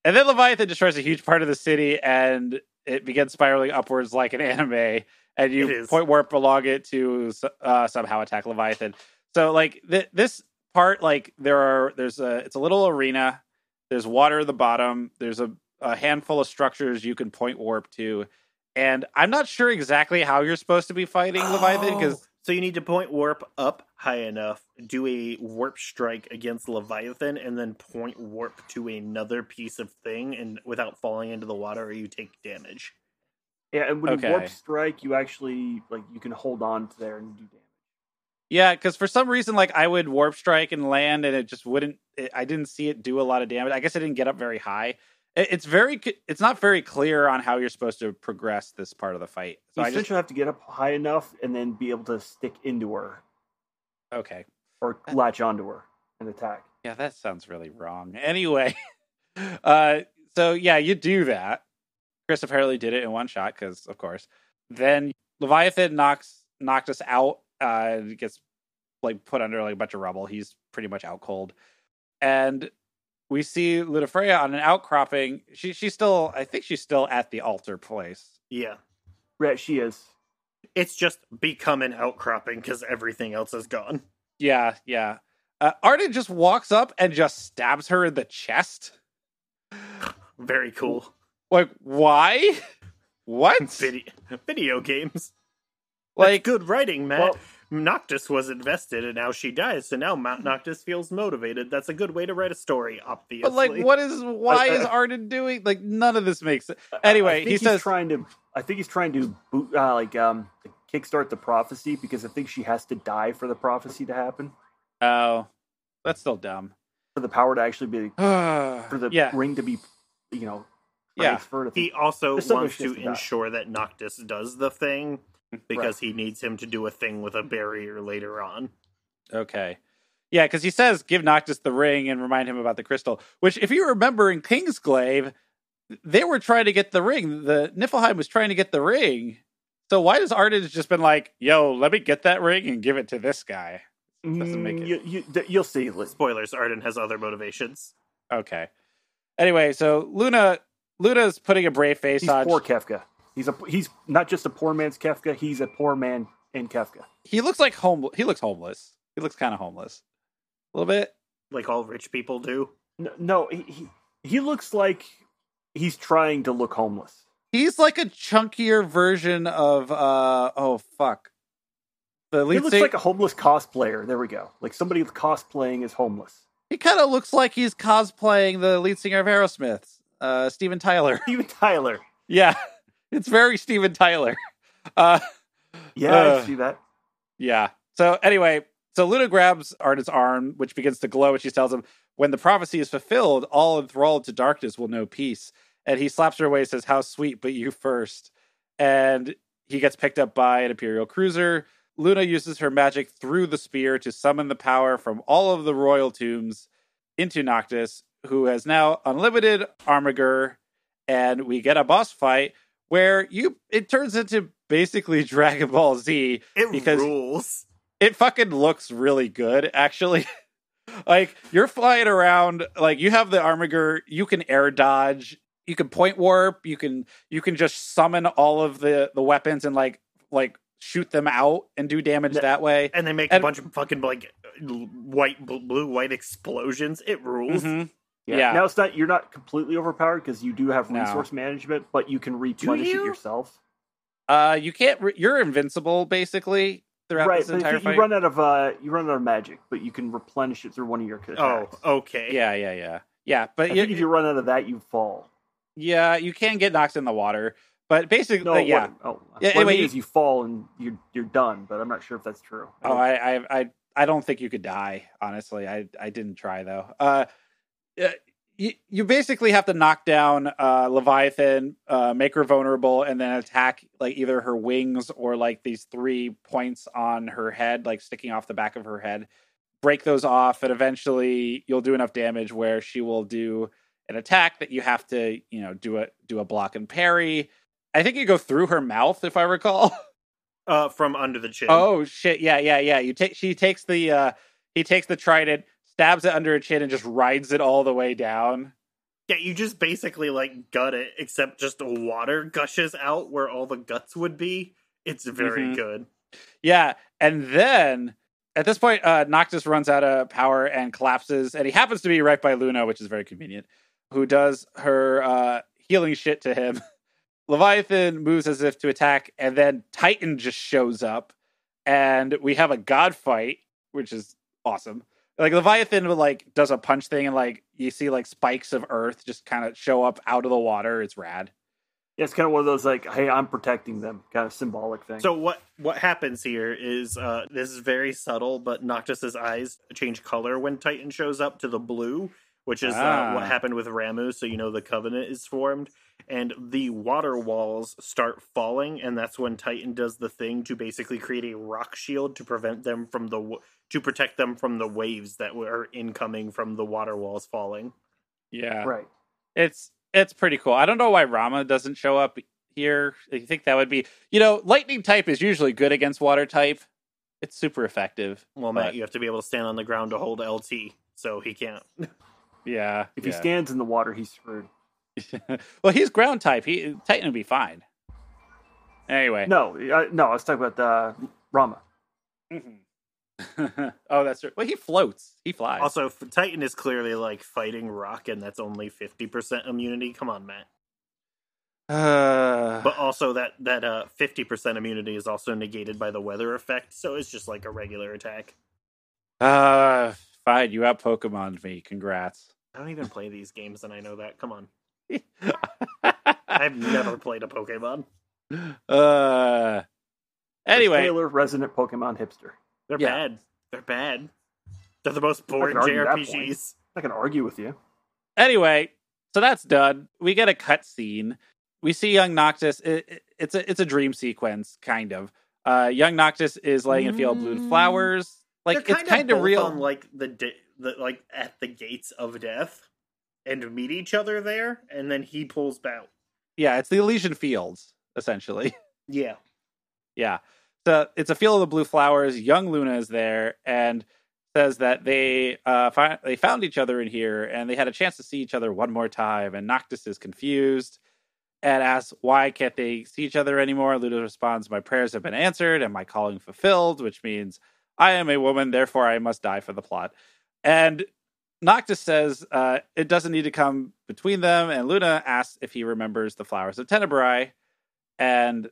S3: And then Leviathan destroys a huge part of the city, and it begins spiraling upwards like an (laughs) anime. And
S2: It
S3: you
S2: is.
S3: point warp along it to uh, somehow attack Leviathan. So like th- this part, like there are there's a it's a little arena. There's water at the bottom. There's a, a handful of structures you can point warp to, and I'm not sure exactly how you're supposed to be fighting Leviathan because
S2: Oh, so you need to point warp up high enough do a warp strike against leviathan and then point warp to another piece of thing and without falling into the water or you take damage
S4: Yeah, and when
S3: Okay.
S4: you warp strike, you actually like you can hold on to there and do damage.
S3: Yeah, because for some reason, like I would warp strike and land, and it just wouldn't. It, I didn't see it do a lot of damage. I guess I didn't get up very high. It, it's very. c- It's not very clear on how you're supposed to progress this part of the fight. So
S4: you
S3: I just
S4: essentially have to get up high enough and then be able to stick into her
S3: okay.
S4: or latch onto her and attack.
S3: Yeah, that sounds really wrong. Anyway, (laughs) uh, So yeah, you do that. Chris apparently did it in one shot because, of course. Then Leviathan knocks knocked us out. Uh, and gets like put under like a bunch of rubble. He's pretty much out cold, and we see Ludifreya on an outcropping. She she's still, I think she's still at the altar place.
S2: Yeah.
S4: Right, she is.
S2: It's just become an outcropping because everything else is gone.
S3: Yeah, yeah. Uh, Arden just walks up and just stabs her in the chest.
S2: Very cool.
S3: Like, why? (laughs) What?
S2: Video, video games. Like
S3: like,
S2: good writing, Matt.
S4: Well-
S2: Noctis was invested, and now she dies. So now Mount Noctis feels motivated. That's a good way to write a story, obviously.
S3: but like, what is? Why
S4: I- I-
S3: is Arden doing? Like, none of this makes sense.
S4: I
S3: Anyway,
S4: think
S3: he
S4: he's
S3: says,
S4: trying to. I think he's trying to boot, uh, like um kickstart the prophecy because I think she has to die for the prophecy to happen
S3: "Oh, that's still dumb."
S4: for the power to actually be (sighs) for
S3: (sighs) for
S4: the
S3: yeah,
S4: ring to be, you know,
S3: Yeah.
S4: transferred. I
S2: He
S4: think.
S2: also
S4: There's so
S2: wants
S4: much
S2: to
S4: just about-
S2: ensure that Noctis does the thing because he needs him to do a thing with a barrier later on.
S3: okay, yeah, because he says, "Give Noctis the ring and remind him about the crystal." Which, if you remember, in Kingsglaive, they were trying to get the ring. The Niflheim was trying to get the ring. So why does Arden just been like, "Yo, let me get that ring and give it to this guy"? doesn't make
S4: Mm,
S3: it-
S4: You, you, th- you'll see. Liz.
S2: Spoilers: Arden has other motivations.
S3: Okay. Anyway, so Luna Luna's putting a brave face
S4: He's
S3: on.
S4: poor Kefka. He's a he's not just a poor man's Kefka. He's a poor man in Kefka.
S3: He looks like home. He looks homeless. He looks kind of homeless, a little bit.
S2: like all rich people do.
S4: No, no he, he he looks like he's trying to look homeless.
S3: He's like a chunkier version of uh oh fuck. The
S4: He
S3: lead
S4: looks
S3: sing-
S4: like a homeless cosplayer. There we go. Like somebody cosplaying as homeless. (laughs)
S3: he kind of looks like he's cosplaying the lead singer of Aerosmith, uh Steven Tyler.
S4: Steven Tyler.
S3: yeah. It's very Steven Tyler. Uh
S4: Yeah,
S3: Uh.
S4: I see that.
S3: Yeah. So anyway, so Luna grabs Arda's arm, which begins to glow, and she tells him, "When the prophecy is fulfilled, all enthralled to darkness will know peace." And he slaps her away, and says, "How sweet, but you first. And he gets picked up by an imperial cruiser. Luna uses her magic through the spear to summon the power from all of the royal tombs into Noctis, who has now unlimited armiger. And we get a boss fight where you it turns into basically (laughs) Dragon Ball Z,
S2: It
S3: Because-
S2: rules.
S3: it fucking looks really good actually (laughs) like you're flying around like you have the armiger you can air dodge you can point warp you can you can just summon all of the the weapons and like like shoot them out and do damage
S4: Yeah.
S3: that way
S2: And they make a
S3: And-
S2: bunch of fucking like l- white, bl- blue, white explosions. It rules.
S3: Mhm.
S4: Yeah.
S3: Yeah.
S4: Now it's not you're not completely overpowered because you do have
S3: No.
S4: resource management, but you can replenish
S2: you?
S4: it yourself.
S3: uh you can't re- you're invincible basically throughout
S4: right,
S3: this
S4: but if
S3: entire
S4: you,
S3: fight
S4: you run out of uh you run out of magic, but you can replenish it through one of your
S2: Oh,
S4: attacks.
S2: okay.
S3: yeah yeah yeah Uh, yeah
S4: I
S3: but
S4: think if you
S3: you,
S4: run out of that, you fall.
S3: yeah you can get knocked in the water but basically
S4: No,
S3: Uh, yeah
S4: What, oh,
S3: Yeah,
S4: what I
S3: anyway,
S4: mean
S3: you-
S4: is you fall and you're you're done. But I'm not sure if that's true.
S3: Oh, I, I, I, I don't think you could die. Honestly, I, I didn't try though. Uh, uh, you, you basically have to knock down uh, Leviathan, uh, make her vulnerable, and then attack like either her wings or like these three points on her head, like sticking off the back of her head. Break those off, and eventually you'll do enough damage where she will do an attack that you have to, you know, do a do a block and parry. I think you go through her mouth, if I recall. (laughs)
S2: Uh, from under the chin.
S3: Oh shit! Yeah, yeah, yeah. You take. She takes the. uh He takes the trident, stabs it under her chin, and just rides it all the way down.
S2: Yeah, you just basically like gut it, except just water gushes out where all the guts would be. It's very
S3: Mhm.
S2: good.
S3: Yeah, and then at this point, uh Noctis runs out of power and collapses, and he happens to be right by Luna, which is very convenient. Who does her uh healing shit to him? (laughs) Leviathan moves as if to attack, and then Titan just shows up, and we have a god fight, which is awesome. Like Leviathan will, like does a punch thing, and like you see like spikes of earth just kind of show up out of the water. It's rad.
S4: Yeah, it's kind of one of those like, hey, I'm protecting them kind of symbolic thing.
S2: So what what happens here is uh, this is very subtle, but Noctis's eyes change color when Titan shows up to the blue, which is
S3: Ah.
S2: uh, what happened with Ramu. So you know the Covenant is formed, and the water walls start falling, and that's when Titan does the thing to basically create a rock shield to prevent them from the w- to protect them from the waves that were incoming from the water walls falling.
S3: Yeah,
S4: right,
S3: it's it's pretty cool. I don't know why Rama doesn't show up here. I think that would be, you know, lightning type is usually good against water type. It's super effective.
S2: Well,
S3: but-
S2: Matt, you have to be able to stand on the ground to hold LT, so he can't.
S3: yeah.
S4: If he
S3: yeah.
S4: stands in the water, he's screwed.
S3: (laughs) well, he's ground type. He Titan would be fine. Anyway.
S4: No, I, no, I was talking about uh, Rama.
S3: Mhm. (laughs) oh, that's right. Well, he floats. He flies.
S2: Also, f- Titan is clearly like fighting Rock, and that's only fifty percent immunity. Come on,
S4: (sighs)
S2: Matt.
S3: Uh,
S2: But also that that uh fifty percent immunity is also negated by the weather effect, so it's just like a regular attack.
S3: uh, fine. You out Pokemon me. Congrats.
S2: I don't even play these games, and I know that. Come
S4: (laughs)
S2: on, I've never played a Pokemon.
S3: Uh, anyway,
S4: Taylor, resident Pokemon hipster.
S2: They're
S3: Yeah.
S2: bad. They're bad. They're the most boring
S4: I can argue that point.
S2: JRPGs.
S4: I can argue with you.
S3: anyway, so that's done. We get a cutscene. We see young Noctis. It, it- it's a it's a dream sequence, kind of. Uh, young Noctis is laying in a field of blue
S1: Mm.
S3: flowers. Like
S2: They're
S3: it's kind of
S2: both
S3: real.
S2: on like the, de- the like at the gates of death, and meet each other there, and then he pulls out.
S3: yeah, it's the Elysian Fields essentially.
S2: Yeah,
S3: Yeah. So it's a field of the blue flowers. Young Luna is there and says that they uh, fi- they found each other in here and they had a chance to see each other one more time. And Noctis is confused and asks why can't they see each other anymore. Luna responds, "My prayers have been answered and my calling fulfilled, which means I am a woman, therefore I must die for the plot." And Noctis says uh, it doesn't need to come between them. And Luna asks if he remembers the flowers of Tenebrae. And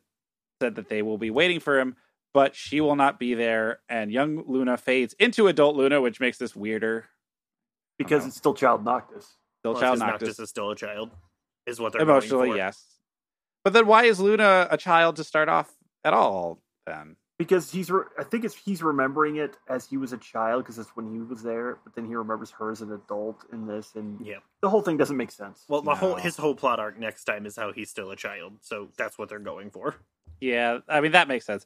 S3: said that they will be waiting for him, but she will not be there. And young Luna fades into adult Luna, which makes this weirder.
S4: Because
S3: know.
S4: it's still Child Noctis.
S2: Well,
S3: Still
S2: it's
S3: child
S2: 'cause
S3: Noctis,
S2: Noctis is still a child, is what they're going
S3: emotionally,
S2: for.
S3: yes. But then why is Luna a child to start off at all? Then
S4: Because he's, re- I think it's he's remembering it as he was a child because that's when he was there. But then he remembers her as an adult in this, and
S2: Yeah.
S4: the whole thing doesn't make sense.
S2: Well, the whole
S3: No.
S2: his whole plot arc next time is how he's still a child, so that's what they're going for.
S3: yeah, I mean that makes sense.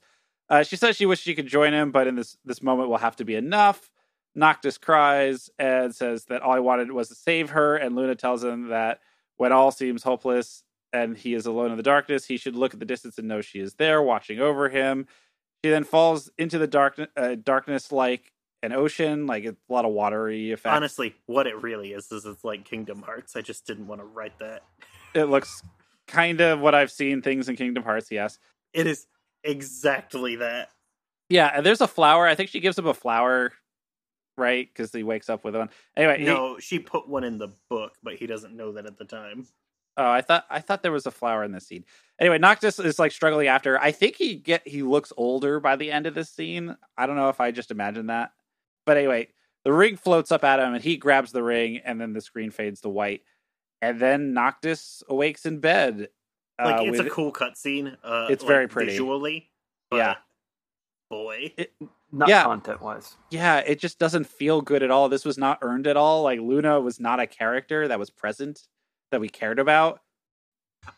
S3: Uh, she says she wished she could join him, but in this this moment will have to be enough. Noctis cries and says that all I wanted was to save her, and Luna tells him that when all seems hopeless and he is alone in the darkness, he should look at the distance and know she is there, watching over him. She then falls into the dark uh, darkness like an ocean, like it's a lot of watery effects.
S2: Honestly, what it really is is it's like Kingdom Hearts. I just didn't want to write that.
S3: It looks kind of what I've seen things in Kingdom Hearts. Yes,
S2: It is exactly that.
S3: yeah. And there's a flower. I think she gives him a flower, right? Because he wakes up with one. Anyway, Uh, he-
S2: No, she put one in the book, but he doesn't know that at the time.
S3: Oh, I thought I thought there was a flower in this scene. Anyway, Noctis is like struggling after. I think he get he looks older by the end of this scene. I don't know if I just imagined that. But anyway, the ring floats up at him and he grabs the ring and then the screen fades to white. And then Noctis awakes in bed.
S2: Like
S3: uh,
S2: it's
S3: with-
S2: a cool cutscene. Uh,
S3: It's
S2: like,
S3: very pretty.
S2: visually. But
S3: Yeah.
S2: boy,
S4: Not
S3: yeah.
S4: content wise.
S3: yeah, it just doesn't feel good at all. This was not earned at all. Like Luna was not a character that was present that we cared about.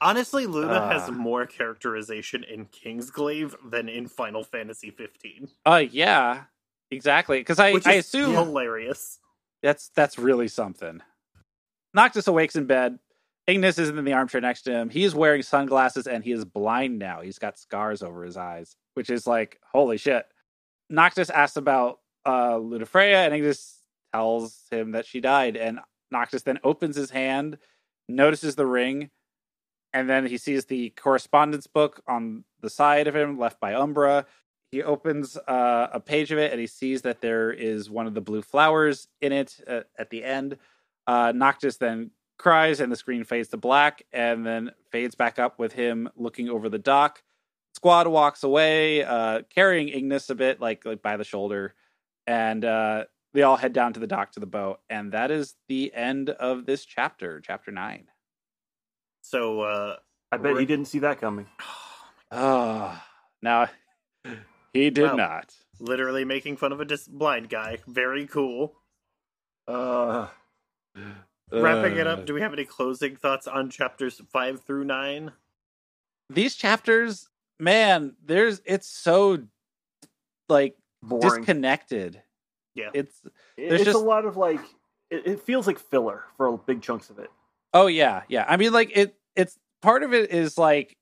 S2: honestly, Luna has
S3: Ah.
S2: more characterization in Kingsglaive than in Final Fantasy 15,
S3: Uh yeah, exactly. Because I
S2: which
S3: I
S2: is
S3: assume
S2: hilarious.
S3: That's that's really something. Noctis awakes in bed. Ignis is in the armchair next to him. He is wearing sunglasses and he is blind now. He's got scars over his eyes, which is like, holy shit. Noctis asks about uh, Ludifreya and Ignis tells him that she died. And Noctis then opens his hand, notices the ring, and then he sees the correspondence book on the side of him left by Umbra. He opens uh, a page of it and he sees that there is one of the blue flowers in it uh, at the end. Uh, Noctis then cries and the screen fades to black and then fades back up with him looking over the dock. Squad walks away, uh, carrying Ignis a bit, like like by the shoulder, and uh, they all head down to the dock to the boat. And that is the end of this chapter, chapter nine.
S2: So, uh,
S4: I bet he
S2: Right.
S4: didn't see that coming.
S3: Oh, now (laughs) he did
S2: Wow.
S3: not.
S2: literally making fun of a dis- blind guy. Very cool.
S4: Uh,
S2: Wrapping it
S3: Uh,
S2: up, do we have any closing thoughts on chapters five through nine?
S3: These chapters, man, there's it's so like
S4: boring.
S3: disconnected.
S2: Yeah.
S3: It's
S4: It-
S3: There's
S4: it's
S3: just-
S4: a lot of like it, it feels like filler for big chunks of it.
S3: Oh yeah, yeah. I mean, like it. It's part of it is like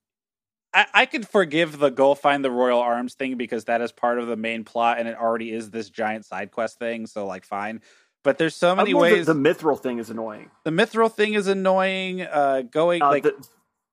S3: I, I could forgive the go find the royal arms thing because that is part of the main plot, and it already is this giant side quest thing. So like, fine. But there's so many
S4: I love that
S3: ways.
S4: the
S3: The,
S4: mithril thing is annoying.
S3: mithril thing is annoying. Uh, going
S4: Uh,
S3: like
S4: the,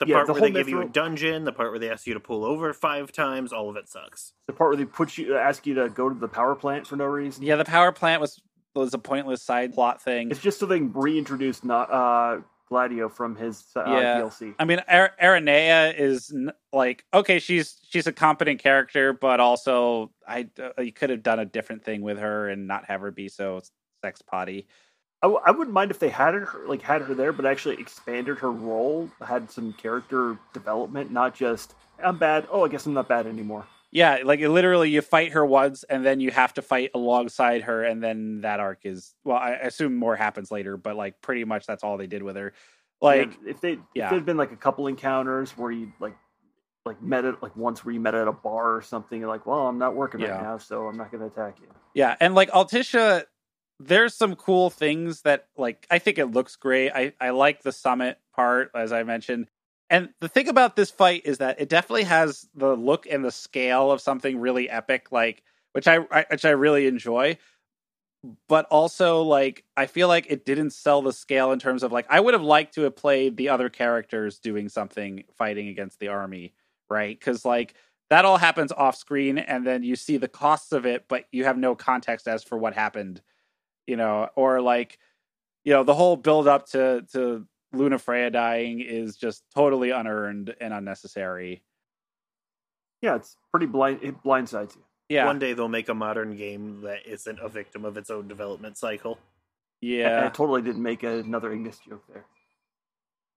S2: The
S4: Yeah,
S2: part
S4: the
S2: where they
S4: whole
S2: give you a
S4: mithril-
S2: dungeon, the part where they ask you to pull over five times, all of it sucks.
S4: the part where they put you, ask you to go to the power plant for no reason.
S3: yeah, the power plant was was a pointless side plot thing.
S4: It's just so they can reintroduce not uh, Gladio from his uh,
S3: Yeah.
S4: DLC.
S3: I mean, Ar- Aranea is n- like okay, she's she's a competent character, but also I uh, you could have done a different thing with her and not have her be so sex potty.
S4: I, w- I wouldn't mind if they had her like had her there, but actually expanded her role, had some character development, not just I'm bad. Oh, I guess I'm not bad anymore.
S3: Yeah, like it literally, you fight her once, and then you have to fight alongside her, and then that arc is well. I assume more happens later, but like pretty much that's all they did with her. Like,
S4: And if they
S3: yeah.
S4: if there'd been like a couple encounters where you like like met at like once where you met at a bar or something, you're like, well, I'm not working
S3: Yeah.
S4: right now, so I'm not going to attack you.
S3: Yeah, and like Altisha, there's some cool things that like I think it looks great. I I like the summit part as I mentioned. And the thing about this fight is that it definitely has the look and the scale of something really epic like which I, I which I really enjoy. But also like I feel like it didn't sell the scale in terms of like I would have liked to have played the other characters doing something fighting against the army, right? Cuz like that all happens off screen and then you see the costs of it but you have no context as for what happened you know or like you know the whole build up to to luna freya dying is just totally unearned and unnecessary
S4: Yeah, it's pretty blind. It blindsides you.
S3: yeah
S2: One day they'll make a modern game that isn't a victim of its own development cycle.
S4: And I
S3: yeah
S4: totally didn't make another Ignis joke there.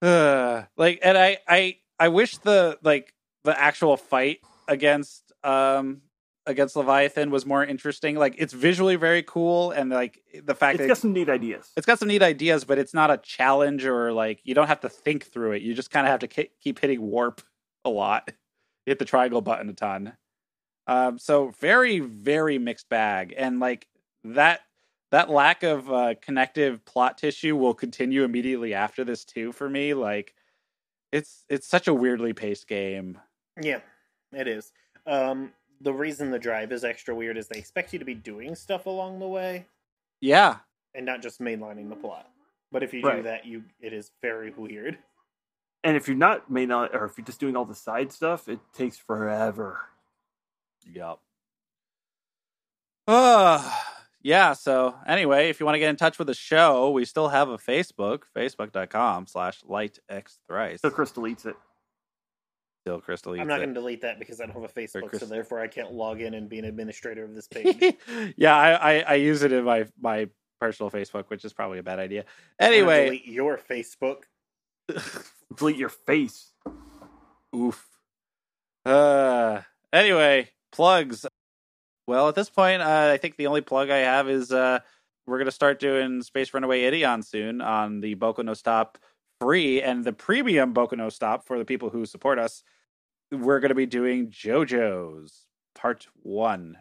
S3: Ugh. (sighs) like and i i i wish the like the actual fight against um against leviathan was more interesting like it's visually very cool and like the fact
S4: It's
S3: that
S4: got some neat ideas.
S3: it's got some neat ideas, but it's not a challenge or like you don't have to think through it. You just kind of have to ki- keep hitting warp a lot. Hit the triangle button a ton. Um, so very very mixed bag, and like that that lack of uh, connective plot tissue will continue immediately after this too. For me, like it's it's such a weirdly paced game.
S2: Yeah, it is. Um, the reason the drive is extra weird is they expect you to be doing stuff along the way
S3: Yeah,
S2: and not just mainlining the plot. But if you do
S4: Right.
S2: that, you it is very weird.
S4: and if you're not may not, or if you're just doing all the side stuff, it takes forever.
S3: Yep. Uh, yeah. So anyway, if you want to get in touch with the show, we still have a Facebook, facebook.com slash light x
S2: (laughs)
S3: thrice.
S4: So Chris deletes it.
S3: Still crystal eats
S2: I'm not
S3: it.
S2: going to delete that because I don't have a Facebook, so
S3: Chris-
S2: therefore I can't log in and be an administrator
S3: (laughs)
S2: of this page.
S3: yeah, I, I, I use it in my, my personal Facebook, which is probably a bad idea.
S2: I'm gonna
S3: Anyway,
S2: delete your Facebook. uh,
S4: Delete your face.
S3: oof. Uh, anyway, plugs. Well, at this point, uh, I think the only plug I have is uh, we're going to start doing Space Runaway Idion soon on the Boku no Stop free and the premium Boku no Stop for the people who support us. We're going to be doing JoJo's part one,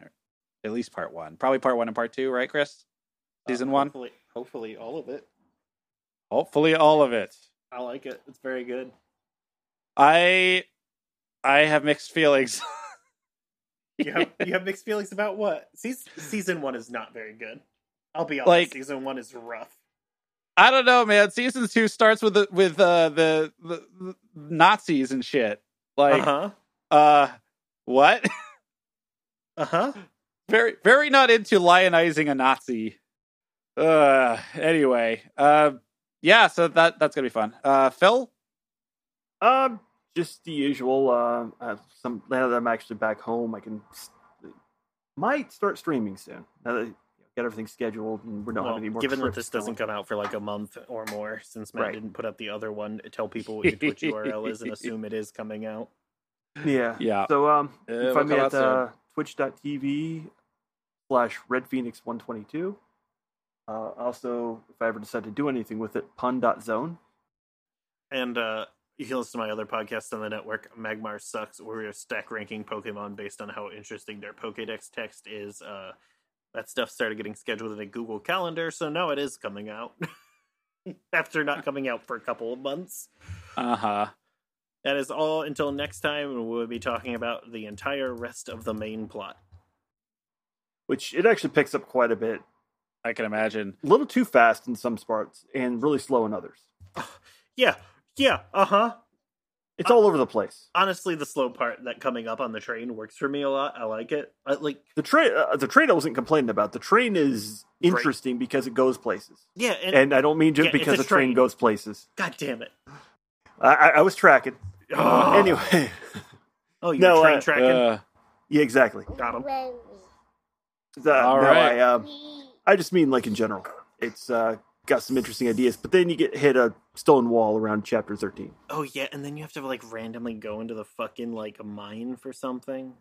S3: at least part one, probably part one and part two, right, Chris? Season
S2: Um,
S3: one?
S2: Hopefully, hopefully, all of it.
S3: Hopefully, all of it.
S2: I like it. It's very
S3: (laughs)
S2: good.
S3: I I have mixed feelings. (laughs)
S2: You have, you have mixed feelings about what? Season, season one is not very good. I'll be honest.
S3: Like-
S2: season one is rough.
S3: I don't know, man. Season two starts with the with uh, the, the the Nazis and shit. Like, uh
S2: huh.
S3: what? (laughs)
S2: Uh huh.
S3: very, very not into lionizing a Nazi. Uh, anyway, uh, yeah. So that that's gonna be fun. Uh, Phil,
S4: Um, just the usual. Uh, I have some now that I'm actually back home, I can s- might start streaming soon. Now that you know, get everything scheduled and we don't have any more.
S2: given that
S4: trips
S2: this doesn't
S4: going.
S2: come out for like a month or more, since Matt
S4: Right.
S2: didn't put up the other one, tell
S3: (laughs)
S2: people what your Twitch URL is and assume it is coming out.
S4: yeah,
S3: Yeah.
S4: So um,
S3: Uh,
S4: you can
S3: it'll
S4: find me
S3: come
S4: at
S3: out
S4: uh, twitch.tv slash Red Phoenix one twenty two. Uh, also, if I ever decide to do anything with it, pun.zone.
S2: And uh, you can listen to my other podcast on the network, Magmar Sucks, where we are stack ranking Pokemon based on how interesting their Pokedex text is. Uh, that stuff started getting scheduled in a Google Calendar, so now it is coming out. (laughs) after not coming out for a couple of months.
S3: Uh huh.
S2: That is all until next time, and we'll be talking about the entire rest of the main plot.
S4: which it actually picks up quite a bit.
S3: I can imagine.
S4: A little too fast in some parts and really slow in others.
S2: Yeah, yeah, uh huh.
S4: It's all over the place.
S2: Honestly, the slow part that coming up on the train works for me a lot. I like it. I like,
S4: The train, uh, the train, I wasn't complaining about. The train is interesting because it goes places,
S2: yeah, and,
S4: and I don't mean just
S2: Yeah, it's
S4: because
S2: a
S4: the train.
S2: train.
S4: goes places.
S2: god damn it.
S4: I, I, I was tracking
S2: Oh,
S4: anyway. (laughs)
S2: oh you
S4: no,
S2: train
S4: uh,
S2: tracking?
S3: Uh,
S4: yeah, exactly.
S2: Got him.
S4: The-
S3: All
S4: no,
S3: right.
S4: I, um, I just mean like in general. It's uh, got some interesting ideas, but then you get hit a stone wall around chapter thirteen.
S2: Oh yeah, and then you have to like randomly go into the fucking like mine for something.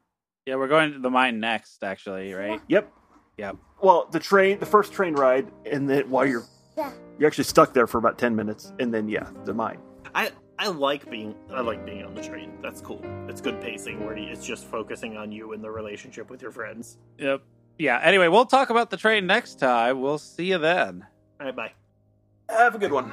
S3: yeah, we're going to the mine next, actually, right?
S4: Yep.
S3: Yep.
S4: Well, the train, the first train ride, and then while you're you're actually stuck there for about ten minutes, and then yeah, the mine.
S2: I I like being I like being on the train. That's cool. It's good pacing where it's just focusing on you and the relationship with your friends.
S3: Yep. Yeah. Anyway, we'll talk about the train next time. We'll see you then.
S2: All right, bye.
S4: Have a good one.